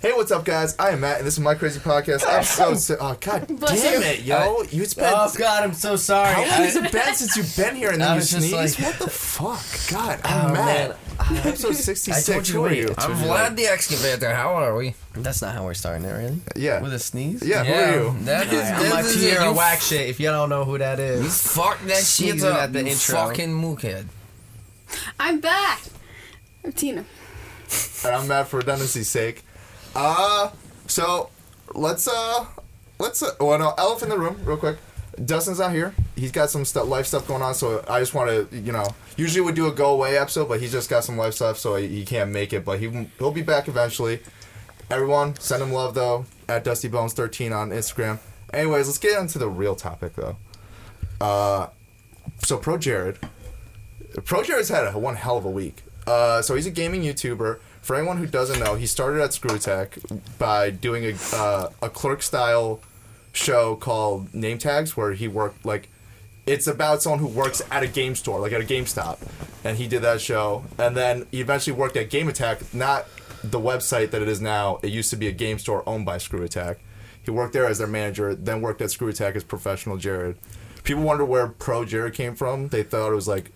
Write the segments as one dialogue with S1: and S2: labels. S1: Hey, what's up, guys? I am Matt, and this is my crazy podcast. Episode. si- Oh, god
S2: Bless
S1: damn it, yo! You it's been
S3: Oh God, I'm so sorry.
S1: how long
S3: I-
S1: has it been since you've been here? And
S3: I
S1: then you
S3: was just
S1: sneeze.
S3: like-
S1: what the fuck? God, I'm
S3: Oh,
S1: Matt.
S3: man.
S1: Episode
S3: I told
S1: sixty-six.
S3: you to
S1: Who are
S3: wait.
S1: you?
S3: I'm
S2: Too
S3: Vlad
S2: late.
S3: the excavator. How are we?
S2: That's not how we're starting it, really.
S1: Yeah.
S3: With a sneeze?
S1: yeah, Who are you?
S3: That is,
S2: I'm
S3: that
S2: my
S3: is
S2: Pierre
S3: you
S2: Whack shit. If y'all don't know who that
S3: You
S2: is,
S3: fuck that shit
S2: Sneezing
S3: up.
S2: at the
S3: you
S2: intro.
S3: fucking mookhead.
S4: I'm back. I'm Tina.
S1: And I'm Matt for redundancy's sake. Uh, so let's uh, let's uh, well, no, elephant in the room, real quick. Dustin's not here. He's got some stuff, life stuff going on, so I just want to, you know. Usually we do a go away episode, but he's just got some life stuff, so he, he can't make it. But he he'll be back eventually. Everyone, send him love though at Dusty Bones thirteen on Instagram. Anyways, let's get into the real topic though. Uh, so pro Jared, Pro Jared's had a, one hell of a week. Uh, so he's a gaming YouTuber. For anyone who doesn't know, he started at ScrewTech by doing a uh, a clerk style show called Name Tags, where he worked like it's about someone who works at a game store, like at a GameStop, and he did that show. And then he eventually worked at Game Attack, not the website that it is now. It used to be a game store owned by Screw Attack. He worked there as their manager, then worked at Screw Attack as professional Jared. People wonder where Pro Jared came from. They thought it was like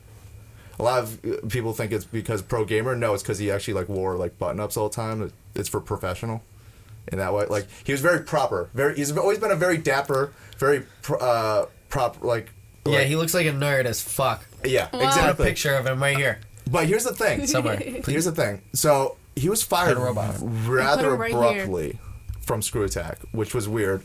S1: a lot of uh, people think it's because pro gamer. No, it's because he actually like wore like button ups all the time. It- It's for professional, in that way. Like he was very proper. Very. He's always been a very dapper, very pr- uh, prop like.
S2: yeah,
S1: like-
S2: he looks like a nerd as fuck.
S1: yeah,
S2: Got a
S1: exactly.
S2: picture of him right here
S1: But here's the thing.
S2: somewhere.
S1: Here's the thing. So he was fired
S2: Put a robot.
S1: rather
S4: Put him right here.
S1: abruptly from Screw Attack, which was weird.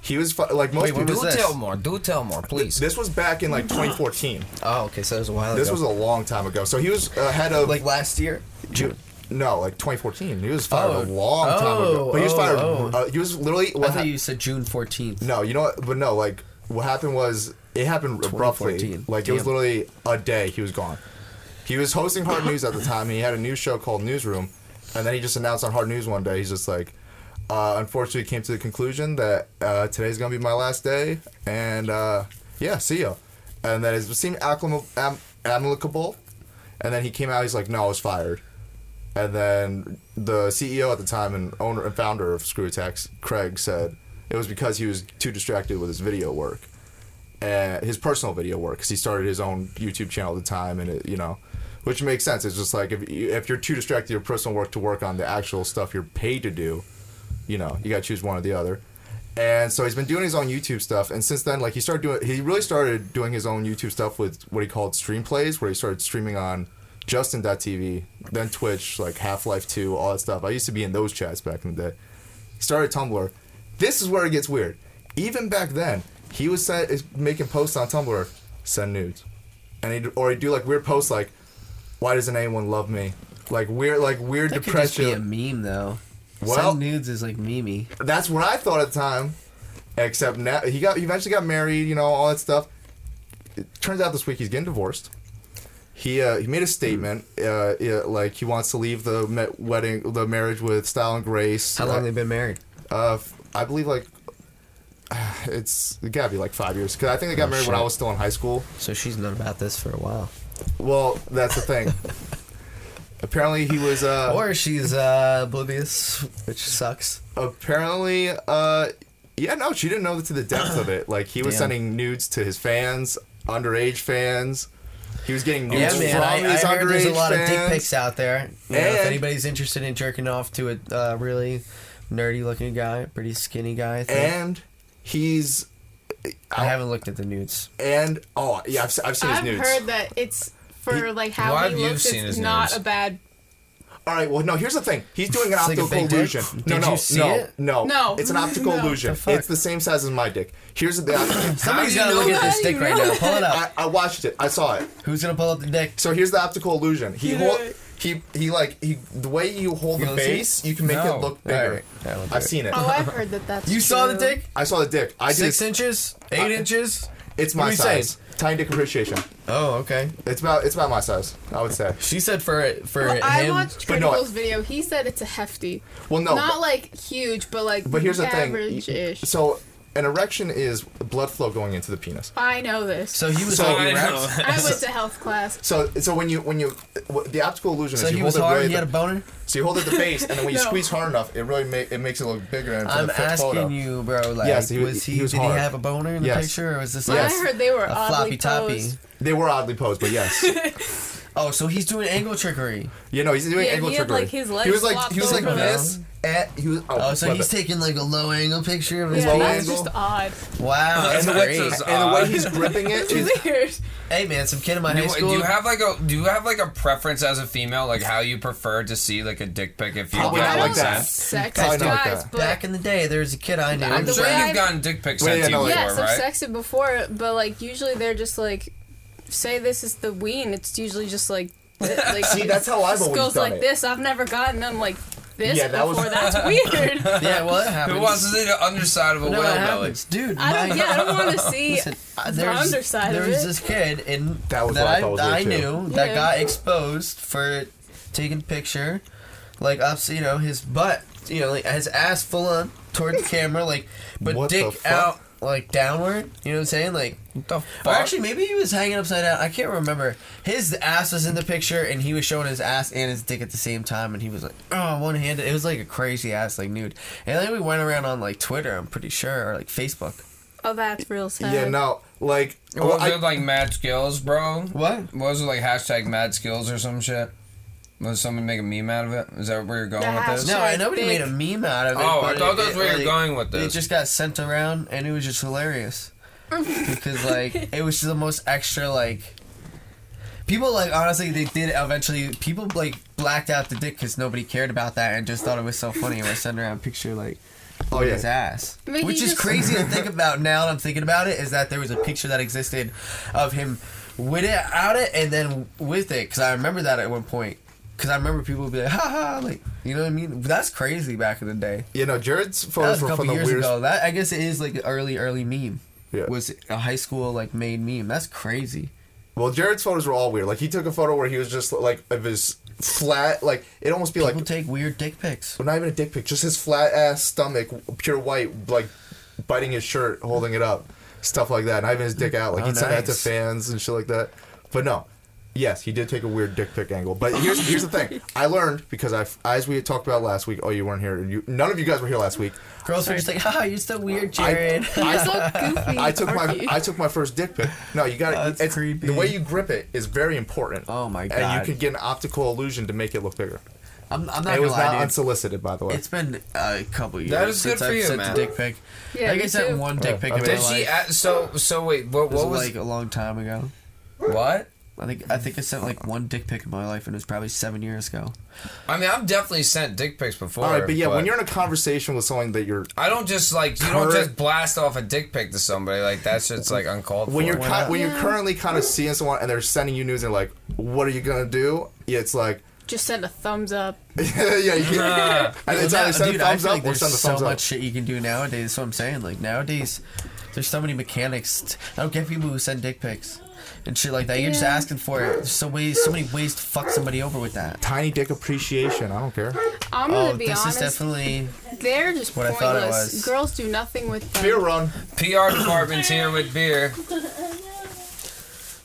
S1: He was fi- like most
S2: Wait, when
S1: people.
S2: was
S3: Do
S2: this?
S3: tell more. Do tell more, please.
S1: This was back in like 2014.
S2: Oh, okay, so it was a while
S1: This was
S2: ago.
S1: a long time ago. So he was uh, head of
S2: like last year.
S1: Ju- no, like 2014. He was fired
S2: Oh.
S1: a long time ago.
S2: Oh,
S1: But he was
S2: oh,
S1: fired.
S2: oh.
S1: Uh, he was literally.
S2: I
S1: What
S2: thought
S1: hap-
S2: you said June 14th.
S1: no, you know what? But no, like, what happened was it happened abruptly.
S2: 2014.
S1: Like, it was
S2: Damn.
S1: literally a day he was gone. He was hosting Hard News at the time. He had a news show called Newsroom. And then he just announced on Hard News one day, he's just like, uh, unfortunately, came to the conclusion that uh, today's going to be my last day. And uh, yeah, see ya. And then it seemed acclim- am- amicable. And then he came out, he's like, no, I was fired. And then the CEO at the time and owner and founder of Screw Attacks, Craig, said it was because he was too distracted with his video work, uh, his personal video work, because he started his own YouTube channel at the time, and it, you know, which makes sense. It's just like if you, if you're too distracted with your personal work to work on the actual stuff you're paid to do, you know, you got to choose one or the other. And so he's been doing his own YouTube stuff, and since then, like he started doing, he really started doing his own YouTube stuff with what he called stream plays, where he started streaming on Justin.tv, then Twitch, like Half Life Two, all that stuff. I used to be in those chats back in the day. He started Tumblr. This is where it gets weird. Even back then, he was sa- is making posts on Tumblr, send nudes, and he'd, or he'd do like weird posts like, "Why doesn't anyone love me?" Like weird, like weird
S2: That could just
S1: depression
S2: be a meme though.
S1: Well-
S2: Some nudes is like memey.
S1: that's what I thought at the time. Except now he got he eventually got married, you know, all that stuff. It turns out this week he's getting divorced. He uh, he made a statement, uh, yeah, like he wants to leave the me- wedding, the marriage with style and grace.
S2: How long
S1: Uh,
S2: they been married?
S1: uh, f- I believe like it's it gotta be like five years because I think they got
S2: Oh,
S1: married when
S2: shit.
S1: I was still in high school.
S2: So she's known about this for a while.
S1: Well, that's the thing. Apparently he was uh,
S2: Or she's uh, oblivious, which sucks.
S1: apparently uh yeah no she didn't know to the depth of it like he was
S2: Damn.
S1: sending nudes to his fans underage fans he was getting
S2: Yeah,
S1: nudes
S2: man.
S1: from
S2: I,
S1: his
S2: I
S1: underage
S2: heard there's a lot
S1: fans
S2: of dick pics out there. You know,
S1: And-
S2: if anybody's interested in jerking off to a uh, really nerdy-looking guy, pretty skinny guy, I, think.
S1: and he's
S2: I haven't looked at the nudes.
S1: and oh yeah i've, se- I've seen his
S4: I've
S1: nudes
S4: heard that it's for
S1: He-
S4: like how
S3: Why
S4: he
S3: have you
S4: looks.
S3: seen
S4: It's
S3: his
S4: not
S3: nudes?
S4: a bad.
S1: all right well no here's the thing he's doing an
S2: It's like a
S1: optical
S2: big dick?
S1: illusion no
S2: Did
S1: no
S2: you see
S1: no
S2: it?
S1: no
S4: No.
S1: it's an optical
S4: No.
S1: illusion
S2: The fuck?
S1: it's the same size as my dick here's the
S2: Somebody's
S3: do you
S2: gotta look
S3: know
S2: at this
S4: that?
S2: dick
S4: You
S2: right
S4: know
S2: now. Pull it up.
S1: I, I watched it i saw it
S2: Who's gonna pull up the dick?
S1: So here's the optical illusion. He
S4: You
S1: hold,
S4: know it.
S1: he he like he the way you hold
S2: You
S1: the
S2: wanna see
S1: base, you can make
S3: No.
S1: it look bigger.
S2: Alright, alright, we'll do
S1: I've
S2: it.
S1: seen it.
S4: Oh, I've heard that that's.
S2: You saw the
S4: true.
S2: dick?
S1: I saw the dick. I
S2: Six
S1: just
S2: inches? Eight inches?
S1: it's
S2: what
S1: my
S2: are you
S1: size. Tiny dick appreciation.
S2: Oh, okay.
S1: It's about it's about my size. I would say.
S2: She said for for
S4: Well,
S2: him.
S4: I watched
S1: but no, I-
S4: Critical's video. He said it's a hefty.
S1: Well, no,
S4: Not
S1: but-
S4: like huge, but like
S1: But here's the thing.
S4: average-ish.
S1: So an erection is blood flow going into the penis.
S4: I know this.
S2: So he was
S1: So-
S2: hard.
S1: I
S4: I went to health class.
S1: So so when you when you w- the optical illusion
S2: So
S1: is
S2: he
S1: you
S2: was
S1: hold it right
S2: hard.
S1: at
S2: He
S1: the-
S2: had a boner.
S1: so you hold it at the base and then when you
S4: No.
S1: squeeze hard enough it really ma- it makes it look bigger and for
S2: I'm
S1: the fi-
S2: asking
S1: photo.
S2: you, bro. Like,
S1: Yes, he
S2: he
S1: was-
S2: was he?
S1: he was
S2: did
S1: hard.
S2: he have a boner in the
S1: Yes.
S2: picture, or was this
S4: When
S2: like
S1: Yes.
S4: I heard they were
S2: a
S4: oddly
S2: floppy toppy?
S4: posed.
S1: They were oddly posed, but yes.
S2: Oh, so he's doing angle trickery.
S1: you know he's doing
S4: Yeah,
S1: angle
S4: he had,
S1: trickery.
S4: like, his legs
S1: he was like
S4: flopped
S1: he was like
S2: over.
S1: this at he was oh,
S2: Oh, so
S1: brother.
S2: he's taking like a low angle picture of his
S4: Yeah,
S1: low
S4: that's
S1: angle.
S4: just odd.
S2: Wow, that's
S3: And the way-
S2: great.
S3: so-
S1: and
S2: Ah.
S1: the way he's gripping it is
S4: It's weird.
S2: Hey man, some kid in my
S5: Do,
S2: high
S5: do
S2: school.
S5: you have like a do you have like a preference as a female like how you prefer to see like a dick pic if you
S1: Probably
S5: get
S1: not
S4: I
S1: like
S4: don't
S1: that.
S4: Sex
S1: Probably
S4: guys,
S1: not like that.
S4: but
S2: Back in the day, there was a kid I knew.
S5: I'm
S4: The
S5: sure
S4: way
S5: you've
S4: I've-
S5: gotten dick pics
S1: Well,
S5: sent
S1: yeah,
S5: to you
S1: no, like-
S5: before,
S4: yes, I've
S5: right?
S4: sexed it before, but like usually they're just like, say this is the ween. It's usually just like, th- like
S1: See, that's how I've
S4: just
S1: always
S4: goes
S1: done
S4: like
S1: it.
S4: this. I've never gotten them like this
S1: Yeah, that was-
S4: before. That's weird.
S2: yeah, well, that happens.
S5: Who wants to see the underside of a
S2: No,
S5: whale
S2: it
S5: belly?
S2: happens, dude.
S4: I don't.
S2: my-
S4: Yeah, I don't want to see.
S2: Listen, I-
S4: the
S2: there's-
S4: underside
S2: there
S4: of
S2: was
S4: it.
S2: this kid in
S1: That was
S2: that
S1: what I
S2: I,
S1: thought was
S2: I
S1: it, too.
S2: knew that
S4: Yeah.
S2: got exposed for taking picture, like up, you know, his butt, you know, like his ass full on toward the camera, like, but
S1: What the
S2: dick
S1: fuck?
S2: out, like downward. You know what I'm saying? Like,
S3: What the
S2: or
S3: fuck?
S2: actually, maybe he was hanging upside down. I can't remember. His ass was in the picture, and he was showing his ass and his dick at the same time, and he was like, oh, one handed. It was like a crazy ass, like nude. And then we went around on like Twitter, I'm pretty sure, or like Facebook.
S4: Oh, that's real sad.
S1: yeah no like well,
S5: was
S1: I-
S5: it like mad skills, bro?
S2: What?
S5: Was it like hashtag mad skills or some shit? Was someone make a meme out of it? Is that where you're going
S4: The
S5: with this?
S2: No,
S4: Sure,
S2: I nobody
S4: big.
S2: made a meme out of it.
S5: Oh, I
S2: but
S5: thought
S2: it-
S5: that's
S2: it,
S5: where you're
S2: like,
S5: going with
S2: It
S5: this.
S2: just got sent around, and it was just hilarious because like it was just the most extra like. People like honestly, they did eventually. People like blacked out the dick because nobody cared about that and just thought it was so funny and was sending around a picture like.
S1: Oh,
S2: of
S1: yeah.
S2: his ass,
S4: But he
S2: which is
S4: just-
S2: crazy to think about now. And I'm thinking about it is that there was a picture that existed of him with it out it and then with it because I remember that at one point because I remember people would be like, ha ha, like you know what I mean. That's crazy back in the day.
S1: you know Jared's
S2: That
S1: photos
S2: was a
S1: were Oh, from
S2: couple
S1: the
S2: years
S1: weirdest
S2: ago. That I guess it is like an early, early meme.
S1: Yeah.
S2: Was a high school like made meme. That's crazy.
S1: Well, Jared's photos were all weird. Like he took a photo where he was just like of his flat, like it almost be like
S2: People take weird dick pics.
S1: not even a dick pic, just his flat ass stomach, pure white, like biting his shirt, holding it up, stuff like that. Not even his dick out. Like
S2: Oh,
S1: he would sent that to
S2: nice.
S1: fans and shit like that. But no, yes, he did take a weird dick pic angle. But here's here's the thing. I learned because I, as we had talked about last week. Oh, you weren't here. You, none of you guys were here last week.
S2: Girls are just like, haha, you're so weird, Jared.
S4: You're so goofy.
S1: I took my
S4: Arky.
S1: I took my first dick pic. No, you got
S2: Oh, that's
S1: to it's
S2: creepy.
S1: The way you grip it is very important.
S2: Oh, my
S1: And
S2: God.
S1: you can get an optical illusion to make it look bigger.
S2: I'm, I'm not
S1: It
S2: gonna
S1: was
S2: lie,
S1: not
S2: dude.
S1: unsolicited, by the way.
S2: It's been uh, a couple years.
S5: That is good
S2: since
S5: for
S2: I've
S5: you,
S2: sent
S5: man.
S2: A dick pic.
S4: Yeah,
S2: I
S4: me
S2: guess that
S4: too.
S2: one dick
S1: Oh,
S2: pic.
S1: okay.
S2: in
S5: Did
S2: my
S5: she?
S2: life
S5: a so so wait. What
S2: was,
S5: what was?
S2: like a long time ago.
S5: what?
S2: I think I think I sent like one dick pic in my life, and it was probably seven years ago.
S5: I mean, I've definitely sent dick pics before.
S1: All right, but yeah, when you're in a conversation with someone that you're
S5: I don't just like you don't
S1: Current-
S5: just blast off a dick pic to somebody like that shit's like uncalled
S1: when
S5: for.
S1: you're
S2: why
S1: ki-
S2: not?
S1: when you're currently kind of seeing someone and they're sending you news and like, what are you gonna do? Yeah, it's like,
S4: Just send a thumbs up.
S1: yeah, you can, and it's either
S2: Now-
S1: send
S2: dude,
S1: a
S2: I
S1: thumbs
S2: feel like
S1: up or
S2: there's
S1: send a
S2: so
S1: thumbs
S2: much
S1: up.
S2: shit you can do nowadays. That's what I'm saying. Like nowadays, there's so many mechanics. t- I don't get people who send dick pics and shit like that. You're just
S4: Yeah.
S2: asking for it. There's so ways, so many ways to fuck somebody over with that.
S1: Tiny dick appreciation. I don't care.
S4: I'm
S2: Oh,
S4: gonna be
S2: this is
S4: honest.
S2: definitely
S4: They're just
S2: what I
S4: pointless.
S2: thought it was.
S4: Girls do nothing with them.
S1: Beer run.
S5: PR department's here with beer.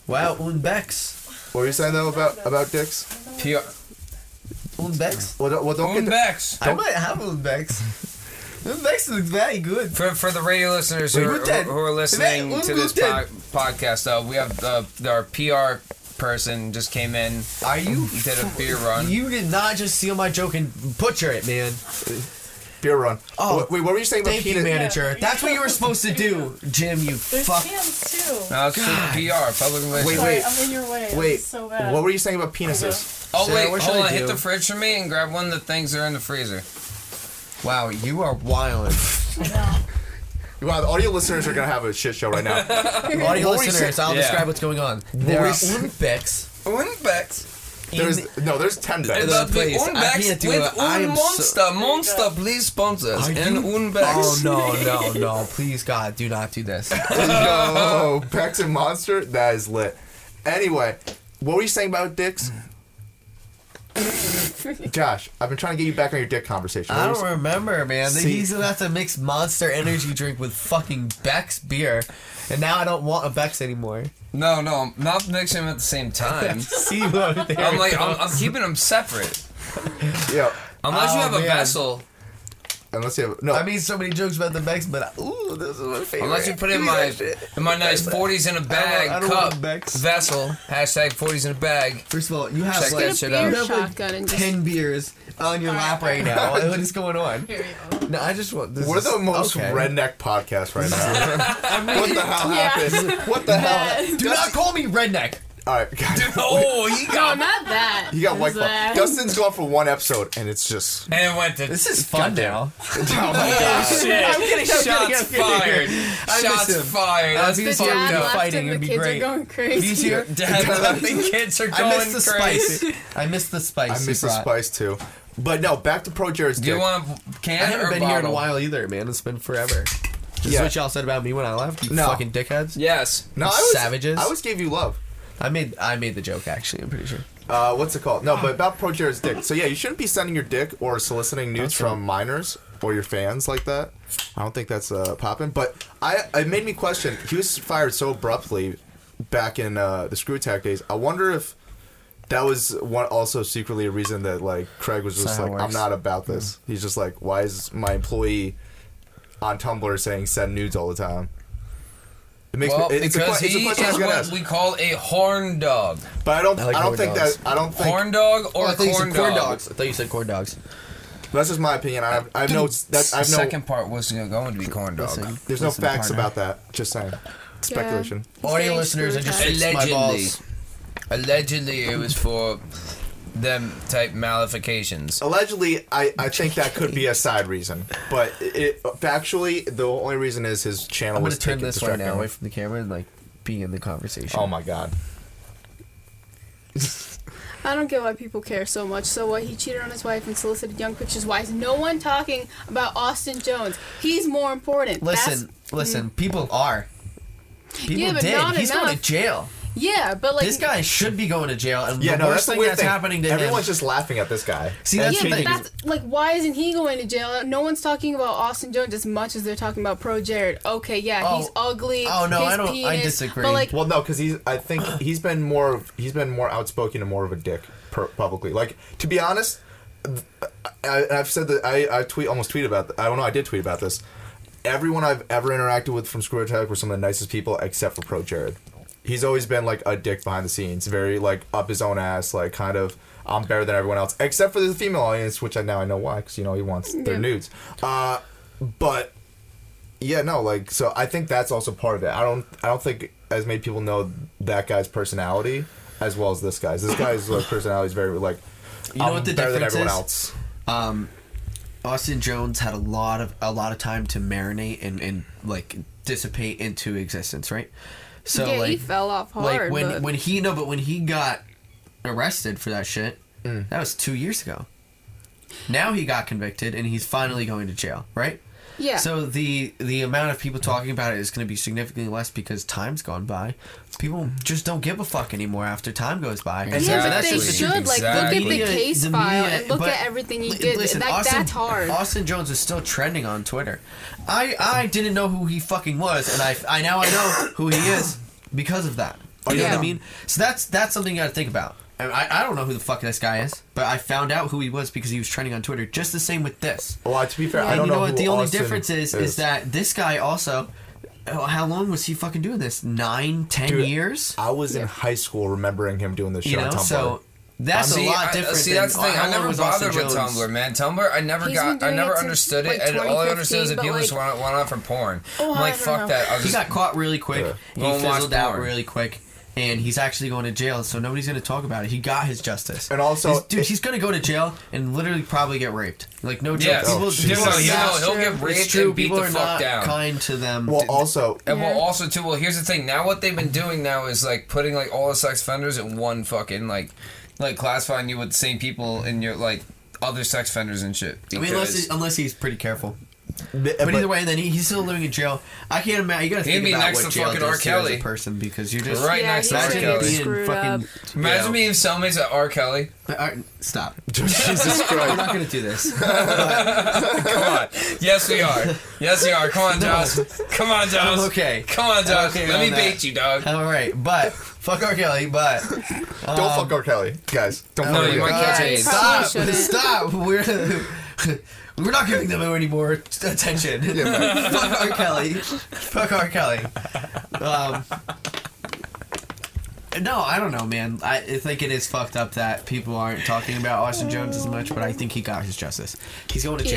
S2: wow. Un Bex,
S1: What were you saying though about about dicks?
S5: PR.
S2: un Bex.
S1: Well, don't, well, don't get
S5: Boom
S1: the,
S5: Bex.
S2: I might have un Bex. Un Bex is very good.
S5: For, for the radio listeners who
S2: Wait,
S5: are,
S2: who did?
S5: who are listening
S2: Wait, who-
S5: to
S2: who
S5: this
S2: did?
S5: po- podcast, uh, we have uh, our PR person just came in,
S2: Are you?
S5: did a beer run.
S2: You did not just steal my joke and butcher it, man.
S1: beer run.
S2: Oh,
S1: Oh, wait, what were you saying about
S2: Thank you,
S1: penis?
S2: manager. That's what you were supposed to do, Jim. You
S6: There's
S2: fuck.
S6: cans too.
S5: Now it's to PR, public relations.
S1: Wait,
S6: Sorry,
S1: wait.
S6: I'm in your way.
S1: Wait,
S6: This is so bad.
S1: what were you saying about penises?
S5: oh,
S2: Sarah,
S5: wait,
S2: what should
S5: hold
S2: I
S5: on. Hit
S2: do?
S5: the fridge for me and grab one of the things that are in the freezer.
S2: Wow, you are wild.
S1: Wow, the audio listeners are gonna have a shit show right now.
S2: Audio
S1: What were you saying?
S2: listeners, I'll
S5: Yeah.
S2: describe what's going on.
S1: were
S2: There
S1: you
S2: are
S1: saying?
S2: Olympics.
S5: Un Bex.
S1: There's no, there's ten
S5: The,
S1: beds.
S2: The place.
S5: Un
S2: Uh, I
S5: Bex
S2: can't do
S5: with
S2: it. I
S5: Un
S2: am so-
S5: Monster. Monster, please sponsor us.
S2: Are
S5: And
S2: you-
S5: Un Bex.
S2: Oh no, no, no! Please, God, do not do this.
S1: Yo, Bex and Monster, that is lit. Anyway, what were you saying about dicks? Josh, I've been trying to get you back on your dick conversation.
S2: I
S1: What
S2: don't
S1: was-
S2: remember, man. They
S1: See-
S2: used to have to mix Monster Energy drink with fucking Beck's beer, and now I don't want a Beck's anymore.
S5: No, no, I'm not mixing them at the same time.
S2: See what there
S5: I'm like,
S2: it
S5: I'm,
S2: goes.
S5: I'm keeping them separate.
S1: yeah,
S5: Unless you
S2: Oh,
S5: have a
S2: man.
S5: vessel.
S1: unless you have no.
S2: I made so many jokes about the Beck's, but ooh, this is my favorite.
S5: Unless you put
S2: Give
S5: in
S2: me
S5: my
S2: that shit.
S5: in my nice 40s in a bag,
S2: I don't want
S5: cup,
S2: Beck's.
S5: vessel, hashtag 40s in a bag.
S2: First of all, you have like
S5: Check that
S4: Get a
S5: shit
S4: beer
S5: out.
S2: Never
S4: shotgun and just.
S2: ten beers on your lap right now. what is going on?
S4: Here we go.
S2: No, I just want. This
S1: We're
S2: is-
S1: the most
S2: okay.
S1: redneck podcast right now. what the hell
S4: Yeah.
S1: happened? What the hell?
S4: That-
S2: Do not call me redneck.
S1: All right, guys.
S5: Oh, he
S4: No,
S5: got
S4: not that.
S1: You got white claw.
S4: That-
S1: Dustin's gone for one episode, and it's just.
S5: and went to.
S2: This is fun
S1: Goddamn.
S2: now.
S1: Oh my gosh.
S2: I'm getting
S5: Shots fired.
S2: I miss
S5: Shots
S2: him.
S5: fired.
S2: I
S5: That's
S2: miss
S4: The
S2: He's
S4: dad
S2: already
S4: left
S2: fighting,
S4: and
S2: it'd be
S4: the kids
S2: great.
S4: are going crazy.
S2: He's here.
S5: Dad, the kids are going
S2: I miss the
S5: crazy.
S2: spice. I miss the spice.
S1: I
S2: he
S1: miss the
S2: brought.
S1: spice too. But no, back to Pro Jared's
S5: Do you
S1: dick.
S5: want a
S2: I
S5: can
S2: haven't
S5: or
S2: been
S5: bottle?
S2: here in a while either, man. It's been forever. This is
S1: Yeah.
S2: what y'all said about me when I left. You
S1: No.
S2: fucking dickheads.
S5: Yes.
S1: no, I always,
S2: savages?
S1: I always gave you love.
S2: I made I made the joke actually. I'm pretty sure.
S1: Uh, what's it called? No, but about Pro Jared's dick. So yeah, you shouldn't be sending your dick or soliciting nudes from minors or your fans like that. I don't think that's uh, popping. But I, it made me question. He was fired so abruptly back in uh, the Screw Attack days. I wonder if that was one also secretly a reason that like Craig was
S2: That's
S1: just
S2: not
S1: like,
S2: how it
S1: I'm
S2: works.
S1: not about this. He's just like, why is my employee on Tumblr saying send nudes all the time? It makes
S5: Well,
S1: me, it's a, que-
S5: because
S1: it's a
S5: he
S1: question I was
S5: is
S1: gonna
S5: what
S1: ask.
S5: we call a horn dog.
S1: But I don't. I,
S2: I like
S1: don't
S2: corn
S1: think
S2: dogs.
S1: that. I don't think.
S5: Horn dog or
S2: oh, I thought you
S5: corn
S2: said
S5: dog.
S2: corn dogs. I thought you said corn dogs.
S1: That's just my opinion. I have. I have no. That's. I
S5: the
S1: have no.
S5: second part was you know, going to be corn dog.
S2: Listen.
S1: Oh, there's no
S2: Listen,
S1: facts
S2: partner.
S1: about that. Just saying. Speculation.
S2: Audio
S4: Saying
S2: listeners, I
S4: screw
S2: just
S4: attack.
S2: fixed my
S5: Allegedly.
S2: balls.
S5: Allegedly, it was for them type
S2: Oh,
S5: malifications.
S1: Allegedly, I, I think that could be a side reason, but it, factually, the only reason is his channel
S2: I'm gonna
S1: was
S2: turn
S1: taken-
S2: this way now,
S1: distracting.
S2: away from the camera, and like be in the conversation.
S1: Oh my god.
S4: I don't get why people care so much. So what? He cheated on his wife and solicited young pictures. Why is no one talking about Austin Jones? He's more important.
S2: Listen,
S4: That's- mm.
S2: listen. People are. People
S4: Yeah, but
S2: did.
S4: not
S2: He's going to
S4: enough.
S2: jail.
S4: yeah, but like
S2: this guy should be going to jail. And
S1: Yeah,
S2: the
S1: no,
S2: worst
S1: that's the
S2: thing
S1: weird
S2: that's
S1: thing.
S2: happening to
S1: Everyone's
S2: him.
S1: just laughing at this guy.
S2: See,
S1: And
S2: that's
S4: Yeah,
S2: the
S4: but
S2: thing.
S4: that's like, why isn't he going to jail? No one's talking about Austin Jones as much as they're talking about Pro Jared. Okay, yeah, he's
S2: Oh.
S4: ugly.
S2: Oh, no,
S4: his
S2: I don't- I
S4: penis,
S2: disagree.
S4: But like,
S1: Well, no, because he's. I think he's been more. Of, he's been more outspoken and more of a dick per, publicly. Like to be honest, th- I, I've said that I, I tweet almost tweet about. th- I don't know. I did tweet about this. Everyone I've ever interacted with from Square Attack were some of the nicest people, except for Pro Jared. He's always been like a dick behind the scenes, very like up his own ass, like kind of I'm better than everyone else, except for the female audience, which I now I know why, because you know he wants their
S4: Yeah.
S1: nudes. Uh, but yeah, no, like so I think that's also part of it. I don't I don't think as many people know that guy's personality as well as this guy's. This guy's like, personality is very like
S2: You know
S1: I'm
S2: what the
S1: better than
S2: difference
S1: everyone
S2: is?
S1: else.
S2: um, Austin Jones had a lot of a lot of time to marinate and and like dissipate into existence, right? So
S4: yeah,
S2: like
S4: he fell off hard.
S2: like when
S4: but-
S2: when he no, but when he got arrested for that shit,
S1: Mm.
S2: that was two years ago. Now he got convicted and he's finally going to jail, right?
S4: yeah,
S2: So the the amount of people talking about it is going to be significantly less because time's gone by. People just don't give a fuck anymore after time goes by. And
S4: yeah,
S5: Exactly.
S4: but they
S5: That's what-
S4: should like
S5: Exactly.
S4: look at the
S2: media-
S4: case
S2: the
S4: file
S2: media-
S4: and look
S2: but
S4: at everything he
S2: li-
S4: did.
S2: listen,
S4: like
S2: Austin-
S4: that's hard.
S2: Austin Jones is still trending on Twitter. I I didn't know who he fucking was, and I I now I know who he is because of that. You know what
S4: Yeah.
S2: I mean? So that's that's something you got to think about. I, I I don't know who the fuck this guy is, but I found out who he was because he was trending on Twitter. Just the same with this.
S1: Well, to be fair, I
S2: And
S1: don't
S2: you know,
S1: know
S2: what?
S1: who
S2: The only
S1: Austin
S2: difference is, is that this guy also. oh, How long was he fucking doing this? Nine, ten
S1: Dude,
S2: years.
S1: I was in
S4: Yeah.
S1: high school remembering him doing this show
S2: You know,
S1: on Tumblr.
S2: so that's
S5: See,
S2: a lot
S5: I-
S2: different.
S5: see,
S2: than
S5: that's the thing.
S2: how
S5: I
S2: long
S5: never
S2: was Austin
S5: bothered with
S2: Jones?
S5: Tumblr, man. Tumblr, I never
S4: He's
S5: got,
S4: been
S5: I
S4: doing
S5: never
S4: it since,
S5: understood
S4: like,
S5: it, and all I understood is that
S4: 2015,
S5: people
S4: but,
S5: just
S4: like-
S5: went, went on for porn.
S4: Oh,
S5: I'm
S4: I
S5: like,
S4: don't
S5: fuck
S4: know.
S5: that. I'll
S2: He
S5: just,
S2: got caught really quick.
S1: Yeah.
S2: He
S5: Well, watch
S2: fizzled out
S5: porn.
S2: really quick, and he's actually going to jail. So nobody's going to talk about it. He got his justice.
S1: And also-
S2: He's- dude,
S1: it-
S2: he's going to go to jail and literally probably get raped. Like no joke.
S5: yeah,
S1: Oh,
S5: people,
S1: Jesus.
S5: dude, no,
S1: Jesus.
S5: yeah, he'll get
S2: It's
S5: raped
S2: true,
S5: and beat
S2: people
S5: the
S2: are
S5: fuck
S2: not
S5: down.
S2: kind to them.
S1: well, also,
S2: uh,
S1: eh,
S5: And well,
S4: Yeah.
S5: also too. Well, here's the thing. Now, what they've been doing now is like putting like all the sex offenders in one fucking like, like classifying you with the same people in your like other sex offenders and shit.
S2: I mean,
S5: because-
S2: unless, he- unless he's pretty careful.
S1: Th-
S2: But, either way, and then he, he's still living in jail. I can't imagine. You gotta
S5: He'd
S2: think
S5: be
S2: about
S5: next
S2: what
S5: to
S2: jail
S5: fucking
S2: does
S5: R.
S2: to you as a
S5: Kelly.
S2: person because you're just
S5: Right
S4: Yeah,
S5: next to
S4: he's
S5: R.
S4: gonna
S5: Kelly.
S4: be screwed up.
S2: you
S5: Imagine
S2: know.
S5: being cellmates at R. Kelly.
S2: Uh, uh, stop.
S1: Jesus
S2: I'm
S1: Christ.
S2: not gonna do this.
S5: Come on. Yes, we are. Yes, we are. Come on, Josh. Come on, Josh.
S2: I'm okay.
S5: Come on, Josh.
S2: okay
S5: Let
S2: on
S5: me
S2: that.
S5: bait you, dog.
S2: All right, but fuck R. Kelly, but
S1: Don't
S2: um,
S1: fuck R. Kelly, guys. Don't
S5: No,
S1: fuck
S5: you
S1: R.
S5: might
S1: Kelly.
S5: catch
S4: Yeah,
S5: AIDS.
S4: probably
S2: Oh, stop,
S4: shouldn't.
S2: stop. We're we're not giving them any more attention. fuck R. Kelly. Fuck R. Kelly. Um, no, I don't know, man. I, I think it is fucked up that people aren't talking about Austin Jones as much, but I think he got his justice. He's going to jail.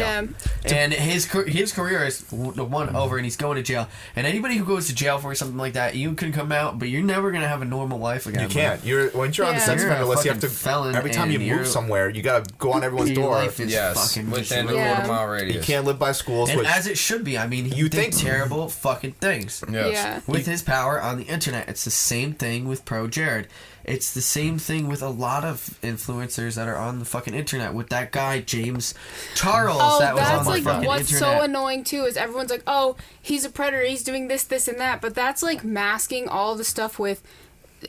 S4: Yeah.
S2: And his car- his career is w- the one over, and he's going to jail. And anybody who goes to jail for something like that, you can come out, but you're never gonna have a normal life again.
S1: You can't. You're once you're on the
S4: Yeah.
S1: sex
S2: You're
S1: offender
S2: a
S1: list, you have to.
S2: fucking felon
S1: every time you
S2: and
S1: move
S2: you're-
S1: somewhere, you gotta go on everyone's
S2: Your
S1: door.
S2: life is
S5: Yes.
S2: fucking
S5: Within a
S2: miserable.
S4: Yeah.
S5: quarter mile
S1: You
S5: radius.
S1: can't live by schools.
S2: and
S1: Which
S2: as it should be. I mean, he
S1: You
S2: did
S1: think-
S2: terrible fucking things.
S4: Yeah.
S2: With his power on the internet, it's the same thing with Pro Jared. It's the same thing with a lot of influencers that are on the fucking internet. With that guy James Charles,
S4: Oh,
S2: that was on
S4: that's
S2: the
S4: like
S2: fucking
S4: what's
S2: internet.
S4: so annoying too is everyone's like, "Oh, he's a predator. He's doing this, this, and that." But that's like masking all the stuff with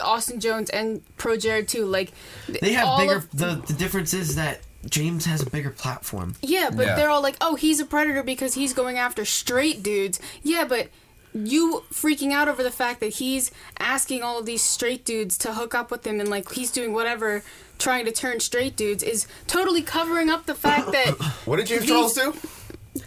S4: Austin Jones and Pro Jared too. Like th-
S2: They have
S4: all
S2: bigger.
S4: of-
S2: the, the difference is that James has a bigger platform.
S4: yeah, but
S5: Yeah.
S4: they're all like, "Oh, he's a predator because he's going after straight dudes." Yeah, but you freaking out over the fact that he's asking all of these straight dudes to hook up with him and like he's doing whatever trying to turn straight dudes is totally covering up the fact that
S1: what did James
S4: these-
S1: Charles do?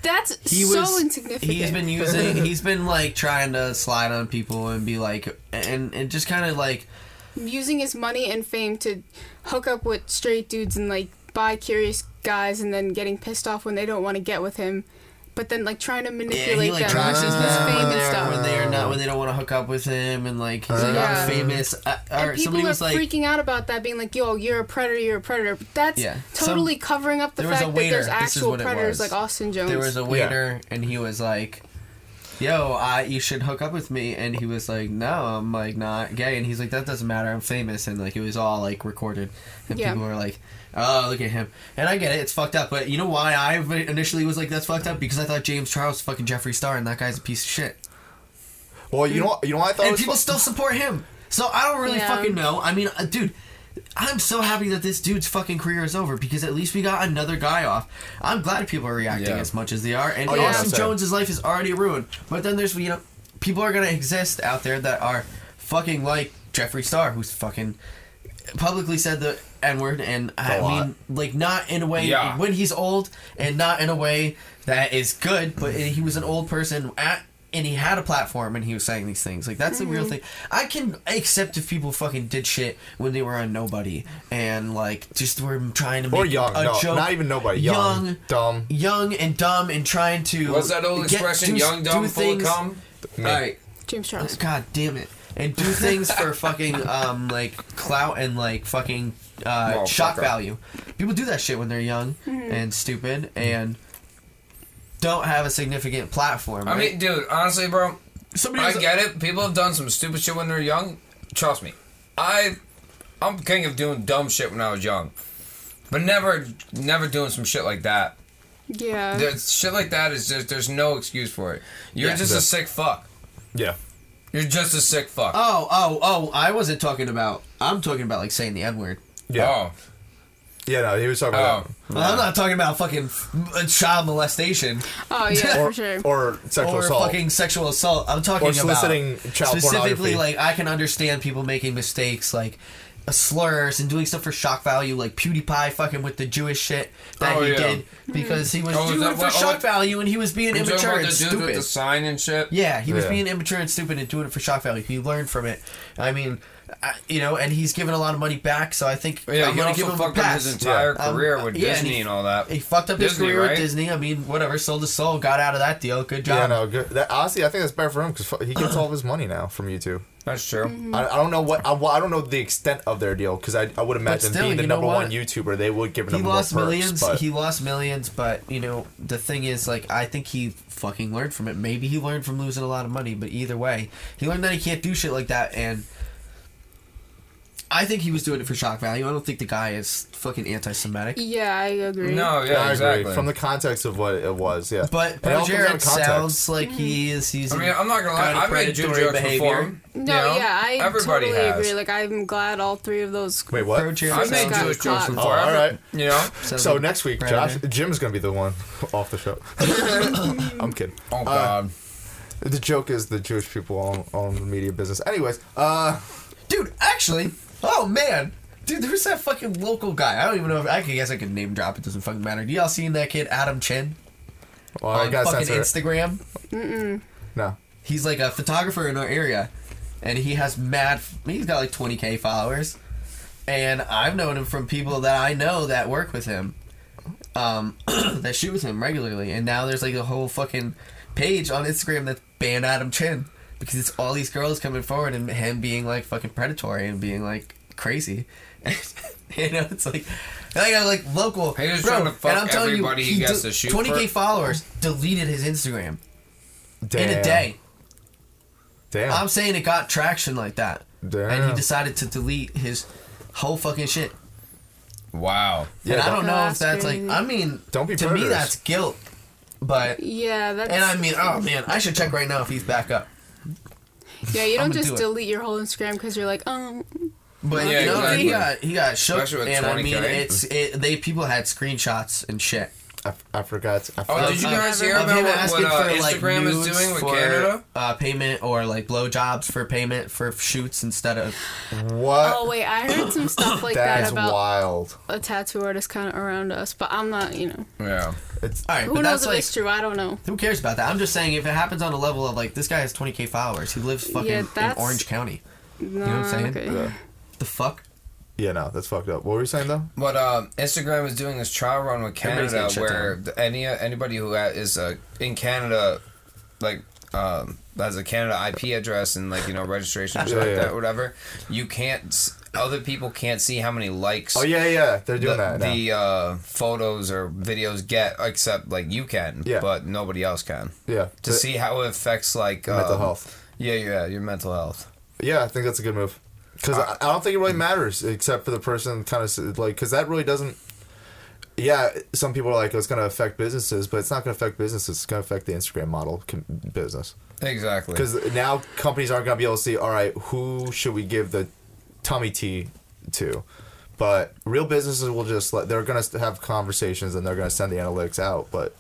S4: that's
S2: He
S4: so
S2: was.
S4: insignificant.
S2: He's been using. He's been like trying to slide on people and be like, and and just kind of like
S4: using his money and fame to hook up with straight dudes and like buy curious guys and then getting pissed off when they don't want to get with him but then like trying to
S2: yeah, he
S4: manipulate
S2: like
S4: them with
S2: trashes
S4: his
S2: them
S4: fame
S2: when
S4: and
S2: they're
S4: stuff
S2: when they are not when they don't want to hook up with him and like he's like
S4: Yeah.
S2: I'm famous. Uh,
S4: and
S2: or
S4: people
S2: somebody
S4: are
S2: was like
S4: freaking out about that being like yo you're a predator you're a predator but that's
S2: Yeah. Some-
S4: totally covering up the
S2: there was a
S4: fact that there's
S2: waiter, this is
S4: actual
S2: what it
S4: predators
S2: was.
S4: like austin jones
S2: there was a waiter and he was like. Yo, I you should hook up with me, and he was like, "No, I'm like not gay," and he's like, "That doesn't matter, I'm famous," and like it was all like recorded, and
S4: Yeah.
S2: people were like, "Oh, look at him," and I get it, it's fucked up, but you know why I initially was like, "That's fucked up," because I thought James Charles was fucking Jeffree Star, and that guy's a piece of shit
S1: Well, you know what? You know what I thought.
S2: and
S1: was
S2: people
S1: fu-
S2: still support him. So I don't really
S4: Yeah.
S2: fucking know. I mean, uh, dude, I'm so happy that this dude's fucking career is over because at least we got another guy off. I'm glad people are reacting
S5: Yeah.
S2: as much as they are, and
S1: Oh, yeah,
S2: Austin
S1: same.
S2: Jones' life is already ruined. But then there's you know, people are gonna exist out there that are fucking like Jeffree Star, who's fucking publicly said the N word, and I
S1: A lot.
S2: mean, like not in a way
S5: Yeah.
S2: when he's old, and not in a way that is good. But he was an old person at. And he had a platform, and he was saying these things. Like that's the real thing. I can accept if people fucking did shit when they were on nobody, and like just were trying to make
S1: Or young,
S2: a
S1: no,
S2: joke.
S1: not even nobody. Young, dumb.
S2: young and dumb, and trying to.
S5: What's that old
S2: get-
S5: expression?
S2: do-
S5: Young, dumb,
S2: do
S5: full
S2: things-
S5: of cum? All right.
S4: james charles
S2: God damn it. And do things for fucking um like clout and like fucking uh,
S5: Well,
S2: shock
S5: fuck up.
S2: value. People do that shit when they're young and stupid and don't have a significant platform.
S5: I
S2: right?
S5: mean, dude, honestly, bro,
S2: somebody
S5: I
S2: was-
S5: get it. People have done some stupid shit when they're young. Trust me. I I'm king of doing dumb shit when I was young. But never never doing some shit like that.
S4: yeah
S5: There's, shit like that is just there's no excuse for it. You're
S2: Yeah.
S5: just
S1: Yeah.
S5: a sick fuck.
S1: Yeah.
S5: You're just a sick fuck.
S2: Oh, oh, oh! I wasn't talking about. I'm talking about like saying the n word.
S1: Yeah.
S5: Oh.
S1: Yeah. No, he was talking
S5: Oh.
S1: about.
S2: I'm not talking about fucking f- uh, child molestation
S4: oh yeah
S1: Or,
S4: for sure
S1: or sexual
S2: or
S1: assault.
S2: fucking sexual assault. I'm talking
S1: Or
S2: about
S1: soliciting child
S2: specifically.
S1: pornography.
S2: Like I can understand people making mistakes, like uh, slurs and doing stuff for shock value, like PewDiePie fucking with the Jewish shit that
S5: Oh,
S2: he
S5: yeah.
S2: did because he was
S5: Oh, is
S2: doing
S5: that
S2: it for
S5: what- oh,
S2: shock value and he was being
S5: You talking
S2: immature
S5: about
S2: and
S5: the dude with
S2: stupid.
S5: the sign and shit?
S2: Yeah, he was
S1: Yeah.
S2: being immature and stupid and doing it for shock value. He learned from it. I mean, I, you know, and he's given a lot of money back, so I think
S5: Yeah,
S2: I'm
S5: he
S2: gonna
S5: also
S2: give him a
S5: fucked up
S2: pass.
S5: his entire
S2: Um,
S5: career with
S2: yeah, and
S5: Disney
S2: he-
S5: and, all that.
S2: He fucked up his
S5: Disney,
S2: career
S5: right?
S2: with Disney. I mean, whatever, sold his soul, got out of that deal. Good job.
S1: yeah. No. Good. That, honestly, I think that's better for him because he gets all of his money now from YouTube.
S5: That's true.
S2: Mm-hmm. Mm.
S1: I, I don't know what I, well, I don't know the extent of their deal because I, I would imagine
S2: still,
S1: being the
S2: you know
S1: number
S2: what?
S1: one YouTuber they would give him
S2: he
S1: more
S2: lost
S1: perks,
S2: millions.
S1: but-
S2: He lost millions, but you know the thing is, like, I think he fucking learned from it. Maybe he learned from losing a lot of money, but either way, he learned that he can't do shit like that, and I think he was doing it for shock value. I don't think the guy is fucking anti-Semitic.
S4: Yeah, I agree.
S5: No, yeah,
S1: I
S5: exactly.
S1: agree. From the context of what it was, yeah.
S2: But
S1: It all comes
S2: Pro
S1: out of
S2: Jared
S1: context.
S2: sounds like he is
S5: I
S2: using.
S5: mean, I'm not gonna lie.
S2: kind of
S5: I made Jim
S2: predatory
S5: jokes
S2: behavior.
S5: before. him,
S4: No,
S5: you know?
S4: yeah, I
S5: everybody
S4: totally
S5: has.
S4: agree. Like, I'm glad all three of those.
S1: Wait, what?
S2: Pro Jared
S5: I've made
S4: Got
S5: Jewish jokes
S4: caught.
S5: before.
S1: Oh, all right.
S5: You know,
S2: sounds
S1: So
S2: like
S1: next week, Josh,
S2: Brandon.
S1: Jim's gonna be the one off the show. I'm kidding.
S5: Oh God.
S1: The joke is the Jewish people own, own media business. Anyways, uh,
S2: dude, actually, oh man, dude, there was that fucking local guy. I don't even know if I could guess I could name drop. It doesn't fucking matter. Do y'all seen that kid Adam Chen
S1: well, oh, I
S2: on
S1: gotta
S2: fucking
S1: censor it.
S2: Instagram?
S1: No.
S2: He's like a photographer in our area, and he has mad. He's got like 20k followers, and I've known him from people that I know that work with him, um, that shoot with him regularly. And now there's like a whole fucking page on Instagram that's banned Adam Chin because it's all these girls coming forward and him being like fucking predatory and being like crazy. you know, it's like. Like I'm like local,
S5: He was
S2: bro,
S5: trying to fuck
S2: and I'm telling you,
S5: everybody he
S2: he
S5: gets
S2: de-
S5: to shoot
S2: 20k
S5: for.
S2: followers deleted his Instagram
S1: Damn.
S2: in a day.
S1: Damn.
S2: I'm saying it got traction like that.
S1: Damn.
S2: And he decided to delete his whole fucking shit.
S5: Wow.
S1: yeah,
S2: and I
S1: don't-
S2: don't know
S4: Yeah,
S2: if
S4: that's
S2: that's
S4: crazy.
S2: like I mean
S1: Don't be
S2: to me
S1: predators.
S2: that's guilt. But
S4: Yeah, that's.
S2: and I mean, oh man, I should check right now if he's back up.
S4: yeah, you
S2: I'm
S4: don't
S2: gonna
S4: just
S2: do it.
S4: delete your whole Instagram because you're like, um,
S2: But
S5: Yeah,
S2: you know,
S5: exactly.
S2: he got he got shook,
S5: Especially with
S2: and I
S5: 20K.
S2: mean, it's it, they people had screenshots and shit.
S1: I, I forgot. I
S5: Oh,
S1: forgot.
S5: did you
S2: uh,
S5: guys hear
S2: Of
S5: about
S2: him
S5: what, what
S2: asking
S5: uh,
S2: for like
S5: Instagram is
S2: nudes
S5: doing with
S2: for
S5: Canada?
S2: uh, payment or like blowjobs for payment for shoots instead of Uh,
S1: what?
S4: oh wait, I heard some stuff like
S1: That's
S4: that about
S1: wild.
S4: a tattoo artist kind of around us, but I'm not, you know,
S5: Yeah.
S1: It's
S2: all right.
S4: who
S2: but
S4: knows
S2: that's
S4: if
S2: like
S4: it's true? I don't know.
S2: Who cares about that? I'm just saying, if it happens on a level of like this guy has 20k followers, he lives fucking
S4: Yeah,
S2: in
S4: that's-
S2: Orange County.
S4: No,
S2: know what I'm saying?
S4: okay.
S1: yeah.
S2: The fuck?
S1: uh, yeah, no, that's fucked up. What were you saying though?
S5: But um, Instagram is doing this trial run with
S2: Everybody's
S5: Canada,
S2: getting shut
S5: where th- any anybody who ha- is uh, in Canada, like um, has a Canada IP address and like you know registration or
S1: Yeah,
S5: something
S1: yeah.
S5: like that, whatever, you can't. s- Other people can't see how many likes.
S1: Oh yeah, yeah, they're
S5: The,
S1: doing that. now.
S5: the uh, photos or videos get except like you can,
S1: Yeah.
S5: but nobody else can.
S1: yeah,
S5: To
S1: the-
S5: see how it affects like
S1: mental
S5: um,
S1: health.
S5: Yeah, yeah, your mental health.
S1: Yeah, I think that's a good move. Because I, I don't think it really matters, except for the person kind of like, because that really doesn't. Yeah, some people are like, "Oh, it's going to affect businesses, but it's not going to affect businesses. It's going to affect the Instagram model com- business.
S5: Exactly.
S1: Because now companies aren't going to be able to see, all right, who should we give the tummy tea to? But real businesses will just let, they're going to have conversations and they're going to send the analytics out. But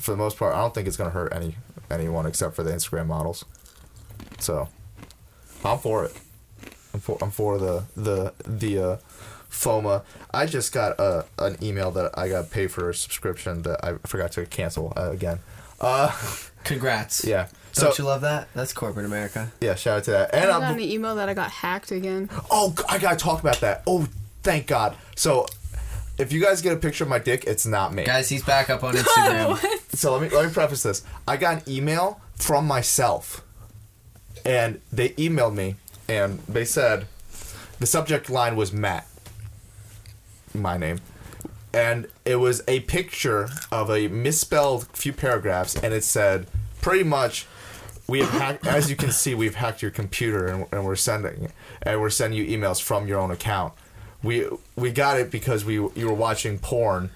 S1: for the most part, I don't think it's going to hurt any anyone except for the Instagram models. So I'm for it. I'm for, I'm for the, the, the, uh, FOMA. I just got a, an email that I got paid for a subscription that I forgot to cancel uh, again. Uh,
S2: Congrats.
S1: yeah.
S2: Don't you love that? That's corporate America.
S1: Yeah, shout out to that. And
S4: I got
S1: I'm,
S4: an email that I got hacked again.
S1: oh, g- I gotta talk about that. Oh, thank God. So, if you guys get a picture of my dick, it's not me.
S2: Guys, he's back up on Instagram.
S1: So let me let me preface this. I got an email from myself, and they emailed me, and they said the subject line was Matt, my name, and it was a picture of a misspelled few paragraphs, and it said pretty much. We have hacked, as you can see, we've hacked your computer, and, and we're sending, and we're sending you emails from your own account. We we got it because we you were watching porn,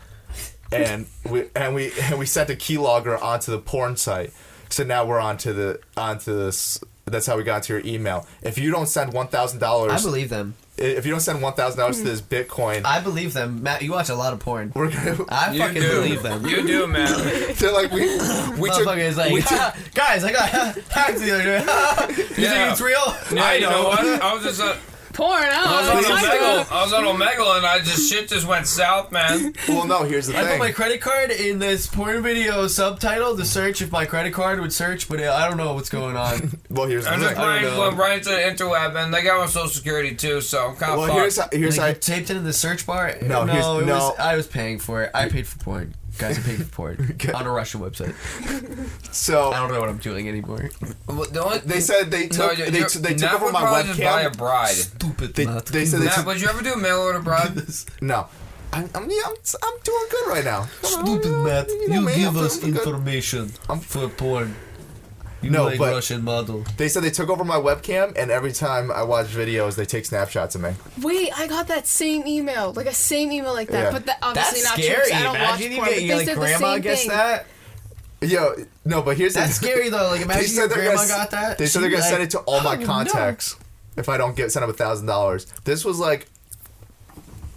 S1: and we and we and we sent a keylogger onto the porn site. So now we're onto the onto this. That's how we got to your email. If you don't send one thousand
S2: I
S1: dollars,
S2: believe them.
S1: if you don't send one thousand dollars to this Bitcoin,
S2: I believe them. Matt, you watch a lot of porn.
S1: we're gonna.
S2: I
S5: you
S2: fucking
S5: do.
S2: believe them.
S5: You do, man.
S1: They're like we we took.
S2: Motherfucker is like,
S1: we took-
S2: guys, I got hacked the other day. you
S5: Yeah.
S2: think it's real?
S5: Yeah, you know what? I was just. Uh,
S4: Porn.
S5: I
S4: I
S5: was
S4: don't
S5: on
S4: know what you're talking about.
S5: Omegle. I was on Omegle, and I just shit just went south, man.
S1: well, no. Here's the
S2: I put my
S1: thing.
S2: credit card in this porn video subtitle to search if my credit card would search, but I don't know what's going on.
S1: Well, here's the
S5: I'm just
S1: thing.
S5: right,
S2: know.
S5: going right to the interweb, and they got my social security too, so I'm kind of
S1: Well,
S5: fucked.
S1: here's how, here's
S2: like,
S1: how.
S2: you taped it in the search bar.
S1: No, here's-
S2: it
S1: no.
S2: Was, I was paying for it. I paid for porn. Guys, I paid for porn on a Russian website.
S1: So
S2: I don't know what I'm doing anymore.
S5: Well, the only-
S1: they said they
S5: No,
S1: took
S5: you're-
S1: they,
S5: you're-
S1: t- they took
S5: Matt
S1: over
S5: would
S1: my
S5: probably Just buy a
S1: webcam.
S5: bride.
S2: Stupid.
S1: They,
S2: nut.
S1: they said they
S5: Matt,
S1: took,
S5: would you ever do a mail order bride?
S1: no. I'm, I'm, yeah, I'm I'm doing good right now.
S2: Stupid Matt,
S1: You know me, I'm feeling good.
S2: information
S1: I'm-
S2: for porn. You
S1: No,
S2: like
S1: but-
S2: Russian model.
S1: They said they took over my webcam, and every time I watch videos, they take snapshots of me.
S4: Wait, I got that same email, like a same email like that,
S1: Yeah.
S4: but that obviously
S2: That's
S4: not true.
S2: scary.
S4: 'cause I don't
S2: Imagine
S4: watch
S2: you get
S4: porn. but they
S2: your
S4: said the
S2: grandma
S4: same
S2: gets
S4: thing.
S2: that.
S1: Yo, no, but here's
S2: That's
S1: the,
S2: scary though. Like
S1: They
S2: imagine your
S1: said they're
S2: grandma
S1: gonna,
S2: got that.
S1: They said they're
S2: She'd
S1: gonna
S2: be
S1: send
S2: like,
S1: it to all my
S2: "Oh, no."
S1: contacts if I don't get send up a thousand dollars. This was like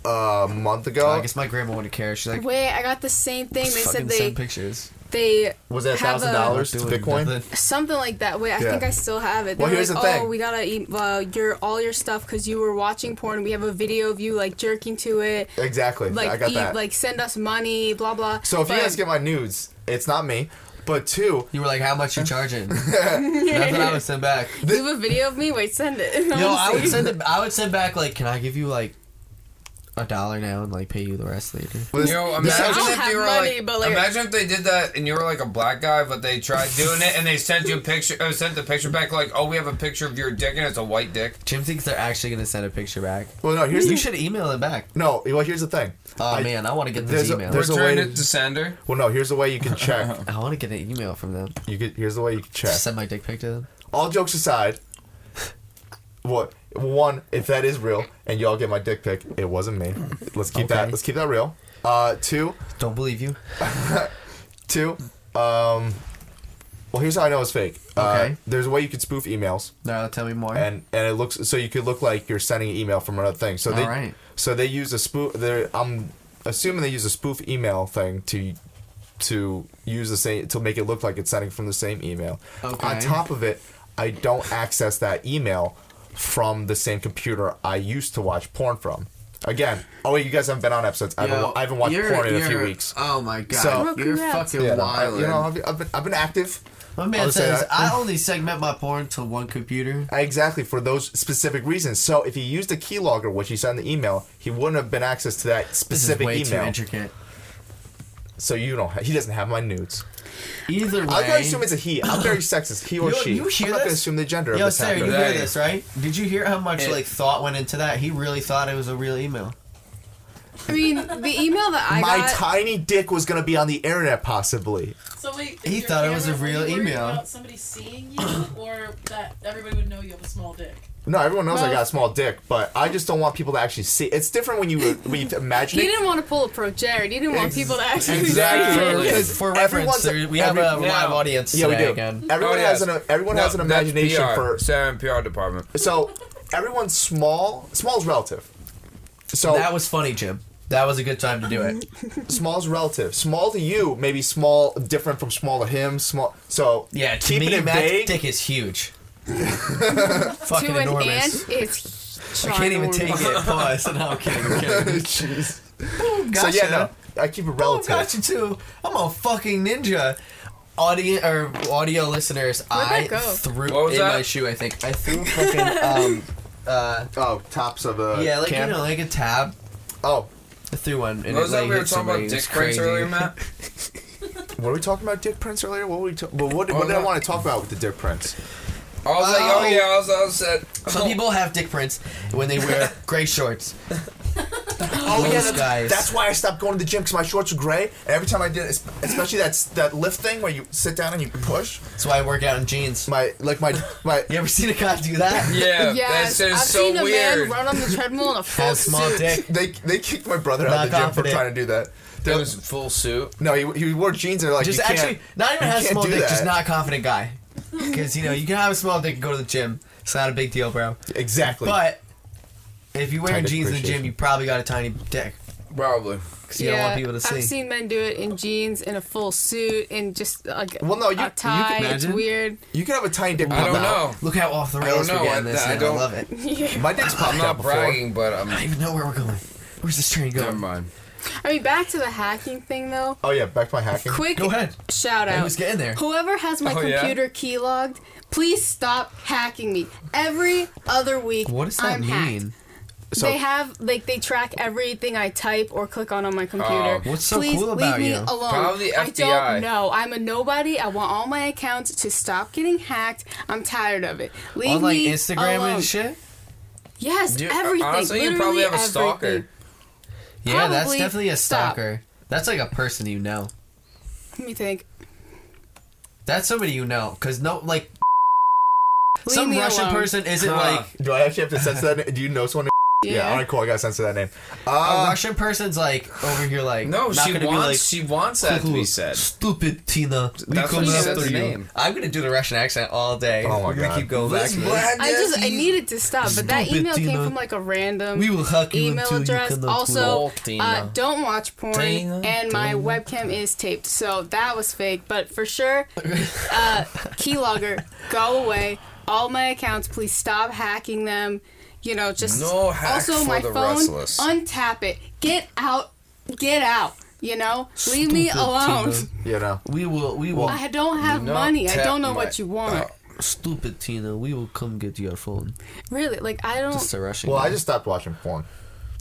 S1: a month ago.
S2: I guess my grandma wouldn't care. She's like,
S4: Wait, I got the same thing. They
S2: fucking
S4: said
S2: send
S4: they
S2: pictures.
S4: they
S1: was it a
S4: have
S1: thousand dollars to
S2: Doing
S1: Bitcoin?
S2: nothing.
S4: something like that. Wait, I
S1: Yeah.
S4: think I still have it. They
S1: Well,
S4: were
S1: here's
S4: like,
S1: the
S4: Oh,
S1: thing.
S4: we gotta eat uh, your all your stuff because you were watching porn. We have a video of you like jerking to it.
S1: Exactly.
S4: Like
S1: I got
S4: eat,
S1: that.
S4: like send us money, blah blah.
S1: so if you
S4: But-
S1: guys get my nudes, it's not me. But two,
S2: You were like, how much you charging? That's what I would send back.
S4: you have a video of me, wait, send it.
S2: Yo, I would send it. I would send back like, can I give you like a dollar now and like pay you the rest later?
S1: was,
S5: You know,
S1: this
S5: imagine
S4: I don't
S5: if
S4: have
S5: you were
S4: money,
S5: like,
S4: but, like-
S5: imagine if they did that and you were like a black guy, but they tried doing it and they sent you a picture, uh, sent the picture back like, oh, we have a picture of your dick and it's a white dick.
S2: Jim thinks they're actually gonna send a picture back.
S1: well, no, here's
S2: You
S1: the
S2: should email it back.
S1: no. Well, here's the thing.
S2: Oh
S1: I-
S2: man, I want to get this
S1: there's a-
S2: email.
S1: there's- a
S5: Return
S1: way
S5: it
S1: to-
S5: to sender.
S1: Well, no, here's the way you can check.
S2: I want to get an email from them.
S1: you could here's the way you can check.
S2: Just send my dick pic to them.
S1: all jokes aside, what one if that is real and y'all get my dick pic, it wasn't me. Let's keep that.
S2: Okay.
S1: Let's keep that real. Uh, two,
S2: Don't believe you.
S1: two. Um, well, here's how I know it's fake. Uh,
S2: Okay.
S1: There's a way you could spoof emails,
S2: No, tell me more.
S1: and and it looks so you could look like you're sending an email from another thing. So they
S2: Alright.
S1: so they use a spoof. they're- I'm assuming they use a spoof email thing to to use the same to make it look like it's sending from the same email. On
S2: Okay.
S1: top of it, I don't access that email from the same computer I used to watch porn from. Again, oh wait, you guys haven't been on episodes. I haven't,
S2: Yo,
S1: wa- I haven't watched
S2: you're-
S1: porn in a few
S2: you're-
S1: weeks.
S2: Oh my god,
S1: So-
S4: Well,
S2: you're
S4: congrats.
S2: fucking
S1: Yeah, no, I,
S2: wild.
S1: you know, I've, I've been, I've been active.
S2: My
S1: I'll
S2: man
S1: just say
S2: says
S1: that.
S2: I only segment my porn to one computer.
S1: Exactly for those specific reasons. So if he used a keylogger, which he said in the email, he wouldn't have been access to that
S2: This is
S1: specific
S2: way too
S1: email.
S2: intricate.
S1: So you don't. Ha- he doesn't have my nudes.
S2: Either way,
S1: I'm gonna assume it's a he. I'm very sexist. He or
S2: You-
S1: she.
S2: you hear
S1: I'm not gonna
S2: this?
S1: assume the gender
S2: Yo,
S1: of this
S2: Sarah, you
S1: hacker.
S2: hear
S5: Hey.
S2: this, right? Did you hear how much
S5: It-
S2: like thought went into that? He really thought it was a real email.
S4: I mean, the email that I
S1: My
S4: got.
S1: tiny dick was gonna be on the internet, possibly.
S6: So wait,
S2: He
S6: your
S2: thought it was
S6: camera,
S2: a
S6: were you
S2: real
S6: worried
S2: email.
S6: About somebody seeing you, or that everybody would know you have a small dick.
S1: No, everyone knows I
S4: Well-
S1: got a small dick, but I just don't want people to actually see. It's different when you when you imagine
S4: he
S1: it.
S4: didn't want to pull a pro Jared. He didn't want people to actually.
S5: Exactly.
S1: Because
S2: For
S1: everyone's-
S2: reference, there- we have
S1: every-
S2: a live
S5: Yeah.
S2: audience
S1: Yeah, we
S2: today
S1: do.
S2: again.
S1: Everyone
S5: Oh, yes.
S1: has an everyone has an
S5: No, that's
S1: imagination
S5: PR.
S1: for
S5: Sarah and PR department.
S1: so everyone's small. Small is relative. So
S2: That was funny, Jim. That was a good time to do it.
S1: small is relative. Small to you, maybe small different from small to him. Small. So
S2: Yeah, to
S1: keeping
S2: me,
S1: it
S2: Matt's
S1: vague.
S2: dick is huge.
S4: to
S2: Fucking
S4: an
S2: enormous.
S4: ant, it's.
S2: I can't even take
S4: ginormous.
S2: it. Pause. No, I'm kidding. I'm kidding.
S1: Jeez.
S2: Gotcha.
S1: So yeah, no, I keep it
S2: Oh,
S1: relative.
S2: gotcha too. I'm a fucking ninja. Audio or audio listeners,
S4: that
S2: I
S4: go?
S2: threw
S5: What was
S2: in
S5: that?
S2: my shoe. I think I threw fucking um uh
S1: Oh, tops of a
S2: yeah like
S1: can.
S2: you know like a tab.
S1: Oh,
S2: I threw one and
S5: What was
S2: it
S5: that
S2: like,
S5: we were
S2: hit
S5: talking
S2: somebody.
S5: about
S2: It was
S5: dick prints
S2: crazy.
S5: earlier, Matt?
S1: what were we talking about? Dick prints earlier. What were we? Ta- well, what,
S5: Oh,
S1: what did I
S5: no.
S1: want to talk about with the dick prints?
S5: I was like, oh
S2: Oh.
S5: yeah, I was, I was uh,
S2: Some people have dick prints when they wear gray shorts.
S1: Oh yeah,
S2: Those
S1: that's,
S2: guys.
S1: that's why I stopped going to the gym because my shorts were gray. And every time I did, es- especially that s- that lift thing where you sit down and you push,
S2: That's why I work out in jeans.
S1: my like my my
S2: You ever seen a guy do that?
S5: Yeah, that's
S4: Yes,
S5: just
S4: I've
S5: so
S4: seen a
S5: weird.
S4: man run on the treadmill in a full
S2: Has small
S4: suit.
S2: dick.
S1: they they kicked my brother out
S2: Not
S1: of the gym for
S2: confident.
S1: trying to do that.
S5: It was full suit.
S1: No, he, he wore jeans and they're like
S2: Just
S1: you can't-
S2: actually, not even
S1: you
S2: has
S1: can't
S2: small
S1: do
S2: dick, just
S1: that.
S2: not a confident guy. Because you know you can have a small dick and go to the gym. It's not a big deal, bro.
S1: exactly.
S2: But if you're wearing
S1: Tiny
S2: jeans in the
S1: appreciation.
S2: gym, you probably got a tiny dick
S5: Probably.
S2: because you don't want people to see.
S4: I've seen men do it in jeans, in a full suit, in just like
S1: Well, no, you- you
S4: a
S1: can
S4: tie. it's
S2: imagine.
S4: weird.
S1: you can have a tiny dick.
S5: I
S1: pop
S5: don't
S1: out.
S5: know.
S2: Look how off the
S5: don't
S2: rails we're
S5: know.
S2: getting
S5: Oh. I-
S2: this.
S5: I
S2: I,
S5: don't-
S2: I love it.
S1: My dick's popped
S5: I'm
S1: out
S5: not
S1: before.
S5: bragging, but I'm.
S2: I don't even know where we're going. Where's this train
S5: Never
S2: going?
S5: mind.
S4: I mean, back to the hacking thing though.
S1: Oh yeah, back to my hacking.
S4: Quick
S2: Go ahead.
S4: shout
S2: I
S4: out.
S2: was getting there.
S4: Whoever has my
S5: Oh, yeah?
S4: computer keylogged, please stop hacking me. Every other week,
S2: What does that
S4: I'm hacked.
S2: mean?
S1: So-
S4: they have like they track everything I type or click on on my computer.
S5: Oh,
S2: what's so
S4: Please
S2: cool
S4: leave
S2: about
S4: me
S2: you?
S4: alone.
S5: Probably
S4: I
S5: FBI.
S4: don't know. I'm a nobody. I want all my accounts to stop getting hacked. I'm tired of it. Leave
S2: On like
S4: me
S2: Instagram
S4: alone.
S2: and shit.
S4: Yes,
S5: You- uh,
S4: everything.
S5: Honestly,
S4: literally
S5: you probably have a
S4: everything.
S5: stalker.
S2: Yeah, that's
S4: Probably
S2: definitely a
S4: stop.
S2: stalker. That's like a person you know.
S4: Let me think.
S2: That's somebody you know, cause no, like
S4: Leave
S2: some
S4: me
S2: Russian
S4: alone.
S2: person isn't
S5: Huh.
S2: like
S1: Do I actually have to censor that? Do you know someone? Yeah. All right. Cool. I gotta censor that name.
S2: a
S1: Uh,
S2: Russian person's like over here like
S5: No,
S2: not
S5: she
S2: gonna
S5: wants she wants that to be said.
S2: Stupid Tina, we
S5: That's
S2: come
S5: what she
S2: after
S5: says the
S2: you.
S5: name.
S2: I'm gonna do the Russian accent all day.
S1: Oh my
S2: We're
S1: God.
S2: gonna keep going back to this.
S4: I just I needed to stop, but that
S2: Stupid
S4: email came
S2: Tina.
S4: from like a random
S2: We will hack you
S4: email
S2: until you
S4: address.
S2: cannot
S4: also,
S3: walk,
S4: uh,
S3: Tina.
S4: don't watch porn,
S3: Tina,
S4: and my webcam is taped, so that was fake. But for sure, uh, keylogger, go away. All my accounts, please stop hacking them. You know, just
S5: No hack
S4: also
S5: for
S4: my
S5: the
S4: phone.
S5: restless.
S4: Untap it. Get out. Get out. You know, leave me
S2: Stupid
S4: alone.
S2: Tina.
S1: you know.
S2: We will. We will.
S4: I don't have
S5: not
S4: money. I
S5: tap
S4: don't know
S5: my-
S4: what you want.
S2: Stupid Tina, we will come get your phone.
S4: really, like I don't.
S2: It's a Russian.
S1: Well,
S2: guy.
S1: I just stopped watching porn.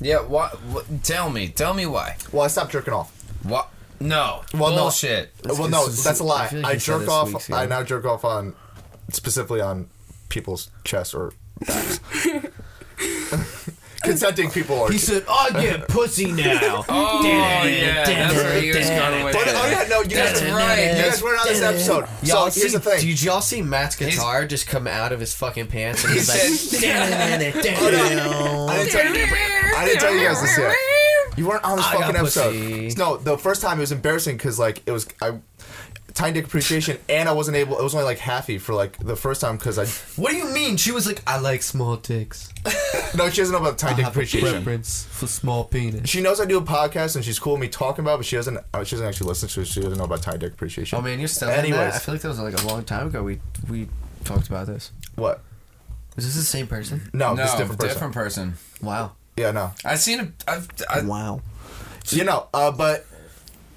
S5: Yeah, what, what? Tell me, tell me why.
S1: Well, I stopped jerking off.
S5: What? No,
S1: Well, no.
S5: bullshit.
S1: well, no,
S2: it's-
S1: that's a lie.
S2: I
S1: I,
S2: feel like you said
S1: jerk
S2: this
S1: off.
S2: weeks
S1: I
S2: ago.
S1: now jerk off on specifically on people's chests or backs. Consenting people are.
S2: He said, "I get pussy now."
S5: Oh yeah, that's where he was going with
S1: but oh
S5: it.
S1: yeah, no, you
S5: That's
S1: guys,
S5: right.
S1: You guys weren't on this episode. So
S2: Y'all
S1: here's
S2: see,
S1: the thing.
S2: Did y'all see Matt's
S5: He's-
S2: guitar just come out of his fucking pants? And he's like,
S1: I didn't, tell you, I didn't tell you guys this yet. You weren't on this
S2: I got
S1: fucking episode.
S2: pussy.
S1: No, the first time it was embarrassing because like it was I, tiny dick appreciation, and I wasn't able. It was only like halfy for like the first time because I.
S2: "What do you mean?" She was like, "I like small dicks.
S1: No, she doesn't know about tiny
S2: I
S1: dick
S2: have a
S1: appreciation.
S2: preference for small penis."
S1: She knows I do a podcast and she's cool with me talking about, it, but she doesn't. uh, She doesn't actually listen to. it. She doesn't know about tiny dick appreciation.
S2: Oh man, you're still.
S1: Anyways,
S2: Anyways, I feel like that was like a long time ago. We we talked about this.
S1: what?
S2: Was this the same person?
S1: No,
S5: No,
S1: this different person.
S5: different person.
S2: Wow.
S1: Yeah, no.
S5: I've seen a. I've, I,
S2: Wow.
S1: You know, uh, but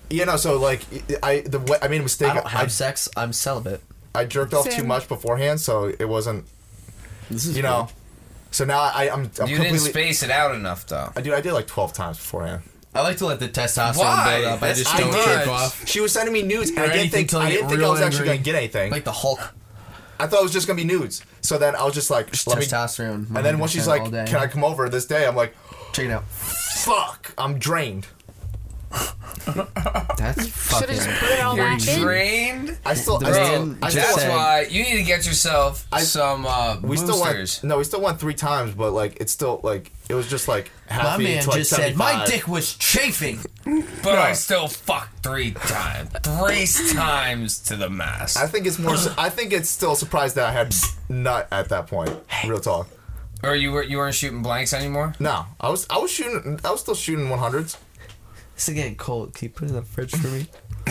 S1: you know, so like I the way, I made a mistake.
S2: I don't
S1: I,
S2: have sex. I'm celibate.
S1: I jerked off too
S4: Same.
S1: much beforehand, so it wasn't.
S2: This is
S1: You know. So now I, I'm. I'm
S5: you
S1: completely,
S5: didn't space it out enough though.
S1: I dude, I did like twelve times beforehand.
S2: I like to let the testosterone
S5: Why?
S2: build up.
S5: That's
S2: I just
S5: too
S2: don't
S5: much.
S2: jerk off.
S1: She was sending me nudes, and I
S2: Or
S1: didn't
S2: anything
S1: think
S2: till I
S1: I
S2: get
S1: didn't think I
S2: real
S1: was actually
S2: angry.
S1: gonna get anything.
S2: Like the Hulk.
S1: I thought it was just gonna be nudes. So then I was just like, let me.
S2: testosterone.
S1: And then when she's like, "Can I come over this day?" I'm like,
S2: check it out?"
S1: "Fuck, I'm drained."
S2: That's
S4: Should have
S2: fucking.
S4: just put it all
S5: You're
S4: back in.
S5: drained.
S1: I still, I
S5: Bro,
S1: still, I
S5: that's
S1: still
S2: said-
S5: why you need to get yourself
S1: I-
S5: some uh,
S1: we still
S5: boosters.
S1: went. No, we still went three times, but like it's still like it was just like
S2: My
S1: half
S2: man
S1: to like
S2: just said my
S1: 75.
S2: dick was chafing.
S5: but I still fucked three times, three times to the mass.
S1: I think it's more. su- I think it's still surprised that I had nut at that point. Real talk.
S5: or you were you weren't shooting blanks anymore.
S1: No, I was I was shooting. I was still shooting 100s.
S2: This is getting cold. Can you put it in the fridge for me?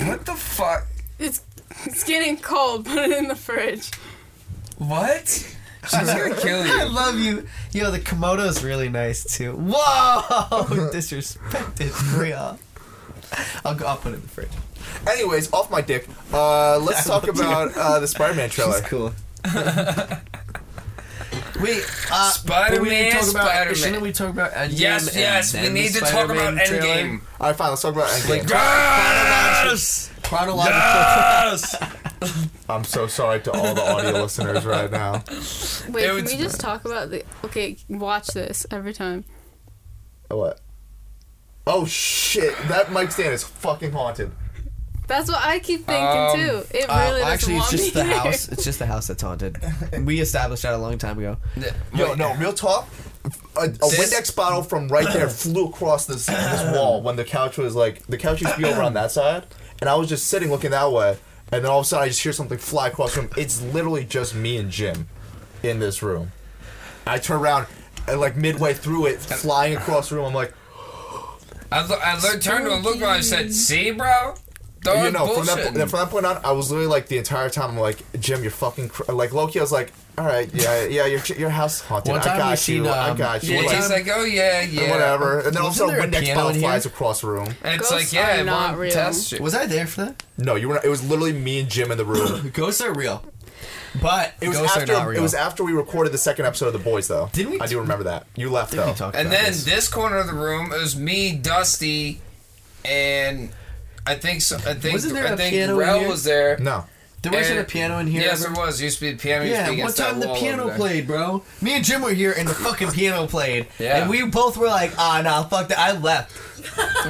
S5: What the fuck?
S4: It's it's getting cold. Put it in the fridge.
S5: What? She's gonna kill
S2: I
S5: you.
S2: love you. Yo, the Komodo's really nice too. Whoa, disrespected Freya. I'll go. I'll put it in the fridge.
S1: Anyways, off my dick. Uh, let's talk about uh, the Spider-Man trailer.
S2: cool. Wait, uh,
S5: Spider-Man,
S2: but we didn't talk about-
S5: Spider-Man.
S2: Shouldn't we talk about Endgame?
S5: Yes,
S2: and
S5: yes, we
S2: then the
S5: need to talk about
S2: Spider-Man trailer?
S5: Endgame.
S1: All right, fine. Let's talk about Endgame.
S5: Yes!
S2: Chronological. Uh,
S1: I'm so sorry to all the audio listeners right now.
S4: Wait,
S5: It
S4: can
S5: was-
S4: we just talk about the? Okay, watch this every time.
S1: What? Oh shit! That mic stand is fucking haunted.
S4: That's what I keep thinking
S5: Um,
S4: too. It really
S2: Uh,
S4: doesn't
S2: actually, it's
S4: want
S2: just
S4: me
S2: the
S4: there.
S2: house. It's just the house that's haunted. We established that a long time ago.
S1: Yo, no, real talk. A, a Windex bottle from right there flew across this this wall when the couch was like the couch used to be over on that side, and I was just sitting looking that way, and then all of a sudden I just hear something fly across the room. It's literally just me and Jim in this room. I turn around and like midway through it, flying across the room, I'm like,
S5: I, lo- I lo- turned to look and I said, "See, bro, don't
S1: you know, from that,
S5: bullshit."
S1: po- from that point on, I was literally like the entire time, I'm like, Jim, you're fucking cr-. like Loki. I was like, all right, yeah, yeah, your your house haunted.
S2: One
S1: I
S2: time we
S1: got you,
S2: seen,
S1: I
S2: um,
S1: got you.
S5: yeah,
S1: Like,
S5: he's like, "Oh yeah, yeah,
S1: whatever. And then all of a
S2: Wasn't
S1: sudden,
S2: there a
S1: Windex
S2: piano
S1: bottle
S2: in here?
S1: flies across the room.
S5: And it's like,
S4: Ghosts
S5: "Yeah,
S4: are
S5: I
S4: not
S5: want
S4: real.
S5: test you."
S2: Was I there for that?
S1: No, you were. Not, it was literally me and Jim in the room.
S2: Ghosts are real, but
S1: It was
S2: ghosts
S1: after.
S2: are not real.
S1: It was after we recorded the second episode of The Boys, though.
S2: Didn't we
S1: I do
S2: t-
S1: remember that. You left though.
S2: We talked
S5: And
S2: about
S5: then
S2: this.
S5: this corner of the room it was me, Dusty, and I think so, I think
S2: Wasn't there
S5: I
S2: a
S5: think
S2: piano in
S5: Rel
S2: here?
S5: was there.
S1: No.
S2: There wasn't
S5: And-
S2: a piano in here.
S5: Yes,
S2: ever?
S5: there was. Used to be a piano. used to
S2: Yeah,
S5: be
S2: one
S5: against
S2: time
S5: that
S2: the
S5: wall over
S2: piano
S5: there.
S2: played, bro. Me and Jim were here, and the fucking piano played.
S5: Yeah.
S2: And we both were like, ah, nah, fuck that. I left.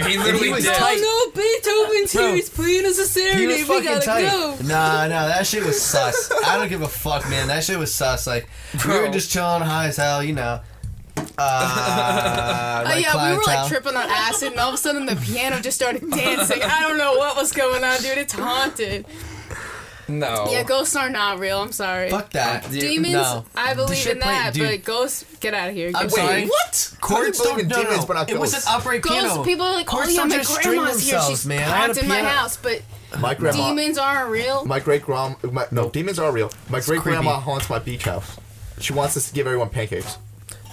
S5: He literally
S2: was
S5: did.
S2: tight.
S4: Oh no, Beethoven's
S2: Bro,
S4: here. He's playing us a
S2: He
S4: Saturday.
S2: was
S4: We
S2: fucking
S4: gotta
S2: tight.
S4: go.
S2: Nah, nah, that shit was sus. I don't give a fuck, man. That shit was sus. Like we
S5: Bro.
S2: were just chilling, high as hell, you know. Uh,
S4: Uh,
S2: like
S4: yeah, we were like
S2: clientele.
S4: tripping on acid, and all of a sudden the piano just started dancing. I don't know what was going on, dude. It's haunted.
S5: No.
S4: Yeah, ghosts are not real. I'm sorry.
S2: Oh. Fuck that.
S5: Yeah.
S4: Demons,
S2: No.
S4: I believe
S2: shit
S4: in that,
S2: playing, dude.
S4: but ghosts, get out of here.
S2: I'm
S4: Get
S2: sorry.
S4: away.
S2: What? Chords
S1: How do you believe
S2: don't
S1: in
S2: no,
S1: demons
S2: no.
S1: but not
S2: It was an
S1: ghosts?
S2: upright
S4: Ghosts,
S2: piano.
S4: people are like, oh
S2: Chords
S4: yeah,
S2: don't
S4: my
S2: just string
S4: grandma's here.
S2: themselves,
S4: She's
S2: man. I had
S4: haunted
S2: a
S4: in my
S2: piano.
S4: house, but
S1: My grandma.
S4: demons aren't real.
S1: My great grandma. My, no, demons are real. My great grandma
S2: creepy.
S1: haunts my beach house. She wants us to give everyone pancakes.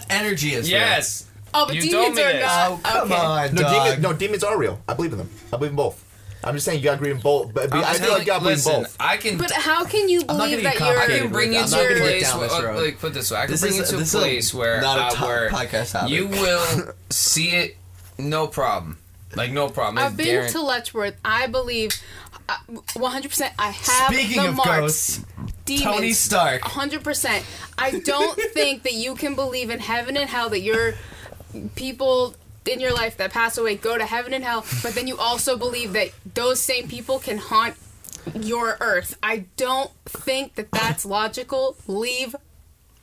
S2: Energy is real.
S5: Yes.
S4: Oh, but
S5: You told
S4: demons
S5: me
S4: are
S5: this.
S4: not.
S2: Oh come
S4: okay.
S2: on,
S1: No,
S2: dog.
S1: demon, no, demons are real. I believe in them. I believe in both. I'm just saying you gotta believe in both. But
S5: I'm
S1: I feel
S5: telling-
S1: like you gotta believe in
S5: listen,
S1: both.
S5: I can.
S4: But how can you
S2: not gonna
S4: believe that
S2: get
S5: I
S2: complicated
S5: can
S4: you're?
S2: with
S5: bring
S2: that.
S5: you
S2: I'm
S5: to
S2: not
S5: a
S2: gonna get
S5: place.
S2: down
S5: Where,
S2: this road.
S5: like put it this way, I can
S2: This
S5: bring you
S2: is-
S5: to a
S2: this is a-
S5: place where
S2: not a
S5: uh,
S2: top
S5: where
S2: podcast topic.
S5: you will see it, no problem. Like no problem.
S4: I've
S5: It's
S4: been
S5: guaran-
S4: to Letchworth. I believe, uh, 100%. I have
S2: Speaking
S4: the
S2: of
S4: marks.
S2: ghosts,
S4: demons.
S2: Tony Stark.
S4: 100%. I don't think that you can believe in heaven and hell that your people in your life that pass away go to heaven and hell, but then you also believe that those same people can haunt your earth. I don't think that that's logical. Leave.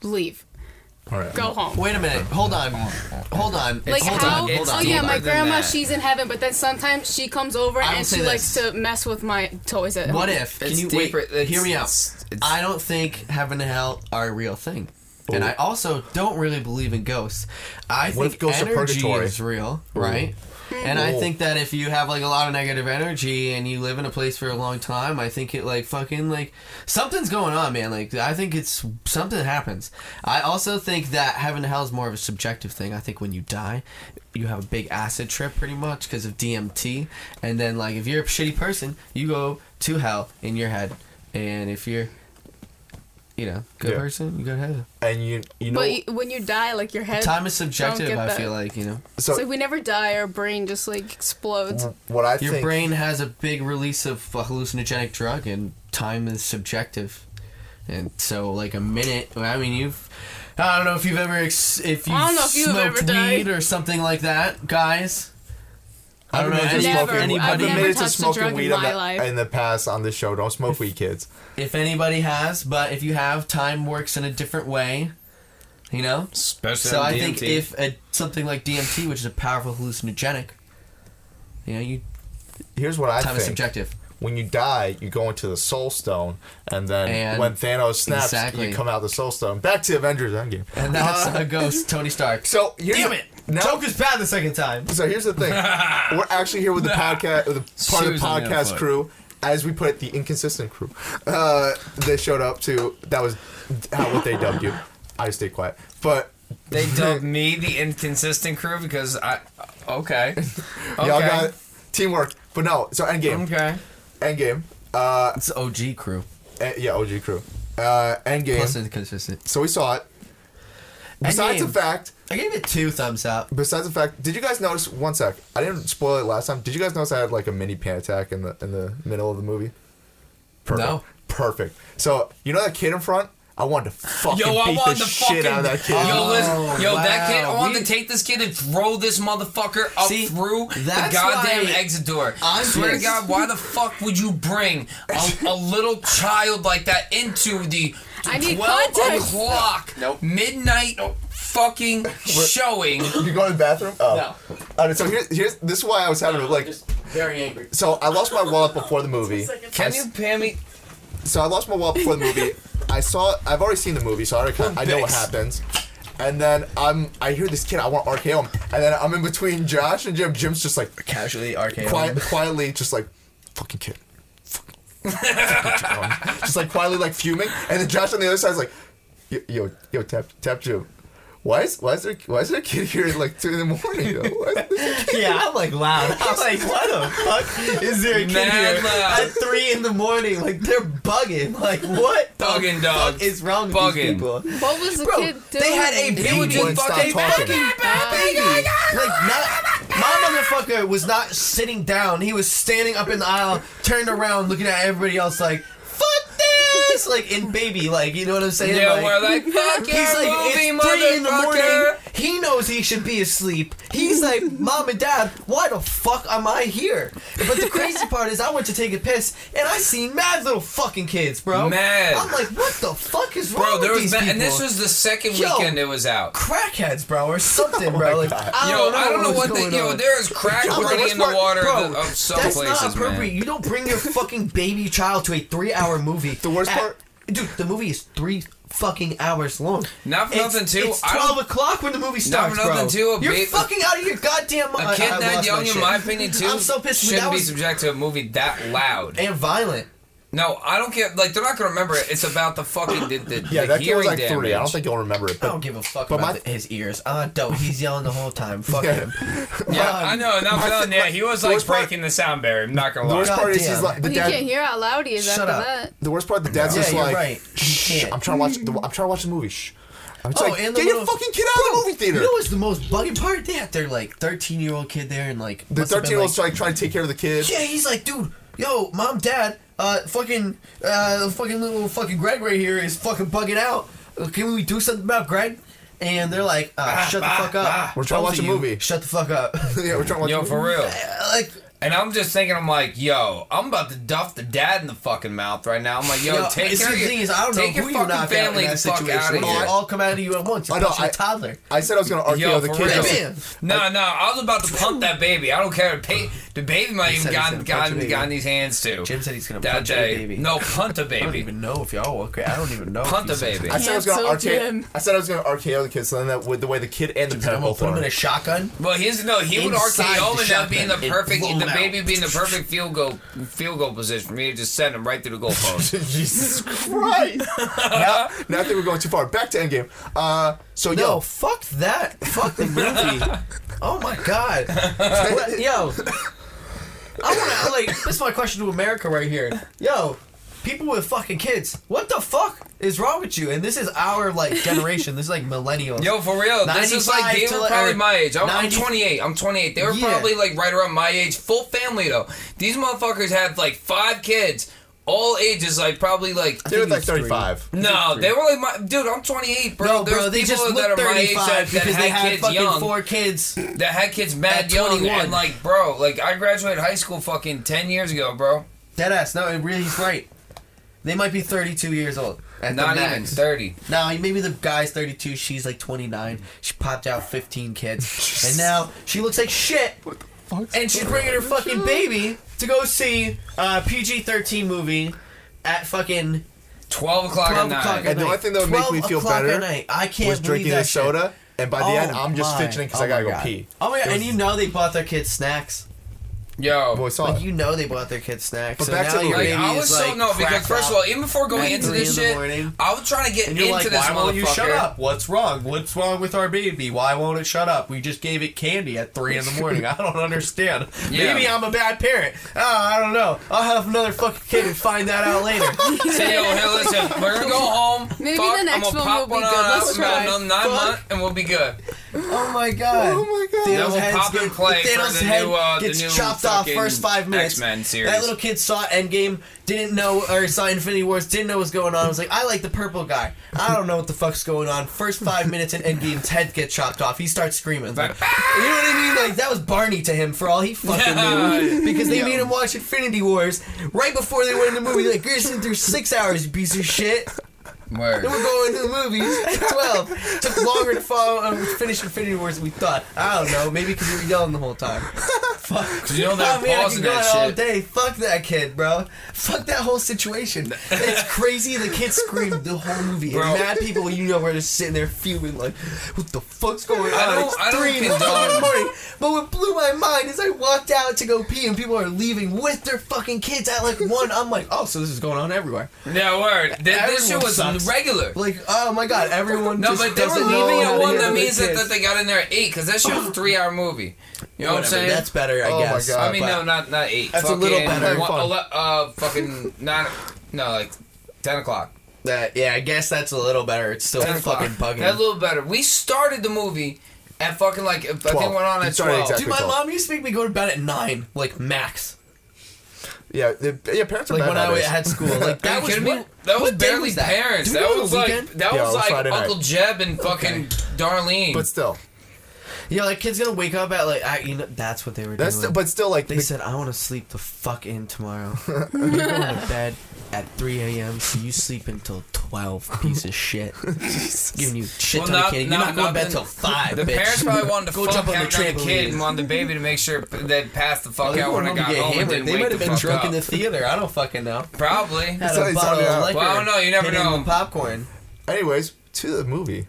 S4: Leave.
S1: All right.
S4: Go home.
S2: Wait a minute. Hold on. Hold on.
S4: Like
S2: hold
S4: how?
S2: on. Hold
S5: it's
S2: on.
S4: oh yeah,
S5: deeper
S4: my
S5: than
S4: grandma,
S5: that.
S4: she's in heaven, but then sometimes she comes over
S2: I will
S4: and
S2: say
S4: she
S2: this.
S4: likes to mess with my toys at
S2: What
S4: home.
S2: if? Can
S5: It's
S2: you
S5: deeper-
S2: wait?
S5: it's-
S2: Hear me out.
S5: it's- it's-
S2: I don't think heaven and hell are a real thing, and I also don't really believe in ghosts. I
S1: What if
S2: think
S1: ghosts are
S2: energy
S1: purgatory?
S2: is real, right? And I
S1: Ooh.
S2: think that if you have like a lot of negative energy and you live in a place for a long time, I think it like fucking like something's going on, man. Like I think it's something happens. I also think that heaven and hell is more of a subjective thing. I think when you die, you have a big acid trip pretty much because of DMT, and then like if you're a shitty person, you go to hell in your head, and if you're you know, good
S1: Yeah.
S2: person, you go to heaven.
S1: And you, you know,
S4: But you, when you die, like your head.
S2: Time is subjective.
S4: get
S2: I
S4: that.
S2: feel like you know.
S4: It's like
S1: so
S4: we never die. Our brain just like explodes.
S1: what I
S2: Your
S1: think.
S2: brain has a big release of a hallucinogenic drug, and time is subjective. And so, like a minute. I mean, you've. I don't know if you've ever ex- if you've
S4: I don't know if you've
S2: smoked
S4: ever died.
S2: weed or something like that, guys. I don't know
S1: I've
S2: if
S1: been
S4: Never.
S1: smoking- I've
S2: anybody
S4: never
S1: admitted to
S4: touched a drug
S1: smoking
S4: in
S1: weed on
S4: my
S1: the,
S4: life.
S1: in the past on this show. Don't smoke weed, kids.
S2: if anybody has, but if you have, time works in a different way. You know.
S5: Especially
S2: So
S5: on
S2: I think
S5: DMT.
S2: if a, something like DMT, which is a powerful hallucinogenic, you know, you
S1: Here's what I
S2: time
S1: think.
S2: is subjective.
S1: when you die, you go into the Soul Stone, and then
S2: And-
S1: when Thanos snaps,
S2: Exactly.
S1: you come out the Soul Stone. Back to Avengers Endgame.
S2: And that's a ghost, Tony Stark.
S1: So here's
S2: Damn
S1: the-
S2: it!
S1: Now,
S2: Joker's bad the second time.
S1: so here's the thing: we're actually here with the podcast, with the part of the
S5: Shoes on the other
S1: podcast
S5: foot.
S1: crew, as we put it, the inconsistent crew. Uh, they showed up to that was how what they dubbed you. I stayed quiet, but
S5: they dubbed me the inconsistent crew because I. Okay. Okay.
S1: y'all got teamwork. But no, so Endgame,
S5: okay.
S1: Endgame, uh,
S2: It's OG crew.
S1: eh, yeah, OG crew, uh, Endgame.
S2: Plus inconsistent.
S1: so we saw it. Besides
S2: Endgame.
S1: the fact
S2: I gave it two thumbs up.
S1: Besides the fact, did you guys notice? One sec, I didn't spoil it last time. Did you guys notice I had like a mini panic attack in the in the middle of the movie? Perfect.
S2: No.
S1: Perfect. So you know that kid in front? I wanted to fucking
S5: Yo, I
S1: beat
S5: want
S1: the,
S5: the
S1: shit
S5: fucking. Oh,
S1: out of that kid.
S5: Yo, listen, yo,
S2: wow.
S5: that kid. I want
S2: We-
S5: to take this kid and throw this motherfucker up
S2: See,
S5: through the
S2: that's
S5: goddamn
S2: why
S5: exit door. I
S2: I'm
S5: swear to
S2: pissed.
S5: God, why the fuck would you bring a, a little child like that into the
S4: I need
S5: twelve
S4: context.
S5: o'clock
S1: Nope.
S5: midnight fucking showing?
S1: you go to the bathroom? Oh.
S2: No.
S1: All right, so here's here's this is why I was having like
S2: very angry.
S1: so I lost my wallet before the movie.
S5: Can you pay me?
S1: So I lost my wallet before the movie. I saw. I've already seen the movie, so I, already kinda- I know what
S5: Olympics.
S1: happens. And then I'm. I hear this kid. I want to RKO him. And then I'm in between Josh and Jim. Jim's just like
S2: Casually RKO.
S1: quiet, quietly just like fucking kid, fucking, fucking John." just like quietly like fuming, and then Josh on the other side is like, yo, yo, yo tap, tap Jim. Why is why is there why is there a kid here at like two in the morning? Though? Why is there a kid?
S2: Yeah, I'm like loud. I'm like, what the fuck is there a kid
S5: Mad
S2: here
S5: loud.
S2: at three in the morning? Like they're bugging. Like what? the
S5: Bugging, dog.
S2: fuck is wrong with these
S5: Bugging.
S2: people?
S4: What was the
S2: Bro,
S4: kid doing?
S2: they had a
S5: He would
S2: baby.
S5: just
S1: wouldn't stop
S5: fucking
S1: talking.
S2: baby. Like not, my motherfucker was not sitting down. He was standing up in the aisle, turned around, looking at everybody else like, "Fuck this like in baby, like you know what I'm saying?
S5: Yeah,
S2: like,
S5: we're like, fuck
S2: He's
S5: your
S2: like,
S5: movie,
S2: it's three in the morning.
S5: motherfucker.
S2: He knows he should be asleep. He's like, mom and dad, why the fuck am I here? But the crazy part is, I went to take a piss and I seen mad little fucking kids, bro.
S5: Mad.
S2: I'm like, what the fuck is wrong
S5: Bro,
S2: with
S5: there was
S2: these
S5: ba-
S2: people?
S5: and this was the second
S2: Yo.
S5: weekend it was out.
S2: crackheads, bro, or something, bro. Like, I
S5: Oh Yo,
S2: don't know,
S5: I don't know
S2: what's
S5: what the
S2: going
S5: yo.
S2: on.
S5: There is crack
S2: I'm like,
S5: already
S2: what's
S5: in the
S2: wrong-
S5: water
S2: bro,
S5: of, of some
S2: that's
S5: places,
S2: not appropriate.
S5: man.
S2: You don't bring your fucking baby child to a three-hour movie. The
S1: worst part-
S2: dude, the movie is three fucking hours long.
S5: Not for
S2: It's-
S5: nothing, too,
S2: It's
S5: I don't-
S2: twelve o'clock when the movie starts,
S5: for nothing,
S2: bro.
S5: too, a
S2: You're
S5: ba-
S2: fucking out of your goddamn mind.
S5: A kid
S2: I- I
S5: that
S2: lost
S5: young,
S2: my
S5: in
S2: shit.
S5: my opinion, too,
S2: I'm so pissed.
S5: shouldn't
S2: That
S5: be
S2: was-
S5: subject to a movie that loud.
S2: and violent.
S5: No, I don't care. Like they're not gonna remember it. It's about the fucking the, the,
S1: Yeah,
S5: the
S1: that kid
S5: hearing
S1: was like
S5: damage.
S1: three. I don't think you'll remember it.
S2: I
S1: But
S2: don't give a fuck
S1: but
S2: about
S1: my-
S2: the- his ears. Ah, dope. He's yelling the whole time. Fuck
S1: Yeah.
S2: him.
S5: Yeah,
S2: Um,
S5: I know. And I'm telling you, yeah, he was
S1: the
S5: like
S1: worst part-
S5: breaking the sound barrier. I'm not gonna
S1: the worst
S5: lie.
S1: part is he's
S2: Goddamn.
S1: like the
S4: But you
S1: dad.
S4: can't hear how loud he is
S2: Shut
S4: after
S2: up.
S4: that.
S1: The worst part, the dad's
S2: Yeah,
S1: just
S2: you're
S1: like,
S2: right. You
S1: "Shh,
S2: can't." Mm-hmm.
S1: I'm trying to watch. The, I'm trying to watch the movie. Shh. I'm just
S2: Oh,
S1: like,
S2: and the
S1: get your
S2: little-
S1: fucking kid out of the movie theater.
S2: You know what's the most bugging part? They had their like 13 year old kid there and like
S1: the
S2: must have been,
S1: thirteen year old's
S2: like,
S1: like trying to take care of the kid.
S2: Yeah, he's like, dude, yo, mom, dad, uh, fucking, uh, fucking little fucking Greg right here is fucking bugging out. Uh, Can we do something about Greg? And they're like, uh,
S5: Ah,
S2: shut the fuck up.
S1: We're trying to
S2: Both
S1: watch
S2: of
S1: a
S2: you,
S1: movie."
S2: Shut the fuck up.
S1: yeah, we're trying to watch.
S5: Yo,
S1: the
S5: for
S1: movie.
S5: real.
S2: like,
S5: And I'm just thinking, I'm like, yo, I'm about to duff the dad in the fucking mouth right now. I'm like, yo,
S2: yo,
S5: take
S2: it's
S5: care
S2: the
S5: of your,
S2: thing is, I don't know
S5: take your
S2: who you
S5: fucking
S2: knock out in
S5: family the
S2: that
S5: fuck
S2: situation.
S5: out of
S2: They
S5: here.
S2: all come out of you at once,
S1: I know,
S2: especially
S1: I-
S2: a toddler.
S1: I said I was gonna argue
S5: Yo,
S1: the
S5: for
S1: kid.
S5: real.
S1: just-
S2: Bam.
S5: No, no, I was about to pump that baby. I don't care. Pa- the baby might
S2: He
S5: even
S2: said he's
S5: gotten
S2: gonna punch a
S5: gotten
S2: baby.
S5: gotten these hands too.
S2: Jim said he's gonna
S5: that
S2: punch a
S5: day.
S2: baby.
S5: No, punt a
S2: I don't
S5: baby.
S2: even know if y'all okay. I don't even know. if
S5: Punt
S2: he
S5: a
S2: said
S5: baby.
S1: I said I was gonna
S4: Cancel
S1: RKO.
S4: him.
S1: I said I was gonna RKO the kid, so then that with the way the kid and the
S2: something.
S1: parent
S2: I'm gonna
S1: both
S2: put him in
S1: are.
S2: a shotgun.
S5: Well, he's no. He would
S2: Inside
S5: RKO
S2: the
S5: and that being the
S2: shotgun and
S5: perfect,
S2: roll
S5: the
S2: him
S5: baby
S2: out.
S5: being the perfect field goal, field goal position for me to just send him right through the goalpost.
S1: Jesus Christ! now, now I think we're going too far. Back to Endgame. Uh, so
S2: No,
S1: yo,
S2: fuck that. Fuck the movie. oh my god. What- yo, I want to like. This is my question to America right here. Yo, people with fucking kids, what the fuck is wrong with you? And this is our like generation. This is like millennials.
S5: Yo, for real, this is like
S2: 95
S5: they
S2: to
S5: were
S2: like-
S5: probably my age. I'm, I'm
S2: 90
S5: 28. I'm 28. They were
S2: Yeah.
S5: probably like right around my age. Full family though. These motherfuckers had like five kids, all ages. Like probably like.
S1: they were
S2: think
S1: like
S2: he's three.
S1: thirty-five.
S5: No, they were like my dude. I'm 28, bro.
S2: no,
S5: There's
S2: bro, they
S5: people
S2: just
S5: that
S2: look
S5: are my age
S2: 35
S5: that, that
S2: because they
S5: had
S2: had
S5: kids
S2: fucking
S5: young,
S2: four kids.
S5: that had kids mad
S2: at
S5: young,
S2: 21.
S5: and like, bro, like I graduated high school fucking 10 years ago, bro.
S2: Deadass. No, it really is right. They might be 32 years old. At the
S5: Not even
S2: max.
S5: 30.
S2: Now maybe the guy's 32, she's like 29. She popped out 15 kids, and now she looks like shit. And she's bringing her fucking baby to go see uh, a PG-13 movie at fucking
S5: 12 o'clock
S2: 12
S5: at
S2: o'clock at
S5: night.
S1: And the
S2: night.
S1: only thing that would make
S2: 12
S1: me feel
S2: o'clock at
S1: better
S2: night. I can't
S1: Was drinking the
S2: believe that shit.
S1: soda, and by the end,
S2: Oh
S1: I'm just
S2: my-
S1: fidgeting because
S2: oh
S1: I gotta
S2: my
S1: go
S2: God.
S1: pee.
S2: Oh my god!
S1: It
S2: And
S1: was-
S2: you know they bought their kids snacks.
S5: Yo.
S1: Well, I saw it.
S2: Like you know they bought their kids snacks.
S1: But
S2: so
S1: back to
S2: now
S1: the
S2: your
S5: Like,
S1: movie.
S2: baby
S5: I was
S2: is like
S5: so no because
S2: cracked
S5: first of
S2: up.
S5: all, even before going
S2: at
S5: into
S2: three in
S5: this
S2: the
S5: shit,
S2: morning.
S5: I was trying to get
S2: And
S5: into
S2: you're like,
S5: this
S2: why won't you shut
S5: motherfucker."
S2: up? What's wrong? What's wrong with our baby? Why won't it shut up? We just gave it candy at three in the morning. I don't understand.
S5: Yeah.
S2: Maybe I'm a bad parent. Oh, I don't know. I'll have another fucking kid and find that out later.
S5: Say, yo, hey, listen, we're gonna go home.
S4: Maybe
S5: fuck,
S4: the next
S5: I'm gonna
S4: one
S5: pop
S4: will be
S5: one on
S4: good.
S5: us
S4: Let's
S5: in about
S4: try.
S5: another nine
S2: Fuck.
S5: month, and we'll be good.
S2: oh my god.
S1: Oh my God.
S5: Then we'll
S2: head's
S5: pop and
S2: good.
S5: play for
S2: Thanos'
S5: the
S2: head
S5: new, uh, the
S2: gets
S5: new
S2: chopped off
S5: fucking
S2: first five minutes.
S5: X-Men series.
S2: That little kid saw Endgame, didn't know, or saw Infinity Wars, didn't know what was going on. Was like, I like the purple guy. I don't know what the fuck's going on. First five minutes in Endgame's head gets chopped off. He starts screaming. Like, you know what I mean? Like that was Barney to him for all he fucking knew. Because they made him watch Infinity Wars right before they went in the movie. Like you're sitting through six hours, you piece of shit.
S5: Word.
S2: Then we're going to the movies at 12. Took longer to follow um, finish Infinity Wars than we thought. I don't know. Maybe because we were yelling the whole time. Fuck.
S5: you know they're
S2: I mean, I
S5: pausing
S2: could go
S5: that
S2: out all
S5: shit.
S2: day. Fuck that kid, bro. Fuck that whole situation. It's crazy. The kid screamed the whole movie.
S5: Bro.
S2: And mad people you know were just sitting there fuming like, what the fuck's going on?
S5: I don't-
S2: it's
S5: I don't
S2: three in the fucking
S5: condone-
S2: morning. But what blew my mind is I walked out to go pee and people are leaving with their fucking kids at like one. I'm like, oh, so this is going on everywhere.
S5: Yeah, word. Th- this shit
S2: Everyone
S5: was
S2: sucks.
S5: regular.
S2: Like, oh my god, everyone.
S5: No,
S2: just
S5: but they were
S2: doesn't know
S5: leaving
S2: how
S5: at
S2: to
S5: one.
S2: handle
S5: That
S2: their
S5: means that,
S2: kids.
S5: that they got in there at eight because that shit was a three-hour movie. You know what I'm
S2: Whatever,
S5: saying?
S2: That's better, I
S1: Oh my
S2: guess.
S1: God.
S5: I mean, no, not not eight.
S2: That's a little
S5: Fucking
S2: better.
S5: one-
S1: Fun.
S5: ele- uh, fucking nine. No, like ten o'clock.
S2: That, yeah, I guess that's a little better. It's still
S5: 10 o'clock.
S2: fucking bugging.
S5: That's a little better. We started the movie at fucking like I think it went on
S1: It
S5: at
S1: started
S5: twelve.
S1: exactly-
S2: Dude, my
S1: Cool.
S2: mom used to make me go to bed at nine, like max.
S1: Yeah, the, yeah. Parents are
S2: Like
S1: bad
S2: when I was
S1: nowadays.
S2: at school, like
S5: Are
S2: that
S5: you
S2: was
S5: kidding me?
S2: what,
S5: That was
S2: what day
S5: barely
S2: that?
S5: parents.
S2: Do we
S5: That
S2: go on
S5: was
S2: the
S5: like
S2: weekend?
S5: that
S1: Yeah, it
S5: was
S1: was
S5: like
S1: Friday night.
S5: Uncle Jeb and fucking Darlene.
S1: but still,
S2: Yeah, like kids gonna wake up at like I, you know that's what they were
S1: that's
S2: doing.
S1: still, but still like
S2: they
S1: the-
S2: said I want to sleep the fuck in tomorrow. You're going to bed at 3 a.m. So you sleep until 12. Piece of shit. Giving you shit
S5: Well,
S2: ton
S5: not-
S2: of kidding.
S5: not-
S2: You're not going
S5: not
S2: to bed
S5: the-
S2: till five.
S5: the
S2: bitch.
S5: parents probably wanted to
S2: Go
S5: fuck
S2: jump on the
S5: out the, the kid
S2: trampoline.
S5: and wanted the baby to make sure they passed the fuck
S2: They
S5: out
S2: were
S5: when I
S2: home to
S5: got
S2: get
S5: home and
S2: hammered.
S5: didn't
S2: They
S5: wake
S2: might
S5: the
S2: have been
S5: fuck
S2: drunk
S5: up.
S2: in the theater. I don't fucking know.
S5: Probably.
S2: Had
S1: Somebody-
S2: a bottle
S1: somebody-
S2: of liquor.
S5: Well, I don't know. You never
S2: hit him
S5: know.
S2: with Popcorn.
S1: anyways to the movie.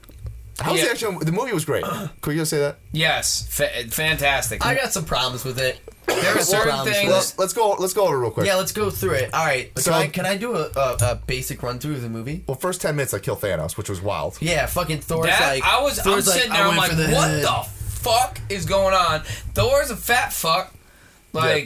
S1: How was
S5: Yeah.
S1: the actual? The movie was great. Could you say that?
S5: Yes, fa- fantastic.
S2: I got some problems with it.
S5: there are
S2: Well,
S5: certain
S2: problems
S5: things.
S2: with
S1: Let's, let's go. Let's go over real quick.
S2: Yeah, let's go through it. All right.
S1: So-
S2: can, I, can I do a, a, a basic run through of the movie?
S1: Well, first ten minutes I kill Thanos, which was wild.
S2: Yeah, fucking Thor's
S5: that
S2: like.
S5: I was. I'm
S2: Thor's
S5: sitting
S2: I
S5: there. I'm
S2: went
S5: like,
S2: for
S5: what
S2: the head."
S5: the fuck is going on? Thor's a fat fuck. Like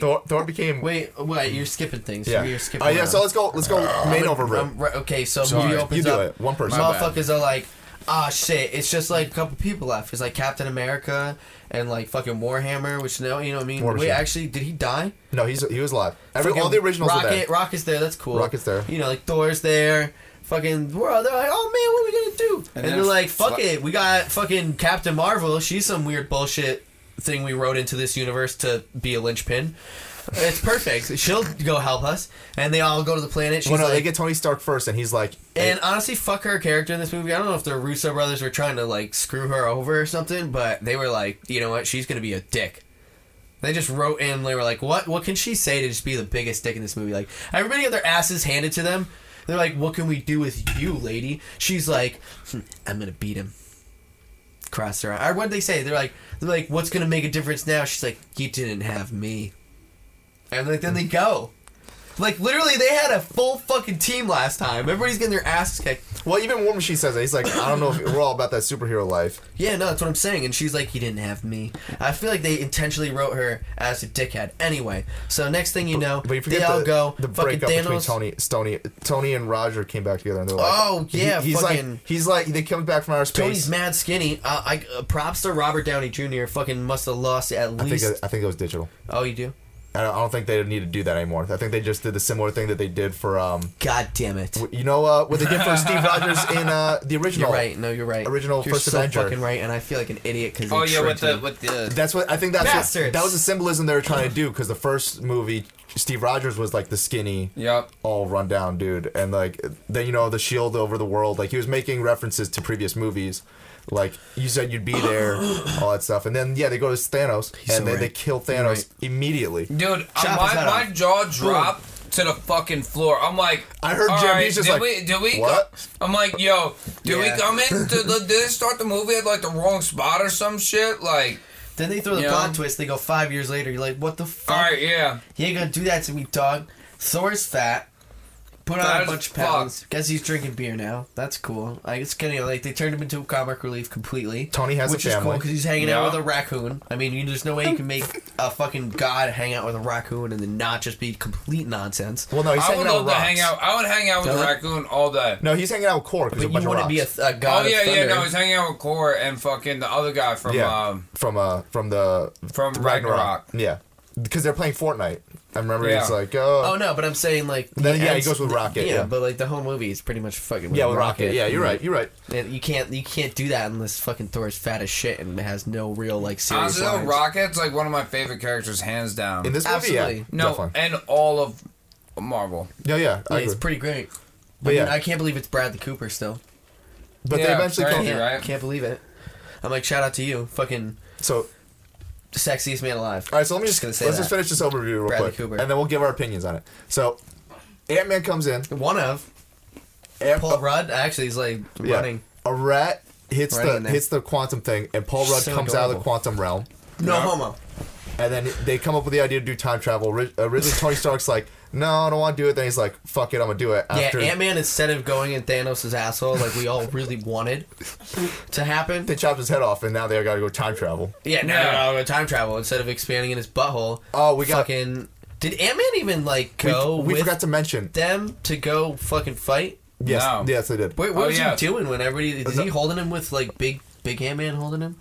S1: yeah, Thor, Thor became.
S2: Wait, wait, you're skipping things.
S1: yeah.
S2: You're skipping.
S1: Uh, yeah.
S2: around.
S1: So let's go. Let's go. main over
S2: Um,
S1: room.
S2: right, okay, so
S5: Sorry.
S2: movie opens
S1: You do
S2: up.
S1: it. One person.
S5: My bad.
S2: Motherfuckers are like, ah, shit. It's just like a couple people left. It's like Captain America and like fucking Warhammer, which now you know what I mean.
S1: War
S2: Wait,
S1: Machine.
S2: actually, did he die?
S1: No, he's he was alive. Every,
S2: Fucking
S1: all the originals
S2: Rocket,
S1: were there.
S2: Rocket's there. That's cool.
S1: Rocket's there.
S2: You know, like Thor's there. Fucking world. They're like, oh man, what are we gonna do? And,
S5: then
S2: they're like,
S5: it's
S2: fuck
S5: like-
S2: it. We got fucking Captain Marvel. She's some weird bullshit thing we wrote into this universe to be a linchpin. It's perfect. She'll go help us, and they all go to the planet. She's
S1: Well, no,
S2: like,
S1: they get Tony Stark first, and he's like,
S2: and honestly, fuck her character in this movie. I don't know if the Russo brothers were trying to like screw her over or something, but they were like, you know what, she's gonna be a dick. They just wrote in. They were like, what? What can she say to just be the biggest dick in this movie? Like everybody got their asses handed to them. They're like, what can we do with you, lady? She's like, "Hmm, I'm gonna beat him. Cross her. Or what would they say? They're like, they're like, what's gonna make a difference now? She's like, you didn't have me. And like then they go. Like literally, they had a full fucking team last time. Everybody's getting their asses kicked.
S1: well, even War Machine says that. He's like, I don't know if we're all about that superhero life.
S2: Yeah, no, that's what I'm saying. And she's like, "You didn't have me." I feel like they intentionally wrote her as a dickhead. Anyway, so next thing you know,
S1: But you forget
S2: they all
S1: the,
S2: go.
S1: the
S2: fucking
S1: breakup between
S2: Thanos.
S1: Tony, Tony, Tony and Roger came back together, and they're like,
S2: Oh, yeah,
S1: he- he's
S2: fucking-
S1: like, he's like, they come back from outer
S2: Tony's
S1: space.
S2: mad skinny. Uh, I uh, props to Robert Downey Jr. Fucking must have lost at
S1: I think
S2: least.
S1: it, I think it was digital.
S2: oh, you do?
S1: I don't, I don't think they need to do that anymore. I think they just did the similar thing that they did for um,
S2: God damn it!
S1: you know, uh, what they did for Steve Rogers in uh the
S2: You're
S1: original.
S2: right. No, you're right.
S1: Original
S2: you're
S1: First
S2: so
S1: Avenger.
S2: fucking right, and I feel like an idiot because
S5: oh yeah, with the with the.
S1: That's what I think. That's what,
S2: Bastards.
S1: that was the symbolism they were trying to do because the first movie, Steve Rogers was like the skinny,
S5: Yep.
S1: all run down dude, and like then you know the shield over the world. Like he was making references to previous movies, like you said you'd be there, all that stuff, and then yeah they go to Thanos and
S2: so
S1: then they
S2: right.
S1: kill Thanos immediately.
S5: Dude, uh,
S2: Chop
S5: my,
S2: his head
S5: my
S2: off.
S5: jaw dropped to the fucking floor. I'm like,
S1: I heard
S5: all
S1: Jim, he's just
S5: did
S1: like,
S5: we, did we
S1: "What?"
S5: Go? I'm like, yo, did
S2: Yeah.
S5: we come in? Did, did they start the movie at like the wrong spot or some shit? Like,
S2: Then they throw the
S5: Yeah.
S2: plot twist. They go five years later. You're like, what the fuck?
S5: all right, yeah.
S2: He ain't gonna do that to me, dog. Thor's fat. Put
S5: Fat
S2: on a
S5: as
S2: bunch of
S5: fuck.
S2: pounds. Guess he's drinking beer now. That's cool. Like it's kind of like they turned him into a comic relief completely.
S1: Tony has a
S2: which is cool
S1: family.
S2: because he's hanging
S5: Yeah.
S2: out with a raccoon. I mean, you, there's no way you can make a fucking god hang out with a raccoon and then not just be complete nonsense.
S1: Well, no, he's
S5: I
S1: hanging
S5: would
S1: out
S5: love
S1: with
S5: to
S1: rocks.
S5: hang out. I would hang out with the
S2: Don't-
S5: raccoon all day.
S1: No, he's hanging out with Korg. 'cause
S2: But
S1: a bunch
S2: you
S1: of
S2: wouldn't be a,
S1: rocks.
S2: a god
S5: oh yeah,
S2: of thunder.
S5: yeah. No, he's hanging out with Core and fucking the other guy from
S1: yeah
S5: um,
S1: from uh from the
S5: from
S1: Ragnarok.
S5: Ragnarok.
S1: Yeah, because they're playing Fortnite. I remember he's
S5: Yeah.
S1: like,
S2: Oh no, but I'm saying like
S1: Then,
S2: the
S1: yeah, he
S2: ends-
S1: goes with Rocket,
S2: Yeah,
S1: yeah.
S2: but like the whole movie is pretty much fucking with
S1: Yeah, with Rocket. Yeah, you're
S2: Mhm.
S1: right. You're right.
S2: And you can't you can't do that unless fucking Thor is fat as shit and has no real like serious
S5: Honestly, though,
S2: lines.
S5: Rocket's like one of my favorite characters, hands down.
S1: In this movie, yeah,
S2: Absolutely.
S5: no,
S1: definitely.
S5: and all of Marvel.
S1: yeah, yeah,
S2: Yeah,
S1: I
S2: it's
S1: agree.
S2: pretty great.
S1: But
S2: But I, mean,
S1: yeah.
S2: I can't believe it's Bradley Cooper still.
S1: But they
S5: Yeah,
S1: eventually
S5: sorry.
S1: come.
S5: You're
S2: Can't,
S5: right.
S2: can't believe it. I'm like, shout out to you, fucking
S1: So,
S2: sexiest man alive.
S1: all right. So let me just,
S2: Just gonna
S1: let's
S2: say
S1: just
S2: that.
S1: finish this overview real
S2: Bradley
S1: quick,
S2: Cooper.
S1: and then we'll give our opinions on it. So, Ant Man comes in.
S2: One of
S1: Ant-
S2: Paul Rudd actually is like
S1: yeah,
S2: running.
S1: A rat hits
S2: Running in
S1: the
S2: there.
S1: hits the quantum thing, and Paul Rudd
S2: So
S1: comes out of the
S2: adorable.
S1: quantum realm.
S2: No
S5: Yeah.
S2: homo.
S1: And then they come up with the idea to do time travel. Ori- Originally, Tony Stark's like, "No, I don't want to do it." Then he's like, "Fuck it, I'm gonna do it." After
S2: yeah, Ant Man instead of going in Thanos' asshole like we all really wanted to happen.
S1: they chopped his head off, and now they gotta go time travel.
S2: Yeah, no,
S5: No.
S2: no, no, time travel instead of expanding in his butthole.
S1: Oh, we got-
S2: fucking. Did Ant Man even like
S1: We,
S2: go
S1: we
S2: with
S1: forgot to mention.
S2: them to go fucking fight?
S1: Yes,
S5: No.
S1: yes, they did.
S2: Wait, what
S5: Oh,
S2: was
S5: yeah.
S2: he doing when everybody? Is
S1: No.
S2: he holding him with like big, big Ant Man holding him?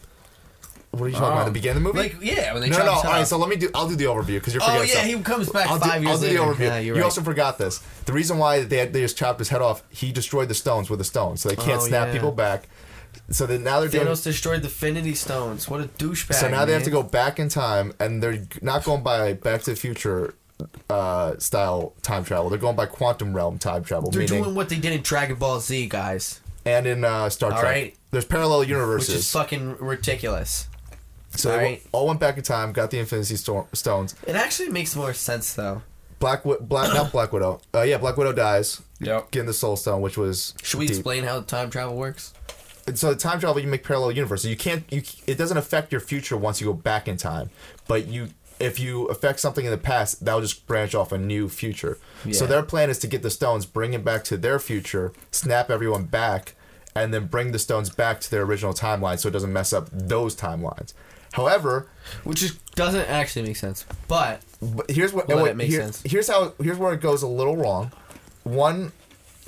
S1: What are you talking about?
S5: Oh.
S1: The beginning of the movie?
S2: Like yeah, when they
S1: no, no.
S2: chop
S1: All
S2: his head
S1: right,
S2: off.
S1: so let me do. I'll do the overview because you're
S2: Oh,
S1: forgetting
S2: yeah,
S1: stuff.
S2: he comes back
S1: I'll
S2: five
S1: do,
S2: years
S1: I'll do
S2: later.
S1: the overview.
S2: Yeah, you're
S1: You
S2: right.
S1: also forgot this. The reason why they had, they just chopped his head off, he destroyed the stones with a stone, so they can't
S2: Oh,
S1: snap
S2: yeah.
S1: people back. So then now they're doing.
S2: Thanos destroyed the Finity Stones. What a douchebag!
S1: So now they have
S2: man.
S1: to go back in time, and they're not going by Back to the Future uh, style time travel. They're going by quantum realm time travel.
S2: They're
S1: meaning,
S2: doing what they did in Dragon Ball Z, guys,
S1: and in uh, Star
S2: All
S1: Trek,
S2: right.
S1: there's parallel
S2: which is
S1: universes.
S2: fucking ridiculous.
S1: so they
S2: alright.
S1: all went back in time, got the Infinity Sto- Stones.
S2: It actually makes more sense though.
S1: Black, Wi- Black, not Black Widow. Uh, yeah, Black Widow dies.
S5: Yep.
S1: Getting the Soul Stone, which was
S2: Should we
S1: deep.
S2: explain how time travel works?
S1: And so the time travel, you make parallel universes. You can't. You it doesn't affect your future once you go back in time, but you. If you affect something in the past, that'll just branch off a new future. So
S2: Yeah.
S1: their plan is to get the stones, bring it back to their future, snap everyone back, and then bring the stones back to their original timeline, so it doesn't mess up those timelines. However,
S2: Which is, doesn't actually make sense, but
S1: but here's what,
S2: Well,
S1: what-
S2: that makes
S1: here-
S2: sense.
S1: here's how here's where it goes a little wrong. One,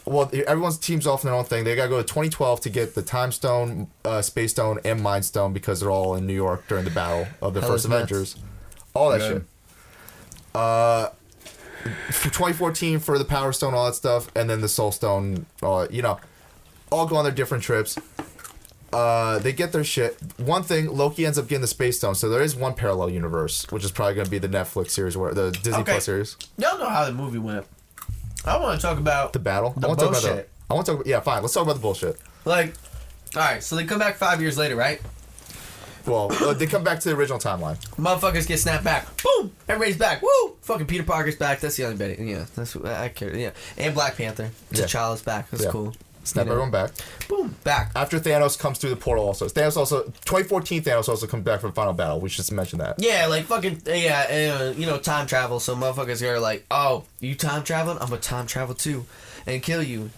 S1: well, everyone's teams off on their own thing. They got to go to 2012 to get the Time Stone, uh, Space Stone, and Mind Stone because they're all in New York during the battle of the
S2: Hell
S1: first
S2: is nuts.
S1: Avengers. All that
S5: Good.
S1: shit. Uh, for 2014 for the Power Stone, all that stuff, and then the Soul Stone. Uh, you know, all go on their different trips. Uh, they get their shit. One thing, Loki ends up getting the Space Stone, so there is one parallel universe, which is probably going to be the Netflix series where the Disney
S2: Okay.
S1: Plus series,
S2: y'all know how the movie went. I want to talk about
S1: the battle.
S2: The
S1: I want to talk about that.
S2: bullshit.
S1: I want to talk. About, yeah, fine. Let's talk about the bullshit.
S2: like, all right. So they come back five years later, right?
S1: Well, uh, they come back to the original timeline.
S2: Motherfuckers get snapped back. Boom! Everybody's back. Woo! Fucking Peter Parker's back. That's the only bit. Yeah, that's what I care. Yeah, and Black Panther.
S1: Yeah.
S2: T'Challa's back. That's
S1: Yeah.
S2: cool.
S1: Snap
S2: You know.
S1: everyone back.
S2: Boom! Back.
S1: After Thanos comes through the portal, also Thanos also 2014 Thanos also comes back from final battle. We should mention that.
S2: Yeah, like fucking yeah, uh, you know, time travel. So motherfuckers are like, oh, you time traveling? I'm gonna time travel too, and kill you.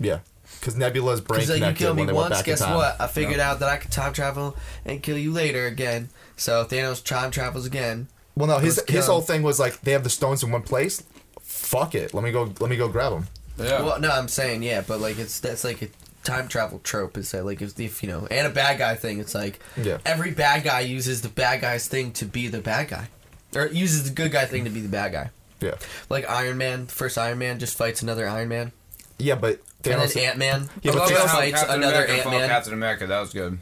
S1: Yeah, because Nebula's brain
S2: Cause like, you
S1: connected
S2: killed me
S1: when they went
S2: once.
S1: back in
S2: Guess
S1: time.
S2: what? I figured out that I could time travel and kill you later again. So Thanos time travels again.
S1: Well, no, his
S2: was
S1: his
S2: Kim.
S1: whole thing was like they have the stones in one place. Fuck it, let me go. Let me go grab them.
S5: Yeah.
S2: Well, no, I'm saying yeah, but like it's that's like a time travel trope. Is that like if, if you know, and a bad guy thing. It's like
S1: Yeah.
S2: every bad guy uses the bad guy's thing to be the bad guy, or uses the good guy thing to be the bad guy.
S1: Yeah,
S2: Like Iron Man, the first Iron Man just fights another Iron Man,
S1: yeah, but
S2: and
S1: Thanos.
S2: then Ant Man
S1: Yeah,
S5: I
S1: but
S5: love
S1: Thanos-
S5: how
S2: fights
S5: Captain
S2: another
S5: America
S2: Ant
S5: fought
S2: Man.
S5: Captain America. That was good.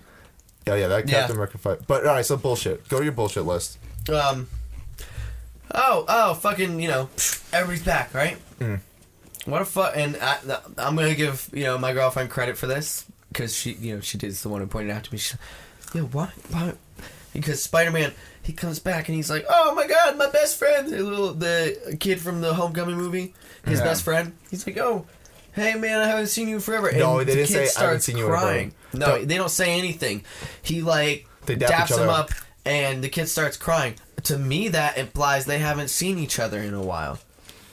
S1: yeah, yeah, that
S2: Yeah.
S1: Captain America fight. But all right, so bullshit. Go to your bullshit list.
S2: Um. Oh, oh, fucking, you know, everybody's back, right?
S1: Mm.
S2: What a fuck! And I, I'm gonna give you know my girlfriend credit for this because she, you know, she is the one who pointed out to me. She's like, "Yo, what? Why?" Because Spider-Man, he comes back and he's like, "Oh my god, my best friend, the little the kid from the Homecoming movie, his
S5: Yeah.
S2: best friend." He's like, "Oh." Hey man, I haven't seen you forever. And
S1: No, they
S2: the
S1: didn't
S2: kid
S1: say, "I haven't
S2: starts
S1: seen you in forever."
S2: crying. No,
S1: But-
S2: they don't say anything. He like
S1: They dap each
S2: daps
S1: other
S2: him
S1: up.
S2: up, and the kid starts crying. To me, that implies they haven't seen each other in a while.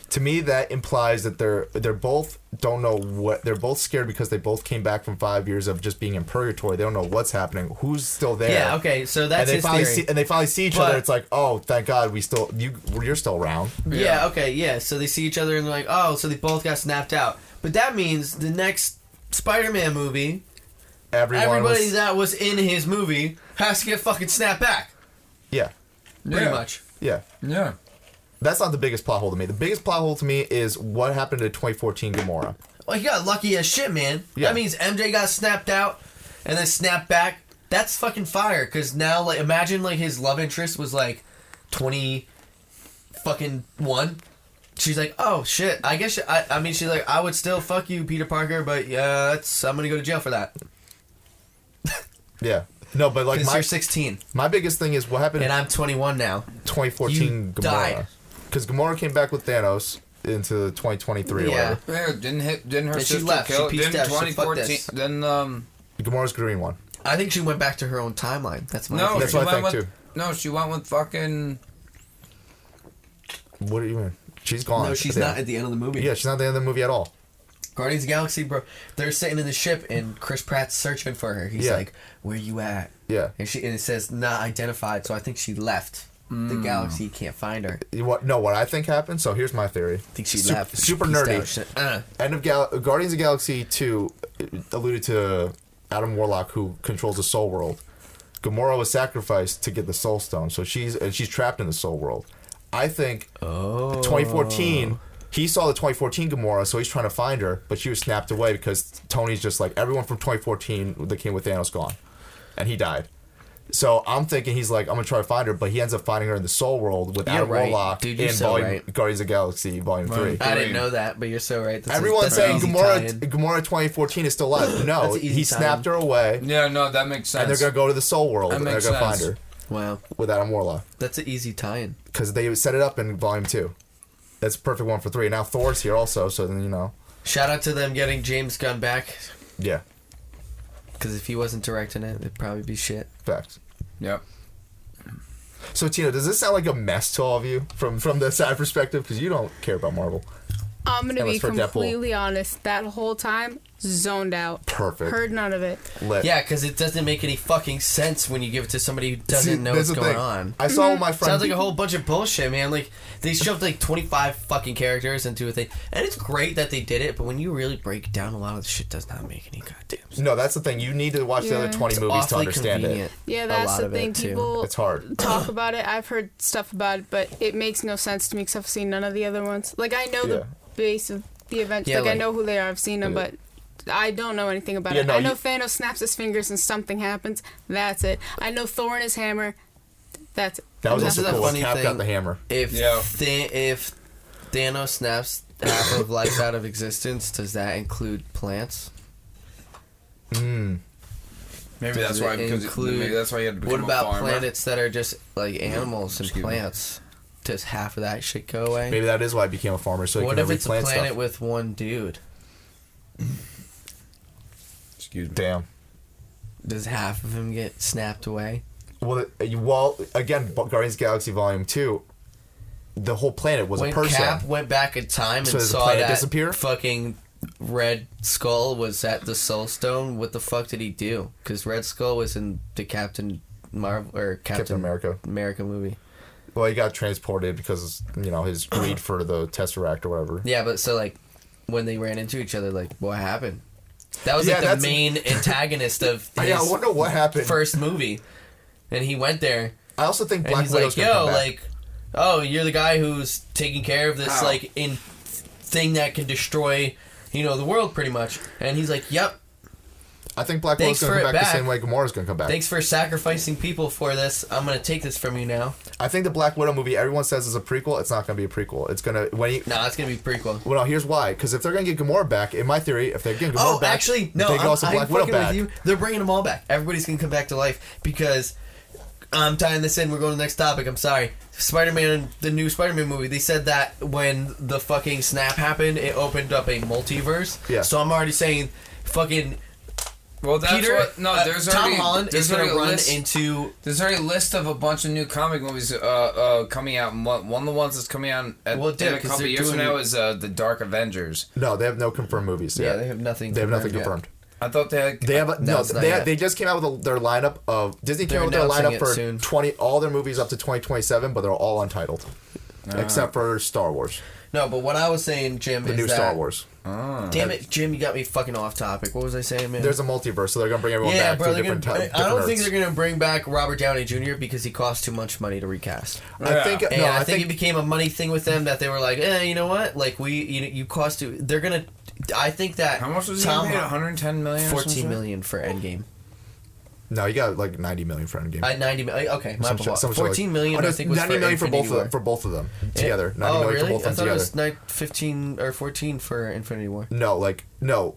S1: To me, that implies that they're they're both don't know what they're both scared because they both came back from five years of just being in purgatory. They don't know what's happening. Who's still there?
S2: Yeah. Okay. So
S1: And
S2: that's
S1: they
S2: his
S1: finally
S2: theory.
S1: see and they finally see each other.
S2: But-
S1: It's like, oh, thank God, we still you you're still around.
S2: yeah. Okay. Yeah. So they see each other and they're like, oh, so they both got snapped out. But that means the next Spider-Man movie,
S1: Everyone
S2: everybody
S1: was,
S2: that was in his movie has to get fucking snapped back.
S1: yeah,
S2: Pretty
S5: Yeah.
S2: much.
S1: yeah.
S5: Yeah.
S1: That's not the biggest plot hole to me. The biggest plot hole to me is what happened to 2014 Gamora.
S2: Well, he got lucky as shit, man.
S1: Yeah.
S2: That means MJ got snapped out and then snapped back. That's fucking fire. Cause now, like, imagine like his love interest was like twenty, fucking one. She's like, oh shit. I guess I. I mean, she's like, I would still fuck you, Peter Parker, but yeah, that's I'm gonna go to jail for that.
S1: Yeah. No, but like
S2: Cause
S1: my
S2: you're 16
S1: my biggest thing is what happened
S2: and
S1: in
S2: I'm 21 now.
S1: 2014
S2: you
S1: Gamora.
S2: died.
S1: Because Gamora came back with Thanos into 2023 or
S2: Yeah.
S1: whatever.
S5: Yeah, didn't hit, didn't her
S2: And she
S5: sister
S2: left, she
S5: kill?
S2: peaced
S5: didn't
S2: out, she said, "Fuck
S5: 2014?
S2: this."
S5: Then um,
S1: Gamora's green one.
S2: I think she went back to her own timeline. That's my
S5: no,
S2: theory.
S1: That's
S5: she
S1: what I
S5: went
S1: think,
S5: with, No, she went with fucking.
S1: What do you mean? She's gone.
S2: No, she's
S1: Yeah.
S2: not at the end of the movie.
S1: Yeah, she's not at the end of the movie at all.
S2: Guardians of the Galaxy, bro. They're sitting in the ship, and Chris Pratt's searching for her. He's
S1: Yeah.
S2: like, "Where you at?"
S1: Yeah.
S2: And she and it says not identified. So I think she left the galaxy. You Can't find her.
S1: You What? No, what I think happened. So here's my theory.
S2: I think she
S1: Sup-
S2: left.
S1: Super
S2: Peaced
S1: nerdy.
S2: out. She- uh,
S1: End of Gal- Guardians of uh, the Galaxy 2 alluded to Adam Warlock, who controls the Soul World. Gamora was sacrificed to get the Soul Stone, so she's and she's trapped in the Soul World. I think
S2: Oh.
S1: 2014. He saw the 2014 Gamora, so he's trying to find her, but she was snapped away because Tony's just like everyone from 2014 that came with Thanos gone, and he died. So I'm thinking he's like I'm gonna try to find her, but he ends up finding her in the Soul World without
S2: You're right.
S1: Warlock
S2: Dude, you're
S1: in
S2: so
S1: volume,
S2: right.
S1: Guardians of the Galaxy Volume Three.
S2: I didn't know that, but you're so right. That's a-
S1: Everyone's
S2: that's an
S1: saying
S2: easy
S1: Gamora,
S2: tie-in.
S1: Gamora 2014 is still alive. No,
S2: That's an easy
S1: he snapped her away,
S5: Yeah, no, that makes sense.
S1: and they're gonna go to the Soul World,
S5: That
S1: and they're
S5: makes
S1: gonna
S5: sense.
S1: find her
S2: Wow,
S1: with Adam Warlock
S2: that's an easy tie-in.
S1: because they set it up in Volume Two. That's a perfect one for three. Now Thor's here also, so then you know,
S2: Shout out to them getting James Gunn back,
S1: yeah,
S2: because if he wasn't directing it, it'd probably be shit.
S1: facts.
S5: Yep.
S1: So Tina, does this sound like a mess to all of you from from the side perspective? Because you don't care about Marvel.
S4: I'm gonna
S1: That was
S4: be
S1: for Deadpool.
S4: completely honest. That whole time, zoned out.
S1: Perfect.
S4: Heard none of it.
S1: Lit.
S2: Yeah, because it doesn't make any fucking sense when you give it to somebody who doesn't
S1: See,
S2: know
S1: that's
S2: what's
S1: the
S2: going
S1: thing.
S2: on.
S1: I saw my friend.
S2: Sounds like a whole bunch of bullshit, man. Like they shoved like twenty five fucking characters into a thing, and it's great that they did it. But when you really break it down, a lot of the shit does not make any goddamn. Sense.
S1: No, that's the thing. You need to watch the
S4: Yeah.
S1: other 20
S2: It's
S1: movies to
S2: awfully
S1: understand
S2: convenient,
S4: Yeah,
S2: a
S4: that's
S2: lot
S4: the
S2: of it,
S4: thing.
S2: too.
S1: it.
S4: People
S1: It's hard.
S4: talk about it. I've heard stuff about it, but it makes no sense to me because I've seen none of the other ones. Like I know
S1: Yeah.
S4: the base of the event.
S2: Yeah,
S4: like, I
S2: like-
S4: know who they are. I've seen them,
S1: Yeah.
S4: but I don't know anything about
S1: Yeah,
S4: it.
S1: no,
S4: I know
S1: you-
S4: Thanos snaps his fingers and something happens. That's it. I know Thor and his hammer. That's it.
S1: That was
S4: That's
S1: also
S2: the
S1: cool.
S2: funny
S1: Cap got
S2: thing.
S1: the hammer.
S2: If
S5: Yeah.
S2: Tha- if Thanos snaps half of life out of existence, does that include plants?
S1: Mm.
S5: Maybe
S2: Does
S5: that's why.
S2: it
S5: Because
S2: include-
S5: maybe that's why you had to
S2: What
S5: become a
S2: about
S5: farmer.
S2: planets that are just like animals and
S5: Excuse me.
S2: plants? Does half of that shit go away?
S1: Maybe that is why I became a farmer, so he
S2: what
S1: can
S2: if it's a
S1: replant
S2: planet
S1: stuff.
S2: with one dude?
S5: Excuse me.
S1: Damn.
S2: Does half of him get snapped away?
S1: Well, uh, you- well, again, Bu- Guardians of the Galaxy Volume Two, the whole planet was
S2: when
S1: a person.
S2: Cap went back in time
S1: So
S2: and
S1: does the
S2: saw
S1: planet
S2: that
S1: disappear?
S2: fucking Red Skull was at the Soul Stone, what the fuck did he do? Because Red Skull was in the Captain Marvel or Captain,
S1: America.
S2: America movie.
S1: well, he got transported because you know his greed for the Tesseract or whatever.
S2: Yeah, but so like when they ran into each other, like what happened? That was
S1: Yeah,
S2: like the
S1: that's-
S2: main antagonist of
S1: I, yeah, I
S2: his
S1: wonder what happened.
S2: first movie, and he went there
S1: I also think
S2: and
S1: Black
S2: he's
S1: Widow's
S2: like,
S1: gonna
S2: "Yo,
S1: come back.
S2: like, oh, you're the guy who's taking care of this
S5: How?
S2: like in thing that can destroy, you know, the world pretty much." And he's like, "Yep,
S1: I think Black Widow's
S2: thanks
S1: gonna
S2: for
S1: come back,
S2: it
S1: the
S2: back.
S1: same way Gamora's gonna come back.
S2: thanks for sacrificing people for this. I'm gonna take this from you now."
S1: I think the Black Widow movie, everyone says is a prequel. It's not gonna be a prequel. It's gonna when he.
S2: No, it's gonna be prequel.
S1: Well, no, here's why. Because if they're gonna get Gamora back, in my theory, if they're getting Gamora
S2: Oh,
S1: back,
S2: actually, no,
S1: they
S2: I'm,
S1: can also
S2: I'm
S1: Black Widow
S2: fucking
S1: back.
S2: with you. They're bringing them all back. Everybody's gonna come back to life because I'm tying this in. We're going to the next topic. I'm sorry. Spider-Man, the new Spider-Man movie. They said that when the fucking snap happened, it opened up a multiverse.
S1: Yeah.
S2: So I'm already saying, fucking
S5: Well, that's
S2: Peter,
S5: what. No,
S2: uh,
S5: there's
S2: Tom
S5: already.
S2: Holland
S5: there's
S2: is going to
S5: already a
S2: run
S5: list,
S2: into.
S5: There's already a list of a bunch of new comic movies uh, uh, coming out. and One one of the ones that's coming out at,
S2: Well,
S5: in
S2: dude,
S5: a
S2: 'cause
S5: couple
S2: they're
S5: years from
S2: doing-
S5: now is uh, the Dark Avengers.
S1: No, they have no confirmed movies.
S2: Yeah,
S1: yet.
S2: they have nothing.
S1: They have nothing
S2: yet.
S1: confirmed.
S5: I thought they had.
S1: They have a,
S2: No,
S1: no.
S2: it's not
S1: They,
S2: yet.
S1: they just came out with a, their lineup of Disney came
S2: They're
S1: out with their
S2: announcing
S1: lineup
S2: it
S1: for
S2: soon.
S1: twenty all their movies up to twenty twenty seven, but they're all untitled, except for Star Wars,
S2: No, but what I was saying, Jim,
S1: the
S2: is
S1: new
S2: that.
S1: Star Wars.
S5: oh.
S2: Damn it, Jim, you got me fucking off topic. What was I saying, man?
S1: There's a multiverse, so they're gonna bring everyone
S2: yeah,
S1: back
S2: bro.
S1: to
S2: They're gonna,
S1: different times.
S2: I don't think they're gonna bring back Robert Downey Jr. because he cost too much money to recast.
S1: gonna. I think Uh, no,
S2: And I,
S1: I
S2: think,
S1: think
S2: it became a money thing with them that they were like, eh, you know what? Like we, you, you cost too. They're gonna. I think that
S5: How much was
S2: Tom
S5: he paid?
S2: Holland-
S5: 110 million. or some shit?
S2: Fourteen million for Endgame.
S1: no, you got like ninety million for Endgame.
S2: Uh, Ninety mi- Okay, my
S1: Some shit-
S2: fault.
S1: some shit like-
S2: Fourteen million.
S1: Oh, no,
S2: I think was
S1: 90
S2: for
S1: million for both
S2: Infinity
S1: of them,
S2: War.
S1: for both of them together.
S2: Yeah.
S1: Ninety
S2: oh,
S1: million
S2: really?
S1: for both
S2: I
S1: of
S2: thought
S1: them
S2: it
S1: together.
S2: was ni- 15 or 14 for Infinity War.
S1: No, like no.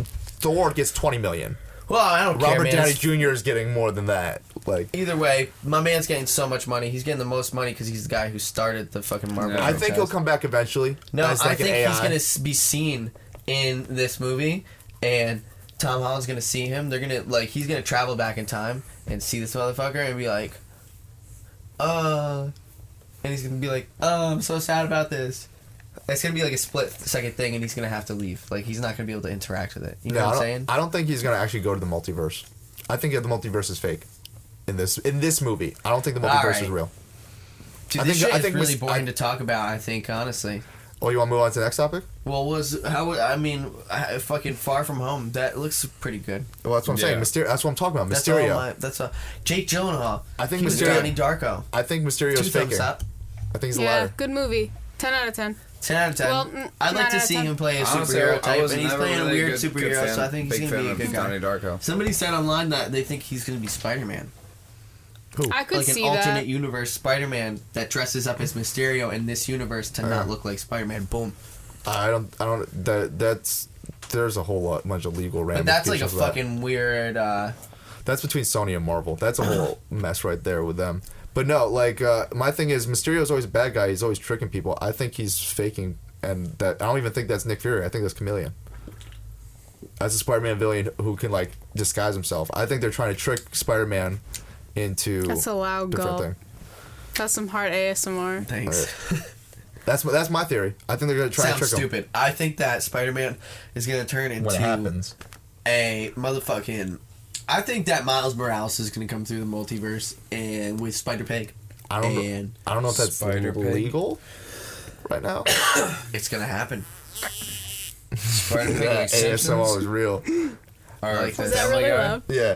S1: Thor gets twenty million.
S2: Well, I don't care,
S1: Robert
S2: man.
S1: Downey
S2: It's-
S1: Jr. is getting more than that. Like
S2: Either way, my man's getting so much money. He's getting the most money because he's the guy who started the fucking Marvel.
S5: Yeah.
S1: I think he'll
S2: franchise.
S1: come back eventually.
S2: No,
S1: as,
S2: I
S1: like, an
S2: think he's
S1: AI.
S2: gonna s- be seen in this movie, and Tom Holland's gonna see him. They're gonna like he's gonna travel back in time and see this motherfucker and be like, uh, and he's gonna be like, oh, I'm so sad about this. It's gonna be like a split second thing, and he's gonna have to leave. Like he's not gonna be able to interact with it. You know
S1: no,
S2: what I'm
S1: I
S2: saying?
S1: don't, I don't think he's gonna actually go to the multiverse. I think that the multiverse is fake. In this in this movie, I don't think the
S2: All
S1: multiverse
S2: right.
S1: is real.
S2: Dude,
S1: I
S2: this
S1: think-
S2: shit
S1: I
S2: is
S1: think
S2: really
S1: mis-
S2: boring
S1: I-
S2: to talk about. I think honestly,
S1: Oh, you want to move on to the next topic?
S2: Well, was how would I mean? I, fucking far from home. That looks pretty good.
S1: Well, that's what I'm saying.
S5: Yeah.
S1: Myster- that's what I'm talking about.
S2: That's
S1: Mysterio.
S2: all. My, that's all. Jake Gyllenhaal.
S1: I think
S2: he was
S1: Mysterio-
S2: Johnny Darko.
S1: I think Mysterio's
S2: Two thumbs
S1: faking. I
S2: up.
S1: think he's a
S4: yeah,
S1: liar.
S4: good movie. Ten out of ten.
S2: Ten out of ten.
S4: Well, mm,
S2: I'd like
S4: nine
S2: to
S4: out of
S2: see
S4: 10.
S2: him play a
S5: Honestly, I-
S2: superhero
S5: I
S2: type,
S5: was
S2: and he's
S5: never
S2: playing a
S5: really a
S2: weird
S5: good- good
S2: superhero,
S5: fan-
S2: so I think
S5: big
S2: he's gonna
S5: fan
S2: be a
S5: of
S2: good guy.
S5: Donnie Darko.
S2: Somebody said online that they think he's gonna be Spider Man.
S4: I could
S2: like an
S4: see
S2: alternate
S4: that.
S2: universe Spider-Man that dresses up as Mysterio in this universe to not look like Spider-Man. Boom.
S1: I don't. I don't. That that's. There's a whole lot bunch of legal
S2: But that's like a
S1: ramifications. of that.
S2: fucking weird. uh
S1: That's between Sony and Marvel. That's a whole mess right there with them. But no, like uh, my thing is Mysterio's always a bad guy. He's always tricking people. I think he's faking, and that I don't even think that's Nick Fury. I think that's Chameleon. That's a Spider-Man villain who can like disguise himself. I think they're trying to trick Spider-Man into
S4: That's a loud
S1: different
S4: gulp.
S1: thing.
S4: That's some hard ASMR.
S2: Thanks.
S1: That's my, that's my theory. I think they're gonna try to
S2: Sounds
S1: trick him.
S2: stupid. I think that Spider-Man is gonna turn into
S3: What happens?
S2: a motherfucking. I think that Miles Morales is gonna come through the multiverse and with Spider Pig,
S1: I don't. know,
S2: And
S1: I don't know if that's
S5: Spider-Pig.
S1: legal right now.
S2: it's gonna happen.
S5: Spider-Man, like
S1: ASMR
S5: Simpsons.
S1: is real.
S5: All right,
S4: Was
S2: Was
S4: that
S2: that
S4: really
S5: like a-
S4: loud?
S1: Yeah.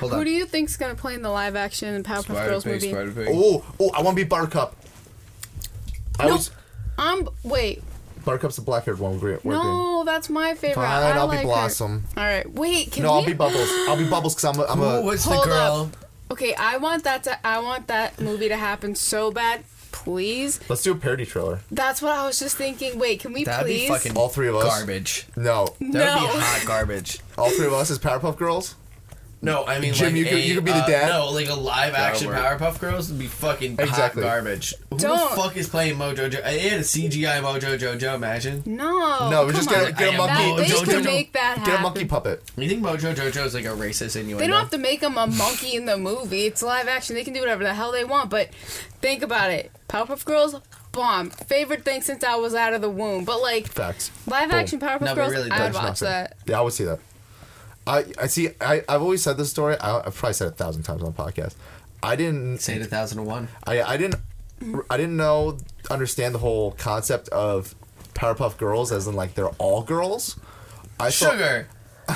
S2: Hold
S4: Who
S2: on.
S4: do you think's gonna play in the live action Powerpuff Girls
S5: Spider-Pig,
S4: movie?
S5: Spider-Pig.
S1: Oh, oh, I want to be Bar Cup. I
S4: Nope.
S1: was
S4: Um, wait,
S1: Bar Cup's the black-haired one. We're green.
S4: no, that's my favorite.
S1: Fine,
S4: I
S1: I'll be
S4: like her.
S1: Blossom.
S4: All right, wait, can
S1: No,
S4: we?
S1: I'll be Bubbles. I'll be Bubbles because I'm a. I'm
S2: Ooh,
S1: a
S2: what's
S4: Hold
S2: the girl?
S4: okay, I want that to. I want that movie to happen so bad, please.
S1: let's do a parody trailer.
S4: That's what I was just thinking. Wait, can we
S2: That'd
S4: please?
S2: be fucking
S1: All three of us.
S2: garbage.
S1: No,
S2: That would
S4: No.
S2: be hot garbage.
S1: all three of us is Powerpuff Girls.
S2: No, I mean,
S1: Jim,
S2: like
S1: you could-
S2: a,
S1: you could be the
S2: uh,
S1: dad.
S2: no, like a live action
S5: work.
S2: Powerpuff Girls would be fucking
S1: Exactly.
S2: hot garbage. Who the
S4: Don't.
S2: fuck is playing Mojo Joe? They had a CGI Mojo Jojo. Imagine.
S4: no.
S1: no, we
S4: come
S1: just
S4: on.
S1: get a, get a
S2: I am
S1: monkey.
S2: Mojo
S4: That, they
S2: Jojo.
S4: can make that happen.
S1: Get a monkey puppet.
S2: You think Mojo Jojo is like a racist innuendo?
S4: They don't have to make him a monkey in the movie. It's live action. They can do whatever the hell they want. But think about it. Powerpuff Girls, bomb. Favorite thing since I was out of the womb. But like
S1: Facts.
S4: live
S1: Boom.
S4: action Powerpuff
S2: No, but
S4: Girls,
S2: really,
S4: I'd
S2: there's
S4: watch
S1: Nothing.
S4: that.
S1: Yeah, I would see that. I I see. I I've always said this story. I, I've probably said it a thousand times on the podcast. I didn't
S2: Say it a thousand and one.
S1: I, I didn't I didn't know understand the whole concept of Powerpuff Girls as in like they're all girls. I
S2: Sugar,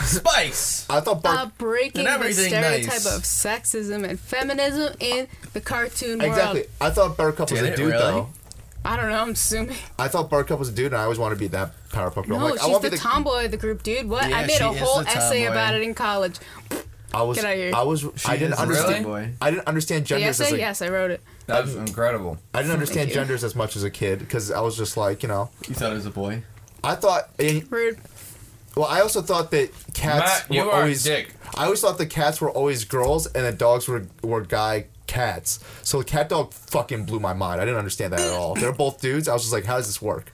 S2: spice.
S1: thought I thought
S4: Uh,
S1: Bar-
S4: breaking
S2: And
S4: the
S2: everything
S4: stereotype
S2: nice.
S4: of sexism and feminism in the cartoon
S1: exactly.
S4: world.
S1: I thought Buttercup was
S2: Did
S1: a
S2: it
S1: dude
S2: really?
S1: though.
S4: I don't know. I'm assuming.
S1: I thought Buttercup was a dude, and I always wanted to be that Powerpuff Girl.
S4: No,
S1: I'm like, I
S4: she's
S1: want
S4: the,
S1: to be the
S4: tomboy of the group, dude. What? I
S2: Yeah,
S4: made a
S2: she is
S4: whole
S2: the
S4: essay
S2: tomboy.
S4: about it in college.
S1: I was
S4: Get out of here.
S1: I was I
S2: is
S1: didn't
S2: a
S1: understand
S2: tomboy.
S1: I didn't understand
S4: The
S1: genders as
S4: essay?
S1: a,
S4: Yes, I wrote it.
S5: That was incredible.
S1: I didn't understand
S4: you.
S1: genders as much as a kid because I was just like you know
S2: You thought it was a boy.
S1: I thought and
S4: Rude.
S1: Well, I also thought that cats
S5: Matt, you
S1: were
S5: are a
S1: always.
S5: dick.
S1: I always thought the cats were always girls and the dogs were were guy cats. So cat dog fucking blew my mind. I didn't understand that at all. They're both dudes. I was just like, how does this work?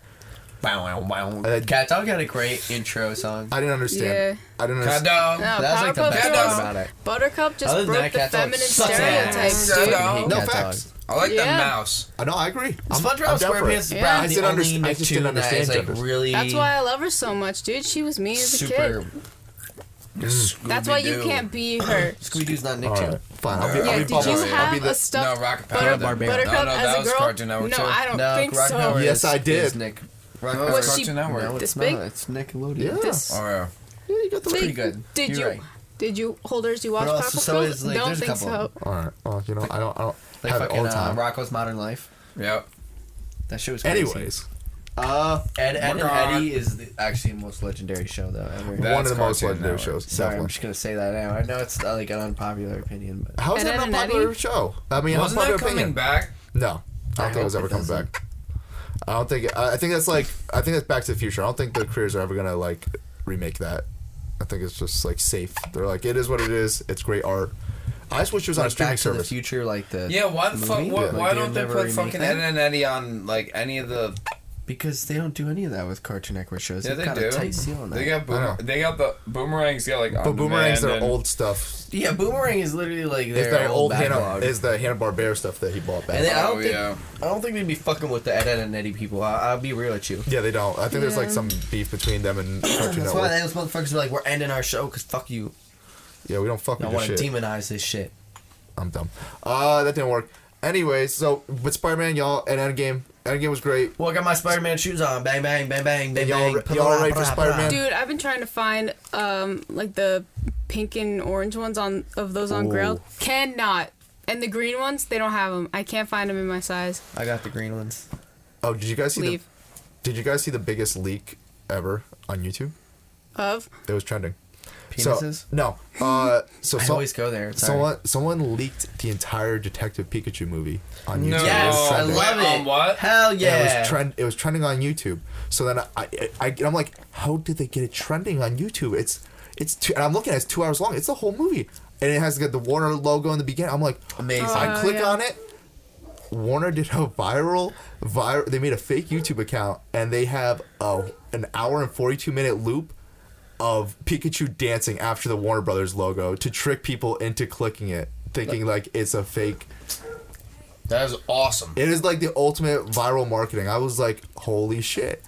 S2: Wow, wow, wow.
S1: Uh,
S2: Cat Dog had a great intro song.
S1: I didn't understand. I didn't
S5: Cat
S1: understand.
S5: dog.
S4: No,
S2: That was like the
S4: Uh, Powerpuff
S2: best
S4: Girls.
S2: part about it.
S4: Buttercup just
S2: Other than
S4: broke
S2: that,
S4: the
S2: Cat Dog
S4: feminine
S2: sucks
S4: stereotypes,
S2: ass.
S4: dude.
S5: Shut
S2: I
S5: up.
S2: hate
S1: No
S2: Cat
S1: facts.
S2: Dog.
S5: I like
S4: Yeah.
S5: that mouse.
S1: No, I agree. I'm,
S2: SpongeBob
S1: I'm down for it.
S2: SquarePants is
S4: Yeah.
S2: probably
S1: I
S2: the
S1: didn't
S2: only
S1: understand- I just didn't
S2: Nicktoon that is
S1: understand
S2: like
S1: genders.
S2: really
S4: That's why I love her so much, dude. She was me as a
S2: super.
S4: kid. That's why you
S5: Scooby-Doo.
S4: can't be her.
S2: Scooby Doo's not
S1: All
S2: Nicktoon.
S1: right, fine. I'll be, I'll
S5: Yeah,
S1: be
S4: Yeah, did
S1: bubbles.
S4: you
S1: I'll be
S4: have
S1: the,
S4: a stuffed
S5: No, Rocket
S4: butter,
S5: Power Barbarian.
S4: buttercup
S5: No, no, that
S4: as a
S5: was
S4: girl?
S5: Cartoon Network,
S4: no,
S5: too.
S4: I don't
S2: No,
S4: think
S2: Rock
S4: so.
S2: Power
S1: Yes,
S2: is-
S1: I did.
S2: is Nick. Rock
S5: No,
S2: Power-
S5: it's
S4: Was she-
S5: Cartoon Network.
S2: No,
S4: This
S2: it's
S4: big?
S2: not. It's Nickelodeon.
S1: Yeah.
S4: This
S5: Oh, yeah.
S1: Yeah, you got the
S4: big-
S2: pretty good.
S4: Did
S2: You're
S4: you?
S2: right.
S4: Did you holders? You watch
S2: But also,
S4: Powerpuff
S2: so
S4: Girls?
S2: is, like,
S4: don't
S2: there's a
S4: think
S2: couple
S4: so.
S2: of
S1: All right. Well, you know, I don't. I don't
S2: Like
S1: have it all
S2: fucking
S1: the
S2: uh,
S1: time.
S2: Rocco's Modern Life.
S5: Yep.
S2: That shit was crazy.
S1: Anyways,
S2: Uh, Ed, Ed and
S5: Rock.
S2: Eddie is the, actually the most legendary show though ever.
S5: That's
S1: one of the most
S5: Cartoon
S1: legendary
S5: Network.
S1: shows.
S2: Sorry, I'm
S1: Definitely.
S2: just gonna say that now. I know it's uh, like an unpopular opinion, but
S1: How is
S4: Ed,
S1: that
S4: Ed,
S1: not a
S4: and
S1: popular
S4: Eddie?
S1: show? I mean,
S5: Wasn't
S1: unpopular
S5: that coming
S1: opinion.
S5: back?
S1: No, I don't think it was
S2: hope
S1: ever
S2: it
S1: coming
S2: doesn't.
S1: back. I don't think. I I think that's like. I think that's Back to the Future. I don't think their careers are ever gonna like remake that. I think it's just like safe. They're like, it is what it is. It's great art. I just wish it was on a
S2: like
S1: streaming
S2: Back to the
S1: service.
S2: Future, like the
S5: Yeah, why the
S2: movie,
S5: fuck? Why,
S2: like,
S5: why
S2: they
S5: don't they
S2: never
S5: put
S2: remake
S5: fucking
S2: that?
S5: Ed and Eddie on like any of the?
S2: because they don't do any of that with Cartoon Network shows.
S5: Yeah,
S2: They've
S5: they
S2: got
S5: do.
S2: a tight seal on that.
S5: They got
S1: I know.
S5: boomer, they got the boomerangs. Got like
S2: Oh,
S1: but boomerangs,
S5: are
S1: their old stuff.
S2: yeah, Boomerang is literally like
S1: Is
S2: their,
S1: their old Hanna
S2: backlog.
S1: is the Hanna Barbera stuff that he bought back.
S2: and then I don't
S5: Oh,
S2: think
S5: yeah.
S2: I don't think they'd be fucking with the Ed, Ed and Eddie people. I, I'll be real with you.
S1: yeah, they don't. I think there's like
S4: Yeah.
S1: some beef between them and Cartoon
S2: That's why
S1: Network.
S2: those motherfuckers are like, we're ending our show because fuck you.
S1: Yeah, we don't fuck
S2: I
S1: with
S2: want
S1: this
S2: to
S1: shit.
S2: demonize this shit.
S1: I'm dumb. Uh, that didn't work. Anyways, so with Spider-Man, y'all, and Endgame, Endgame was great.
S2: Well, I got my Spider-Man shoes on. Bang, bang, bang, bang, bang,
S1: y'all
S2: bang.
S1: re-
S2: Blah,
S1: y'all
S2: blah,
S1: ready for
S2: blah,
S1: Spider-Man?
S2: blah.
S4: Dude, I've been trying to find um like the pink and orange ones on of those on Grail. Cannot. And the green ones, they don't have them. I can't find them in my size.
S2: I got the green ones.
S1: Oh, did you guys see
S4: Leave.
S1: the Did you guys see the biggest leak ever on YouTube?
S4: Of
S1: It was trending. So-
S2: Penises.
S1: no. Uh, so
S2: I
S1: some-
S2: always go there. Sorry.
S1: someone someone leaked the entire Detective Pikachu movie on YouTube.
S5: No.
S1: It
S2: Yes,
S1: was
S5: Oh,
S2: I
S1: trending.
S2: love
S5: wait,
S2: it.
S5: on what?
S2: Hell
S1: And
S2: yeah!
S1: It was trend. It was trending on YouTube. So then I, I, I I'm like, how did they get it trending on YouTube? It's, it's. Two, and I'm looking at it, it's two hours long. It's the whole movie, and it has got the Warner logo in the beginning. I'm like,
S2: Amazing.
S1: I
S4: Oh,
S1: click
S4: yeah.
S1: on it. Warner did a viral, viral. They made a fake YouTube account, and they have a an hour and 42 minute loop of Pikachu dancing after the Warner Brothers logo to trick people into clicking it, thinking like it's a fake.
S5: That is awesome.
S1: It is like the ultimate viral marketing. I was like, holy shit.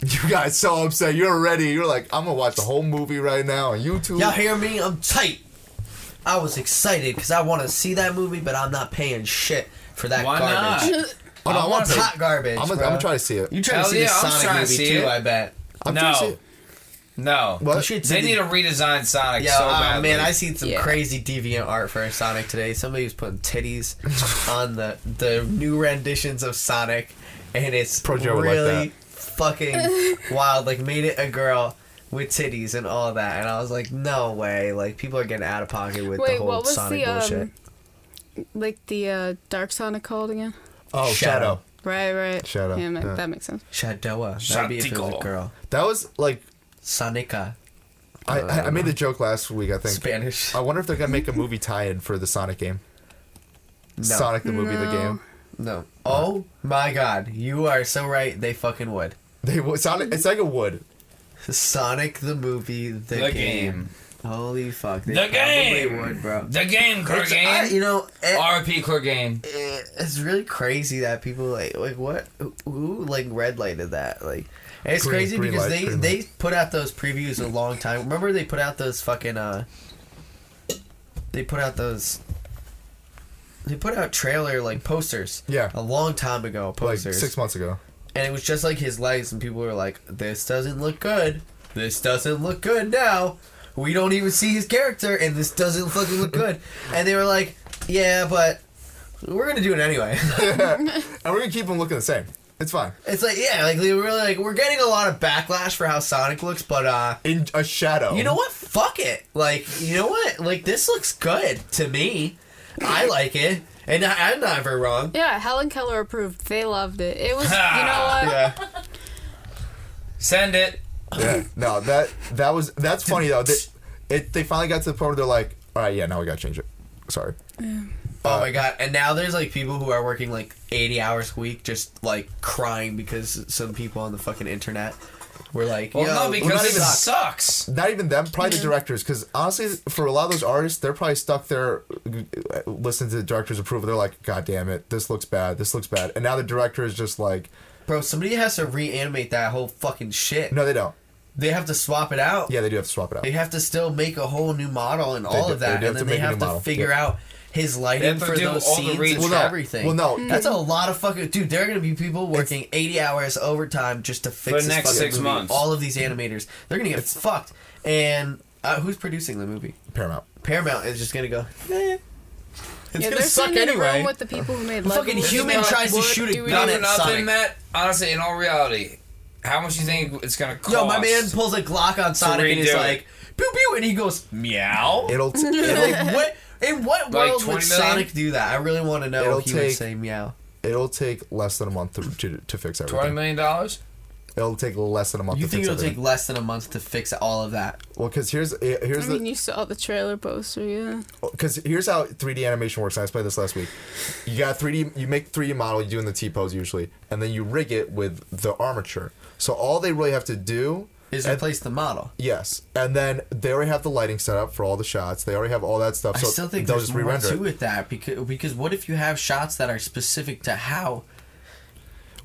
S1: You got so upset. You're ready. You're like, I'm gonna watch the whole movie right now on YouTube.
S2: Y'all hear me? I'm tight. I was excited because I want to see that movie, but I'm not paying shit for that
S5: Why not?
S2: garbage.
S1: oh, no, I want to.
S2: hot garbage.
S1: I'm gonna,
S2: bro.
S1: I'm gonna try to see it.
S2: You trying
S5: Hell
S2: to see
S5: yeah,
S2: the
S5: I'm
S2: Sonic
S5: trying to
S2: movie
S5: see
S2: too?
S5: it.
S2: I bet.
S1: I'm trying to see
S5: No.
S1: it.
S5: No.
S1: What?
S2: You should see
S5: They
S2: the-
S5: need to redesign Sonic
S2: Yo,
S5: so
S2: oh,
S5: badly.
S2: man, I seen some
S4: Yeah.
S2: crazy deviant art for Sonic today. Somebody was putting titties on the the new renditions of Sonic, and it's
S1: Pro Joe would like
S2: really
S1: that.
S2: fucking wild. Like made it a girl with titties and all that, and I was like, no way. Like people are getting out of pocket with the
S4: Wait,
S2: whole
S4: what was
S2: Sonic
S4: the, um,
S2: bullshit.
S4: like the uh, Dark Sonic called again.
S1: Oh,
S2: Shadow.
S1: Shadow.
S4: Right, right.
S1: Shadow,
S4: Yeah, ma-
S1: yeah.
S4: that makes sense.
S2: Shadowa. That'd be if it was a
S5: Shatico.
S2: girl.
S1: That was like
S2: Sonica.
S1: I, I I made the
S2: Uh.
S1: joke last week. I think.
S2: Spanish.
S1: I wonder if they're gonna make a movie tie-in for the Sonic game.
S2: No.
S1: Sonic the movie, the
S4: No.
S1: game.
S2: No. Oh my god. You are so right. They fucking would.
S1: They would Sonic. It's like a wood.
S2: Sonic the movie, the,
S5: The
S2: game.
S5: game.
S2: Holy fuck. They
S5: The
S2: probably
S5: game!
S2: would, bro.
S5: The game,
S2: It's- I- you
S5: Kurgan.
S2: know, it-
S5: RP Kurgan.
S2: it- it's really crazy that people like like what who- who like red lighted that like. and It's
S1: Green-
S2: crazy
S1: green
S2: because
S1: light,
S2: they
S1: green
S2: they put out those previews a long time. Remember they put out those fucking uh. They put out those. They put out trailer like posters.
S1: Yeah.
S2: A long time ago,
S1: Like
S2: posters.
S1: six months ago.
S2: and it was just like his legs, and people were like, "This doesn't look good. This doesn't look good now. We don't even see his character, and this doesn't fucking look good." And they were like, "Yeah, but we're gonna do it anyway."
S1: And we're gonna keep them looking the same. It's fine.
S2: it's like, yeah, like they were really like, "We're getting a lot of backlash for how Sonic looks, but uh,
S1: In a shadow.
S2: you know what? Fuck it. Like, you know what? Like this looks good to me. I like it, and I, I'm not ever wrong."
S4: Yeah, Helen Keller approved. They loved it. It was, you know what?
S2: Yeah.
S5: Send it.
S1: Yeah. No. That that was that's funny though. They, it they finally got to the point where they're like, all right, yeah, now we gotta change it. Sorry.
S2: Oh
S1: Uh,
S2: my god! And now there's like people who are working like 80 hours a week, just like crying because some people on the fucking internet were like,
S5: Well,
S2: "Yo,
S5: no,
S1: we're
S5: because
S1: not
S5: it
S1: even-
S5: sucks.
S1: Not even them. Probably the directors, because honestly, for a lot of those artists, they're probably stuck there uh, listening to the director's approval. They're like, God damn it, this looks bad. This looks bad. And now the director is just like,
S2: bro, somebody has to reanimate that whole fucking shit.
S1: No, they don't.
S2: They have to swap it out.
S1: Yeah, they do have to swap it out.
S2: They have to still make a whole new model and all
S1: do-
S2: of
S1: they
S2: that,
S1: do have
S2: and
S1: to
S2: then
S1: make
S2: they
S1: a
S2: have
S1: new
S2: to
S1: model.
S2: figure
S1: Yeah.
S2: out his
S5: They
S2: lighting
S5: have to
S2: for
S5: do
S2: those
S5: all the
S2: scenes
S5: reach.
S2: and
S1: Well,
S2: for
S1: no.
S2: everything.
S1: Well, no.
S2: that's a lot of fucking dude. There are gonna be people working 80 hours overtime just to fix
S5: the
S2: this
S5: next
S2: fucking
S5: six
S2: movie.
S5: months.
S2: All of these animators, they're gonna get fucked. And uh, who's producing the movie?
S1: Paramount.
S2: Paramount is just gonna go. eh. It's
S4: Yeah,
S2: gonna
S4: they're
S2: suck
S4: sitting in a
S2: anyway.
S4: room with the people who made
S2: The fucking
S4: Lego.
S2: human
S4: What
S2: tries to
S4: would
S2: shoot a
S4: do we
S2: gun
S4: do?
S5: Nothing,
S2: at
S5: nothing,
S2: Sonic.
S5: Matt. Honestly, in all reality, how much do you think it's gonna cost?
S2: Yo, my man pulls a Glock on Sonic and he's
S5: redo it.
S2: like, pew pew, and he goes meow.
S1: It'll.
S2: like what? In what
S5: Like
S2: world
S5: 20
S2: would
S5: million?
S2: Sonic do that? I really want to know.
S1: It'll
S2: if he would
S1: take-
S2: say meow.
S1: It'll take less than a month to, to, to fix
S5: Twenty
S1: everything.
S5: million dollars.
S1: It'll take less than a month
S2: You
S1: to
S2: think
S1: fix
S2: it'll take
S1: everything.
S2: less than a month to fix all of that?
S1: well, because here's eh, here's
S4: I mean,
S1: the
S4: you saw the trailer poster, yeah.
S1: because here's how 3D animation works. I explained this last week. You got 3D. You make 3D model. You do in the T pose usually, and then you rig it with the armature. So all they really have to do
S2: Is
S1: and-
S2: replace the model.
S1: Yes, and then they already have the lighting set up for all the shots. They already have all that stuff.
S2: I
S1: So
S2: still think
S1: they'll
S2: there's
S1: just
S2: more
S1: re-render.
S2: to
S1: it.
S2: it that because because what if you have shots that are specific to how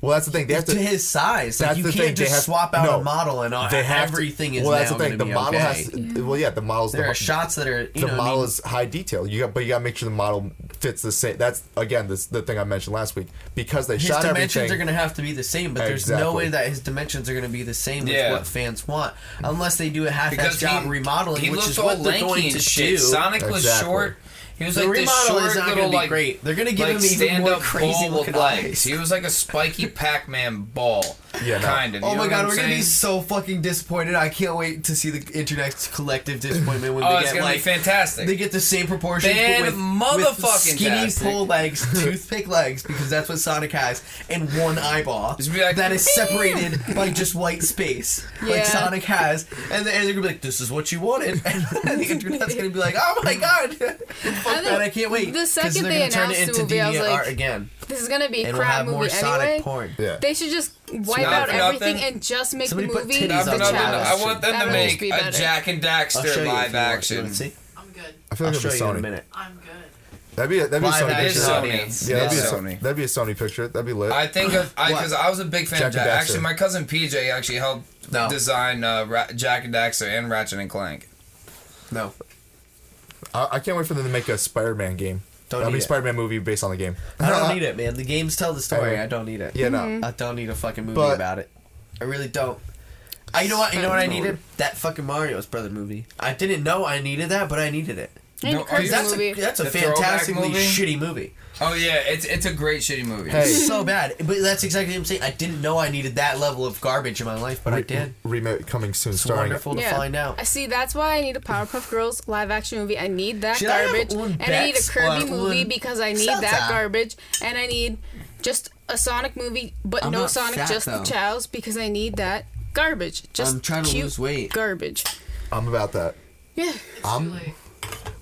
S1: Well, that's the thing. They have
S2: to,
S1: to.
S2: his size.
S1: that's
S2: Like, you
S1: the
S2: can't
S1: thing.
S2: just
S1: they have,
S2: swap out
S1: no,
S2: a model and all,
S1: they have to-
S2: everything is
S1: Well, that's
S2: now
S1: the thing. The
S2: gonna be
S1: model
S2: okay.
S1: has. To, well, yeah, the model's
S2: There
S1: the,
S2: are shots that are you
S1: the
S2: know what I
S1: model
S2: mean?
S1: is high detail. You got, but you got to make sure the model fits the same. That's again this, the thing I mentioned last week because they
S2: his
S1: shot
S2: dimensions
S1: everything.
S2: are going to have to be the same, but there's no
S1: Exactly.
S2: way that his dimensions are going to be the same with
S5: Yeah.
S2: what fans want, unless they do a half-ass
S5: Because
S2: job
S5: he,
S2: remodeling,
S5: he
S2: which
S5: looked
S2: is
S5: all
S2: what they're
S5: lanky
S2: going to
S5: and shit.
S2: do.
S5: Sonic was
S1: Exactly.
S5: short. He was
S2: The
S5: like this
S2: remodel
S5: short
S2: is not gonna
S5: little
S2: be
S5: like
S2: great. They're gonna give
S5: like,
S2: him even
S5: stand
S2: more
S5: up
S2: crazy
S5: ball with
S2: looking
S5: legs.
S2: eyes.
S5: He was like a spiky Pac-Man ball.
S1: Yeah, no.
S5: kind of.
S2: Oh
S5: you
S2: my
S5: know
S2: god,
S5: what
S2: we're
S5: I'm
S2: gonna be so
S5: saying?
S2: fucking disappointed. I can't wait to see the internet's collective disappointment when
S5: Oh,
S2: they
S5: it's
S2: get
S5: gonna
S2: like
S5: be fantastic.
S2: they get the same proportions
S5: Fan
S2: but with, with
S5: motherfucking
S2: skinny
S5: tastic.
S2: pull legs, toothpick legs, because that's what Sonic has, and one eyeball
S5: Just be like,
S2: that is separated by just white space,
S4: Yeah.
S2: like Sonic has, and, then, and they're gonna be like, "This is what you wanted," and then the internet's gonna be like, "Oh my god, fuck
S4: think
S2: that! I can't wait."
S4: the
S2: 'Cause
S4: second
S2: they're
S4: they
S2: gonna turn it
S4: announced
S2: into
S4: the movie, I was
S2: DDR
S4: like,
S2: again,
S4: This is gonna be a
S2: and we'll
S4: crap
S2: have more
S4: movie
S2: Sonic
S4: anyway.
S2: porn.
S1: yeah.
S4: They should just wipe
S5: not
S4: out
S5: for
S4: everything
S5: nothing.
S4: and just make
S2: Somebody
S4: the
S2: put
S4: movie.
S2: titties
S5: I
S2: on
S4: the
S5: want them- I
S4: challenge.
S5: want them
S4: That
S5: to
S4: would just
S5: make
S4: be
S5: a
S4: better.
S5: Jack and
S2: I'll show
S5: Daxter
S2: you if
S5: live
S2: you want- you
S5: action.
S2: wanna see?
S6: I'm
S1: I
S6: good.
S1: feel
S2: I'll
S1: like it'd
S2: show
S1: be
S2: you in a
S1: Sony.
S2: minute.
S6: I'm good.
S1: That'd be a, that'd be a
S2: Live
S1: Sony
S2: action
S5: That is
S1: picture.
S2: Sony.
S5: Sony.
S1: Yeah, that'd be a,
S5: That's
S1: So-
S5: Sony.
S1: that'd be a Sony picture. That'd be lit.
S5: I think of I
S2: What?
S5: because I was a big fan
S1: Jack
S5: of
S1: and
S5: Jack.
S1: Daxter.
S5: Actually, my cousin PJ actually helped
S2: No.
S5: design uh, Ra- Jack and Daxter and Ratchet and Clank.
S2: No,
S1: I, I can't wait for them to make a Spider-Man game.
S5: Oh,
S2: Don't
S1: That'll
S2: need
S1: be
S2: it.
S1: Spider-Man movie based on the game.
S2: I don't need it, man. The games tell the story.
S1: I-
S2: I don't need it.
S1: Yeah, no.
S2: I don't need a fucking movie
S1: But-
S2: about it. I really don't. I, you know what? You know what I needed? That fucking Mario's brother movie. I didn't know I needed that, but I needed it.
S4: And
S5: No,
S4: a
S5: are you-
S4: crazy
S2: That's a,
S4: movie.
S2: that's a
S5: The throwback
S2: fantastically
S5: movie?
S2: shitty movie.
S5: Oh yeah, it's it's a great shitty movie.
S1: Hey.
S2: It's so bad, but that's exactly what I'm saying. I didn't know I needed that level of garbage in my life, but I
S1: Re-
S2: did.
S1: Remake coming soon,
S2: It's
S1: starring
S2: wonderful to find
S4: I
S2: out.
S4: see. That's why I need a Powerpuff Girls live action movie. I need that
S2: Should I have
S4: garbage,
S2: un
S4: and I need a
S2: Bex
S4: Kirby
S2: or
S4: movie
S2: un
S4: because I need
S2: Zelda?
S4: that garbage, and I need just a Sonic movie, but
S2: I'm
S4: no
S2: not
S4: Sonic,
S2: fat,
S4: just
S2: though.
S4: the Chow's because I need that garbage. Just
S2: I'm trying to
S4: cute
S2: lose weight.
S4: Garbage.
S1: I'm about that.
S4: Yeah.
S6: It's
S1: Um,
S6: too late.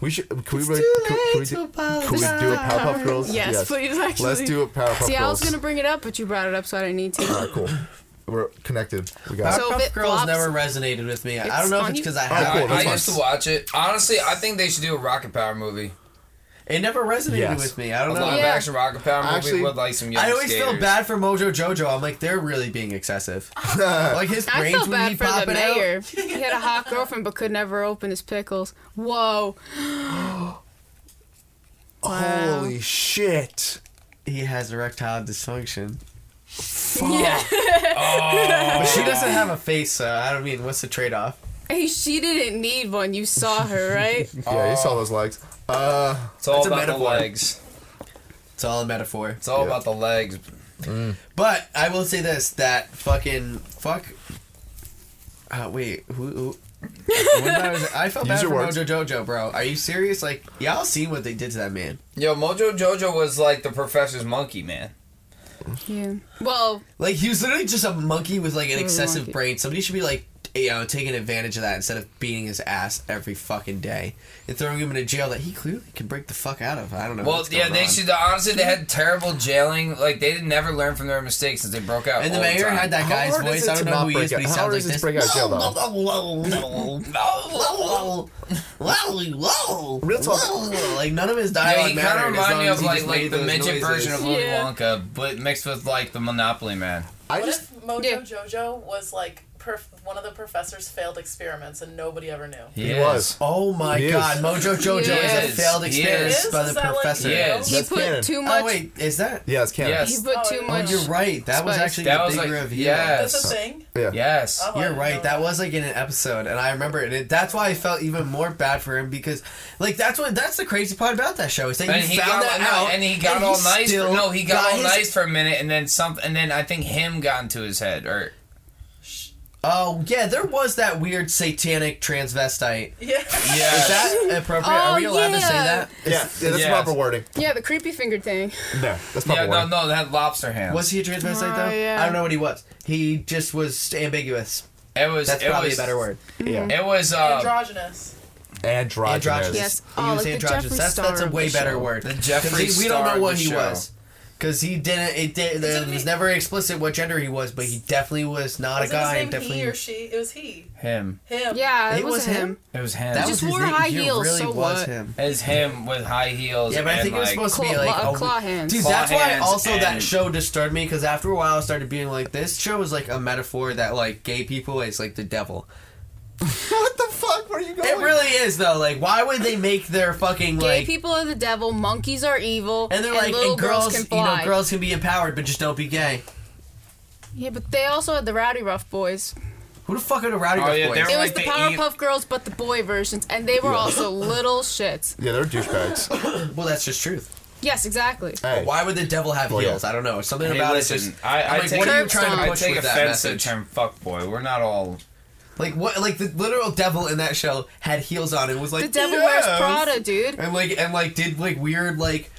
S1: We should. Can we really? Can, can we do, can we do a Powerpuff Girls?
S4: Yes, please. Actually,
S1: Let's do a Powerpuff
S4: See,
S1: Girls.
S4: I was gonna bring it up, but you brought it up, so I didn't need to.
S1: Alright, cool. We're connected. We got.
S4: So- if
S2: Powerpuff
S4: it
S2: Girls
S4: flops-
S2: never resonated with me. I don't
S4: It's
S2: know if
S4: on
S2: it's
S4: you-
S2: because I
S1: Oh,
S2: had
S1: cool,
S5: I,
S1: that's
S5: I
S1: fine.
S5: used to watch it. Honestly, I think they should do a Rocket Power movie.
S2: it never resonated
S1: Yes.
S2: with me. I
S5: A
S2: don't know.
S5: live action Rocket Power movie
S1: Actually,
S5: with like some young
S2: I always
S5: skaters.
S2: feel bad for Mojo Jojo. I'm like, they're really being excessive. like his
S4: I
S2: brains
S4: felt
S2: would be
S4: bad for the
S2: popping out.
S4: mayor. he had a hot girlfriend but could never open his pickles. Whoa. Wow.
S1: Holy shit!
S2: He has erectile dysfunction.
S4: Yeah.
S1: Oh.
S2: But she doesn't have a face, so I don't mean, what's the trade off?
S4: Hey, she didn't need one. You saw her, right?
S5: Uh,
S1: Yeah, you saw those legs. Uh,
S5: It's all
S2: It's a
S5: about the
S2: metaphor.
S5: legs.
S2: It's all a metaphor.
S5: It's all
S1: Yeah.
S5: about the legs.
S2: But I will say this that fucking. Fuck. Uh, wait, who. who when I, was, I felt
S1: Use
S2: bad
S1: your
S2: for
S1: words.
S2: Mojo Jojo, bro. Are you serious? Like, y'all seen what they did to that man.
S5: Yo, Mojo Jojo was like the professor's monkey man.
S4: Yeah. Well,
S2: Like, he was literally just a monkey with, like, an
S4: Little
S2: excessive
S4: monkey.
S2: brain. Somebody should be, like, you know, taking advantage of that instead of beating his ass every fucking day and throwing him in a jail that he clearly can break the fuck out of. I don't know.
S5: Well,
S2: what's
S5: yeah,
S2: going
S5: they
S2: on.
S5: should. Honestly, they had terrible jailing. Like they did never learn from their mistakes since they broke out.
S2: And the
S5: all
S2: mayor
S5: time.
S2: had that
S1: How
S2: guy's
S1: hard is
S2: voice.
S1: it
S2: I
S1: to
S2: don't
S1: not
S2: know who he
S1: break
S2: is, but he
S1: out- how
S2: sounds
S1: hard
S2: like
S1: is it to
S2: this.
S1: break out of jail, though? Real talk.
S2: Like none of his
S5: Yeah,
S2: dialogue
S5: he kind of
S2: mattered. as
S5: reminded
S2: long
S5: me
S2: as
S5: of
S2: he
S5: like
S2: just
S5: like
S2: made
S5: the
S2: those
S5: midget
S2: noises.
S5: version of Willy
S4: Yeah.
S5: Wonka, but mixed with like the Monopoly Man.
S1: I
S6: What
S1: just.
S6: if Mojo
S4: Yeah.
S6: Jojo was like perf- one of the professor's failed experiments and nobody ever knew?
S1: He was.
S2: Oh my
S1: He is.
S2: god, Mojo Jojo
S5: Yes.
S2: is a failed
S5: Yes.
S2: experience
S6: Is?
S2: by
S6: Is
S2: the
S6: that like-
S2: professor.
S5: Yes.
S4: he
S1: That's
S4: put
S1: canon.
S4: too much.
S2: Oh wait, is that?
S1: Yeah, it's canon.
S5: Yes.
S4: He put
S6: Oh,
S4: too
S6: yeah.
S2: Oh,
S4: much.
S2: you're right. That was
S4: Spice.
S2: actually
S5: That
S2: the
S5: was
S2: big
S5: like-
S2: reveal.
S5: yeah.
S6: That's a thing.
S1: Yeah.
S5: Yes.
S6: Oh, I
S2: You're
S6: didn't know
S2: right. That
S6: that.
S2: was like in an episode, and I remember it. And that's why I felt even more bad for him because, like, that's what that's the crazy part about that show is that
S5: And
S2: you
S5: he
S2: found
S5: got
S2: that
S5: no,
S2: out,
S5: and he got all nice. For,
S2: still
S5: no, he got, all
S2: his-
S5: nice for a minute, and then something, and then I think him got into his head, or
S2: Oh yeah, there was that weird satanic transvestite.
S6: Yeah.
S5: yeah,
S2: Is that appropriate? Are we
S4: Oh,
S2: allowed to say
S4: yeah.
S2: that?
S1: Yeah, yeah, that's
S5: Yes.
S1: proper wording.
S4: Yeah, the creepy finger thing.
S1: No, that's proper
S5: yeah, no,
S1: wording.
S5: no, that lobster hand.
S2: Was he a transvestite
S4: Oh,
S2: though?
S4: yeah.
S2: I don't know what he was. He just was ambiguous.
S5: it was
S2: That's
S5: it
S2: probably
S5: was,
S2: a better word.
S1: Yeah.
S5: It was uh,
S6: Androgynous.
S1: Androgynous.
S2: Androgynous.
S4: Yes.
S2: He
S4: Oh,
S2: was
S4: like the
S2: androgynous.
S4: Jeffree
S2: That's,
S4: Star
S2: that's a
S4: of
S2: way
S4: the
S2: better
S4: show.
S2: word.
S5: The Jeffree
S2: 'Cause he- We
S5: Star
S2: don't
S5: of
S2: know what
S5: the
S2: he
S5: show.
S2: was. Because he didn't. It did.
S6: It's
S2: It
S6: gonna
S2: was
S6: be-
S2: never explicit what gender he was, but he definitely was not a
S6: Wasn't
S2: guy.
S6: his
S2: and
S6: name he or
S2: definitely.
S6: she? It was he.
S5: Him.
S6: Him.
S4: Yeah, it,
S2: It
S4: was,
S2: was
S4: him.
S2: him?
S5: It was him.
S2: That
S4: He
S2: was
S4: just
S2: his
S4: wore
S2: name.
S4: high
S2: He
S4: heels,
S2: really
S4: so
S2: was
S4: what?
S2: him.
S5: It's him with high heels.
S2: Yeah, but I think it was supposed to be
S4: Claw-
S2: like
S4: uh,
S2: a-
S4: claw hands.
S2: Dude,
S5: Claw
S2: that's why
S5: hands
S2: also that
S5: and-
S2: show disturbed me because after a while I started being like, this show is like a metaphor that like gay people is like the devil.
S1: what the fuck? Where are you going?
S2: It really is though. Like, why would they make their fucking
S4: Oh, Gay
S2: like?
S4: people are the devil. Monkeys are evil.
S2: and they're like,
S4: little
S2: and girls,
S4: can
S2: you know,
S4: fly.
S2: girls can be empowered, but just don't be gay.
S4: Yeah, but they also had the Rowdy Rough Boys.
S2: Who the fuck are the rowdy
S5: Oh,
S2: Rough
S5: yeah,
S2: boys?
S5: they're-
S4: It was
S5: like
S4: the
S5: the ev-
S4: Powerpuff Girls, but the boy versions, and they were also little shits.
S1: Yeah, they're douchebags.
S2: Well, that's just truth.
S4: Yes, exactly.
S1: hey,
S2: Why would the devil have
S1: Well, yeah.
S2: heels? I don't know. Something
S5: Hey,
S2: about
S5: listen,
S2: it. Just
S5: I, I
S2: I'm like,
S5: take,
S2: what are you
S4: Curb
S2: trying
S4: stomp.
S2: to
S5: I
S2: push
S5: take
S2: with that
S5: offense to the
S2: message?
S5: term fuckboy. We're not all.
S2: Like what? Like the literal devil in that show had heels on and was like
S4: The devil
S2: "Yes!"
S4: wears Prada, dude.
S2: and like and like did like weird like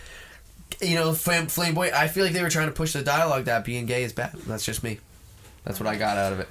S2: you know flam- flamboyant. I feel like they were trying to push the dialogue that being gay is bad. That's just me. That's what I got out of it,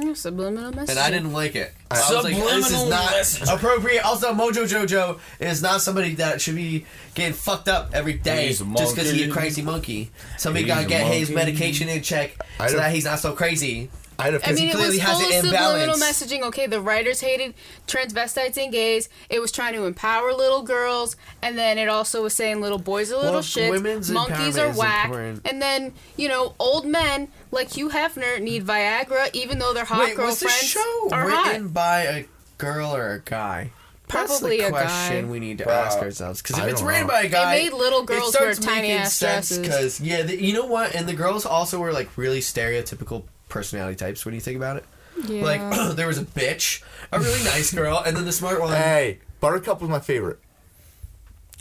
S4: Yeah, Subliminal message.
S2: and I didn't like it. I was like, this is
S5: Subliminal
S2: not
S5: message.
S2: appropriate. Also, Mojo Jojo is not somebody that should be getting fucked up every day
S5: He's a
S2: just because he's
S5: monkey.
S2: a crazy monkey. Somebody
S5: He's
S2: gotta
S5: a
S2: get his
S5: monkey.
S2: medication in check
S1: I
S2: so
S1: don't-
S2: that he's not so crazy.
S1: I'd have
S4: I mean, it
S2: clearly
S4: was
S2: has
S4: full of
S2: an
S4: subliminal
S2: imbalance.
S4: messaging. Okay, the writers hated transvestites and gays. It was trying to empower little girls, and then it also was saying little boys are little
S2: Well,
S4: shits,
S2: women's
S4: monkeys
S2: empowerment
S4: are
S2: is
S4: whack,
S2: important.
S4: and then you know, old men like Hugh Hefner need Viagra, even though their hot
S2: Wait, was
S4: girlfriends
S2: this show
S4: are
S2: written
S4: hot.
S2: by a girl or a guy?
S4: Probably
S2: That's
S4: a
S2: the question
S4: guy.
S2: we need to
S5: Bro,
S2: ask ourselves. Because if
S1: I
S2: it's
S1: don't
S2: written
S1: know.
S2: by a guy,
S4: made little girls wear tiny ass dresses.
S2: Because yeah, the, you know what? And the girls also were like really stereotypical personality types when you think about it.
S4: Yeah.
S2: Like there was a bitch, a really nice girl, and then the smart one.
S1: hey, Buttercup was my favorite.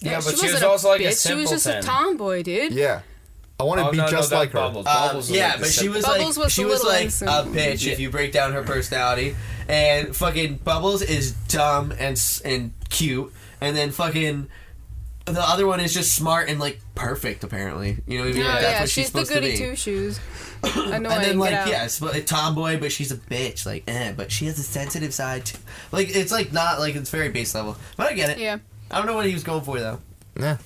S5: Yeah, but she
S4: wasn't
S5: was also, like, a
S4: bitch. She was just a
S5: simpleton.
S4: tomboy, dude.
S1: Yeah, I want to
S5: Oh,
S2: Oh,
S1: be just like her.
S5: Bubbles.
S2: Um,
S5: Bubbles was
S2: yeah,
S5: like the
S2: but she
S5: simple-
S2: was
S4: Bubbles
S2: like
S4: was
S2: she
S4: the
S2: was
S4: little
S2: like
S4: innocent.
S2: a bitch if you break down her personality, and fucking Bubbles is dumb and s- and cute, and then fucking the other one is just smart and like perfect apparently. You know, what I mean?
S4: No,
S2: Like,
S4: Oh, yeah,
S2: that's what she's,
S4: she's, the
S2: supposed to
S4: goody
S2: be.
S4: two shoes. Annoying. uh,
S2: and then like
S4: get out.
S2: yes, but a tomboy, but she's a bitch. Like, eh, but she has a sensitive side too. Like it's like not like it's very base level, but I get it.
S4: Yeah.
S2: I don't know what he was going for though.
S1: Yeah.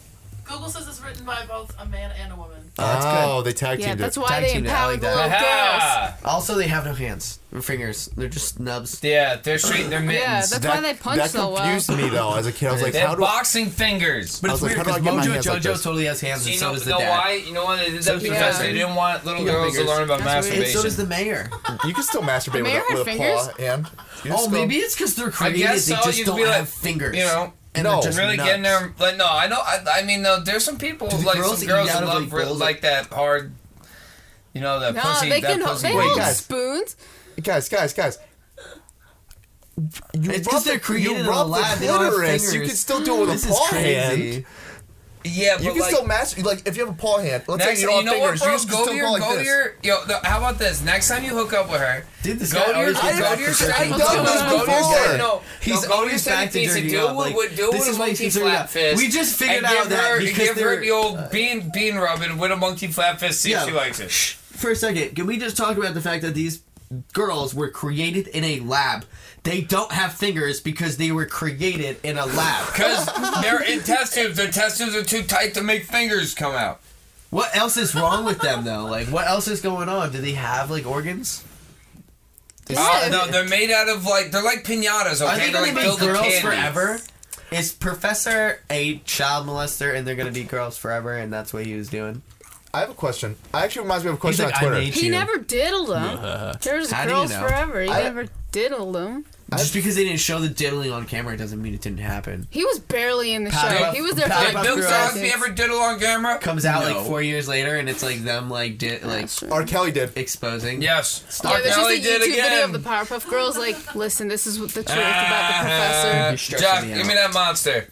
S6: Google says it's written by both a man and a woman.
S2: Oh, that's good.
S1: oh, they tag
S4: Yeah,
S1: teamed
S4: that's
S1: it.
S4: why
S2: Tag
S4: they
S2: team now, I
S4: empowered
S2: like
S4: the
S2: that.
S4: little girls.
S5: Aha!
S2: Also, they have no hands or fingers. They're just snubs.
S5: Yeah, they're straight. They're mittens.
S4: Yeah, that's why they punch
S1: that
S4: so well.
S1: confused me though. As a kid, I was like,
S5: they're
S1: how do I?
S5: boxing fingers.
S2: But
S1: I
S2: it's
S1: was
S2: weird
S1: like, how
S2: because
S1: do I get my
S2: Mojo
S1: hands
S2: Jojo
S1: like this?
S2: totally has hands,
S5: Do
S2: and
S5: you
S2: so
S5: know,
S2: does the
S5: know
S2: dad.
S5: why? You know why they did that?
S2: does the
S5: because
S4: dad.
S5: they didn't want little
S2: got
S5: girls to
S2: fingers.
S5: learn about
S4: That's weird.
S2: And so
S5: masturbation.
S2: does the mayor.
S1: You can still masturbate with
S4: mayor
S1: a, with
S4: had
S1: a
S4: fingers?
S1: claw hand. You
S2: Oh,
S1: still-
S2: maybe it's because they're creative.
S5: guess
S2: they
S5: so,
S2: just
S5: you'd
S2: don't
S5: be like,
S2: have fingers.
S5: you know,
S2: and they're
S1: No.
S2: just
S5: really
S2: nuts.
S5: getting their like no i know i, I mean no there's some people
S2: Do the
S5: like
S2: girls
S5: some
S2: eat
S5: girls
S2: out
S5: that
S2: of,
S5: love
S2: like,
S5: re-
S2: bowls?
S5: like that hard you know that
S4: No,
S5: pussy
S4: they
S5: that
S4: can hold,
S5: pussy
S4: they
S5: wait,
S4: hold
S1: guys.
S4: spoons.
S1: guys, guys, guys. You rub
S2: It's 'cause
S1: the-
S2: they're created in
S1: You
S2: a
S1: rub
S2: lab,
S1: the
S2: they don't have
S1: clitoris. You
S2: fingers.
S1: can still do it with
S2: This
S1: a
S2: is
S1: paw
S2: crazy.
S1: hand.
S5: yeah but
S1: You can
S5: like,
S1: still master like if you have a paw hand. Let's
S5: next
S1: say you don't
S5: you know
S1: have fingers.
S5: what
S1: you
S5: bro
S1: can
S5: go
S1: still
S5: to
S1: go
S5: your
S1: like
S5: go
S1: this.
S5: to your yo th- how about this next time you hook up with her
S2: Dude, this
S5: Go
S2: guy
S5: to your
S2: always
S5: I
S2: gets
S5: go
S2: off
S5: to
S2: for
S5: your
S2: jerking
S5: I
S1: I've
S5: go
S2: off.
S1: done
S5: to
S1: this
S5: your- go to your
S1: before.
S5: no, no
S2: He's
S5: go to your
S2: always back
S5: second
S2: to
S5: piece and
S2: jerking
S5: do
S2: off,
S5: what
S2: like,
S5: would
S2: this
S5: do with
S2: is
S5: a
S2: what
S5: monkey
S2: he's doing.
S5: flat fist
S2: We just figured
S5: and
S2: out
S5: give
S2: that
S5: her,
S2: because
S5: give her
S2: they're- uh,
S5: the old bean bean rubbing with a monkey flat fist see if she likes it
S2: Shh. For a second, can we just talk about the fact that these girls were created in a lab? They don't have fingers because they were created in a lab.
S5: because they're in test tubes their test tubes are too tight to make fingers come out
S2: what else is wrong with them though? Like, what else is going on? Do they have like organs?
S5: Uh,
S4: Yeah.
S5: Oh, no, they're made out of like they're like pinatas. Okay,
S2: Are they
S5: are
S2: going to
S5: like
S2: be
S5: built of
S2: girls
S5: candy.
S2: forever? Is Professor a child molester and they're going to be girls forever and that's what he was doing?
S1: I have a question. I actually reminds me of a
S2: He's
S1: question
S2: like,
S1: on
S2: I
S1: Twitter.
S2: made
S4: He
S2: you.
S4: never diddled them. There was
S2: How do you
S4: girls
S2: know?
S4: forever. He
S1: I-
S4: never diddled them.
S2: Just because they didn't show the diddling on camera doesn't mean it didn't happen.
S4: He was barely in the
S2: Pat
S4: show.
S2: up-
S4: He was there
S2: pat
S4: for
S2: up
S4: like
S5: Bill
S4: two
S2: girls.
S5: Cosby
S4: seconds.
S5: ever diddle on camera?
S2: Comes out
S5: No.
S2: like four years later and it's like them like di- like
S4: That's true.
S1: R. Kelly did.
S2: exposing.
S5: Yes.
S4: Yeah, there's
S5: Now
S4: just a
S5: he did
S4: YouTube video of
S5: again.
S4: the Powerpuff Girls. Like, listen, this is what the truth about the
S5: Ah,
S4: professor.
S2: You're stressing
S5: Jack,
S2: me
S5: give
S2: out.
S5: me that monster.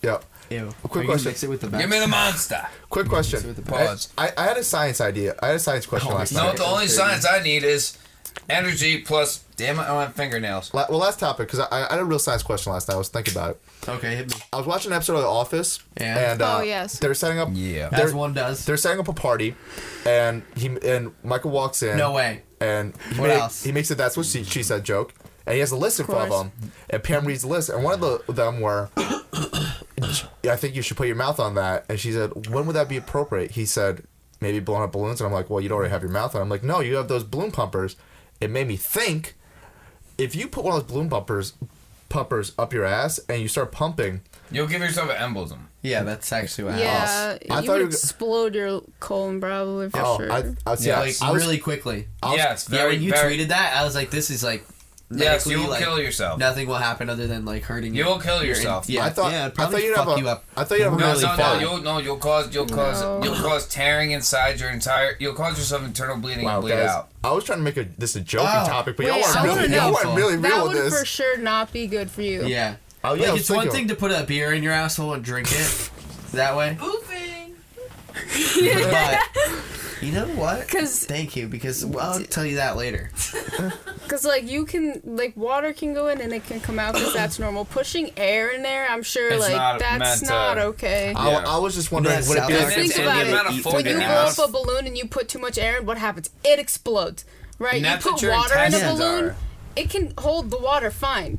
S1: Yeah.
S2: Ew.
S1: quick
S2: Are you
S1: question.
S2: Mix it with the back.
S5: Give me the monster.
S1: Quick question.
S2: with the
S1: I,
S5: paws.
S1: I, I had a science idea. I had a science question
S2: Oh,
S1: last
S5: No,
S1: night.
S5: the only science I need is energy plus. Damn it, I want fingernails.
S1: La- well, last topic because I, I had a real science question last night. I was thinking about it.
S2: Okay, hit me.
S1: I was watching an episode of The Office,
S2: Yeah.
S1: and uh,
S4: Oh, yes.
S1: they're setting up.
S5: Yeah.
S1: they're,
S2: As one does.
S1: they're setting up a party, and he and Michael walks in.
S2: No way.
S1: And he,
S2: What
S1: make-
S2: else?
S1: he makes a that's what she, she said joke, and he has a list in front of
S4: course.
S1: him. And Pam reads the list, and one of the, them were, "Yeah, I think you should put your mouth on that. And she said, when would that be appropriate? He said, maybe blowing up balloons. And I'm like, well, you'd already have your mouth on. I'm like, no, you have those balloon pumpers. It made me think if you put one of those balloon pumpers pumpers up your ass and you start pumping,
S5: You'll give yourself an embolism.
S2: Yeah, that's actually what happens.
S4: Yeah,
S1: I
S4: you
S1: thought
S4: would
S1: you-
S4: explode your colon probably for
S1: oh,
S4: sure.
S1: I, I, see,
S5: Yeah,
S1: I,
S2: Like
S1: I was-
S2: really quickly.
S1: I was-
S5: yeah, it's
S2: yeah,
S5: very,
S2: when you
S5: very.
S2: tweeted that, I was like, this is like.
S5: yes,
S2: medically,
S5: you will
S2: like,
S5: kill yourself.
S2: Nothing will happen other than like hurting
S5: You
S2: your-
S5: will kill
S2: your-
S5: yourself.
S2: Yeah,
S1: I thought,
S2: yeah, it'd
S1: I
S2: probably
S1: thought you'd have
S2: fuck
S1: a,
S2: you up.
S1: I thought you'd have a
S5: No,
S1: really
S5: no, no,
S1: bad-
S5: you'll no, you'll cause you'll cause
S4: No.
S5: you'll cause tearing inside your entire you'll cause yourself internal bleeding
S1: Wow,
S5: and bleed
S1: guys,
S5: out.
S1: I was trying to make a, this a joking
S2: Oh,
S1: topic, but
S4: wait,
S1: y'all
S4: I
S1: are really,
S4: wanna
S1: y'all
S4: know.
S1: are really
S4: that
S1: real
S4: would
S1: with this.
S4: for sure not be good for you.
S2: Yeah.
S1: Oh, yeah, I
S2: like
S1: was
S2: it's one
S1: thinking-
S2: thing to put a beer in your asshole and drink it that way.
S6: Booping.
S2: but you know what?
S4: 'Cause-
S2: thank you because well, I'll tell you that later.
S4: Cause like you can like water can go in and it can come out because that's normal. Pushing air in there, I'm sure
S5: It's
S4: like
S5: not
S4: that's
S5: meant to-
S4: not okay.
S1: I,
S5: Yeah.
S1: I was just wondering,
S2: That's
S1: would it be
S2: South
S1: like
S4: Think
S5: and
S4: about
S5: the
S4: it.
S5: amount of
S2: Eat
S5: food
S4: when
S2: fucking
S4: you
S5: in
S4: blow
S5: your
S2: ass.
S4: up
S5: mouth.
S4: a balloon and you put too much air in, what happens? It explodes, right?
S5: And
S4: You
S5: that's what
S4: put
S5: your
S4: water in a
S5: intestines
S4: balloon,
S5: are.
S4: it can hold the water fine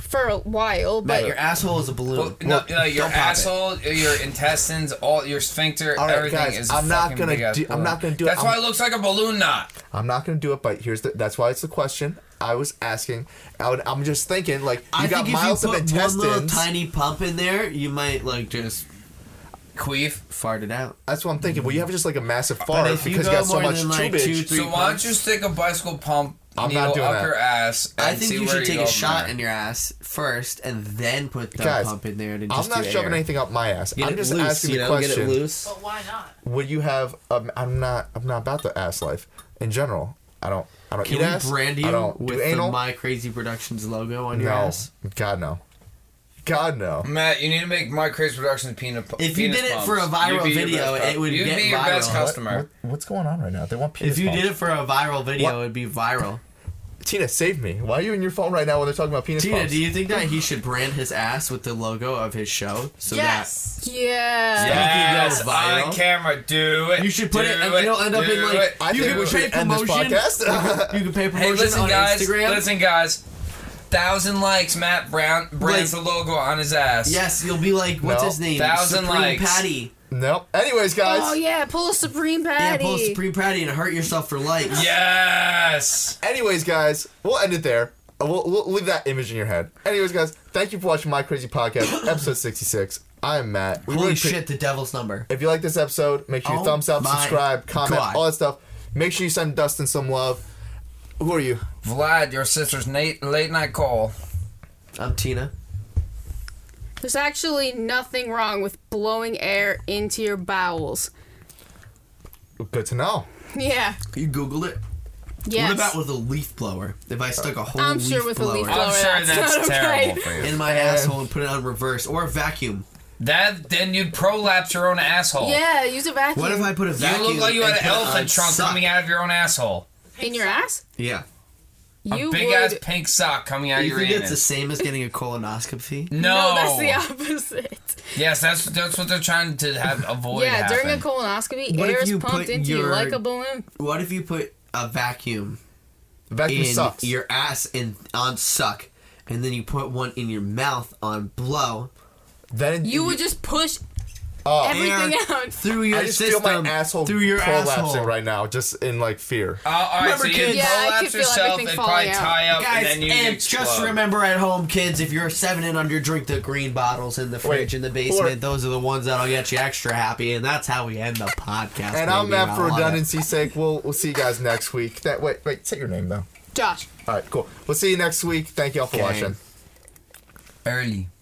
S4: for a while,
S2: But
S4: but
S2: your asshole is a balloon.
S5: Well, no, no, your
S2: don't pop it.
S5: asshole, your intestines, all your sphincter,
S1: All right,
S5: everything
S1: guys,
S5: is. a
S1: I'm not
S5: fucking
S1: gonna
S5: big-ass
S1: do- I'm
S5: balloon.
S1: not gonna do it.
S5: That's
S1: I'm-
S5: why it looks like a balloon knot.
S1: I'm not gonna do it, but here's the. That's why it's the question I was asking. I would, I'm just thinking, like you
S2: I
S1: got
S2: think if
S1: miles
S2: you
S1: of
S2: put one little
S1: intestines.
S2: tiny pump in there, you might like just
S5: Queef.
S2: fart it out.
S1: that's what I'm thinking. Well, you have just like a massive
S2: But
S1: fart
S2: if you
S1: because you
S2: go
S1: got so
S2: more
S1: much
S2: than, like,
S1: tubage.
S2: two, three-
S5: So why don't you stick a bicycle pump
S1: I'm
S5: needle
S1: not doing
S5: up
S1: that.
S5: your ass?
S2: I
S5: and
S2: think
S5: see
S2: you
S5: where
S2: should take
S5: go
S2: a
S5: from
S2: shot
S5: there.
S2: in your ass first, and then put the
S1: Guys,
S2: pump in there. And
S1: I'm
S2: just
S1: not
S2: do
S1: shoving
S2: air.
S1: anything up my ass.
S2: Get
S1: I'm
S2: it
S1: just
S2: loose,
S1: asking
S2: you
S1: the
S2: know,
S1: question.
S2: Get it loose.
S6: But why not?
S1: Would you have? Um, I'm not. I'm not about the ass life in general. I don't. I don't
S2: Can
S1: eat
S2: we
S1: ass.
S2: brand you
S1: I don't
S2: with
S1: do
S2: the
S1: anal.
S2: My Crazy Productions logo on
S1: no,
S2: your ass?
S1: God no, God no.
S5: Matt, you need to make my Craze Productions peanut. pu-
S2: If you
S5: penis
S2: did it
S5: pumps.
S2: for a viral
S5: You'd be your
S2: video,
S5: best cu-
S2: it would
S5: You'd
S2: get
S5: be your best
S2: viral.
S5: customer.
S1: What, what's going on right now? They want penis
S2: If you
S1: pumps.
S2: did it for a viral video,
S1: What?
S2: it would be viral.
S1: Tina, save me. Why are you in your phone right now when they're talking about penis
S2: Tina,
S1: pumps?
S2: do you think that he should brand his ass with the logo of his show? So
S6: yes.
S4: yeah.
S2: Yeah.
S5: Yes,
S2: If it goes viral-
S5: on camera, do it.
S2: You should put
S5: do
S2: it- and it'll end up in,
S5: do
S2: like,
S5: it.
S1: I
S2: You
S1: think
S2: can
S1: we
S2: pay
S1: should end this
S2: promotion.
S1: podcast.
S2: that you can pay
S5: Hey,
S2: promotion
S5: listen,
S2: on
S5: guys.
S2: Instagram.
S5: Listen, guys. Thousand likes, Matt Brown brands
S2: Like-
S5: the logo on his ass.
S2: Yes, you'll be like, what's
S1: No.
S2: his name?
S5: Thousand
S2: Supreme
S5: likes.
S2: Patty.
S1: nope. Anyways, guys.
S4: Oh yeah, pull a supreme
S2: Yeah,
S4: patty.
S2: pull Supreme Patty and hurt yourself for likes.
S5: Yes.
S1: Anyways, guys. We'll end it there. Uh, We'll, we'll leave that image in your head. Anyways, guys. Thank you for watching my crazy podcast, episode sixty-six. I'm Matt. We
S2: Holy
S1: really appre-
S2: shit, the devil's number.
S1: If you like this episode, make sure you
S2: Oh
S1: thumbs up,
S2: my
S1: subscribe, comment,
S2: God.
S1: all that stuff. Make sure you send Dustin some love. Who are you?
S5: Vlad, your sister's Nate, late night call.
S2: I'm Tina.
S4: There's actually nothing wrong with blowing air into your bowels.
S1: Good to know.
S4: Yeah.
S2: You Googled it?
S4: Yes.
S2: What about with a leaf blower? If I stuck a whole
S4: I'm
S2: leaf
S4: sure with a
S2: blower
S4: leaf blower.
S5: I'm sure
S4: that's
S5: that's
S4: not
S5: terrible
S4: okay.
S5: for you.
S2: in my asshole and put it on reverse or a vacuum?
S5: That then you'd prolapse your own asshole.
S4: Yeah, use a vacuum.
S2: What if I put a
S5: You
S2: vacuum?
S5: look like you
S2: and
S5: had an
S2: put it on
S5: elephant trunk
S2: suck?
S5: coming out of your own asshole.
S4: in your ass?
S2: Yeah.
S5: A
S4: You
S5: big
S4: would.
S5: ass pink sock coming out of
S2: you
S5: your
S2: think it's the
S5: anus.
S2: same as getting a colonoscopy?
S5: no.
S4: that's the opposite.
S5: yes, that's that's what they're trying to have avoid.
S4: yeah,
S5: happen.
S4: during a colonoscopy,
S2: What if
S4: air is
S2: you
S4: pumped
S2: put
S4: into you
S2: your-
S4: like a balloon.
S2: What if you put a vacuum
S1: The vacuum
S2: in
S1: sucks.
S2: your ass and on suck, and then you put one in your mouth on blow
S1: then
S4: You would just push
S1: Oh.
S4: everything
S2: air
S4: out.
S2: through your
S1: I just
S2: system
S1: feel my asshole
S2: through your
S1: prolapsing
S2: asshole?
S1: right now, just in like fear.
S5: Uh, all right,
S2: Remember,
S5: so you
S2: kids-
S4: Yeah, I
S5: prolapse
S4: could feel
S5: yourself
S4: everything
S5: and
S4: falling
S5: probably
S4: out.
S5: tie up,
S2: Guys,
S5: and
S2: and,
S5: then you explode.
S2: just remember at home, kids, if you're seven and under, drink the green bottles in the fridge in the basement.
S1: or-
S2: Those are the ones that'll get you extra happy, and that's how we end the podcast.
S1: And I'm
S2: baby.
S1: Matt
S2: I
S1: for
S2: love it.
S1: redundancy's sake. We'll we'll see you guys next week. That wait wait say your name though.
S4: Josh.
S1: All right, cool. We'll see you next week. Thank y'all for
S2: Okay.
S1: watching.
S5: early.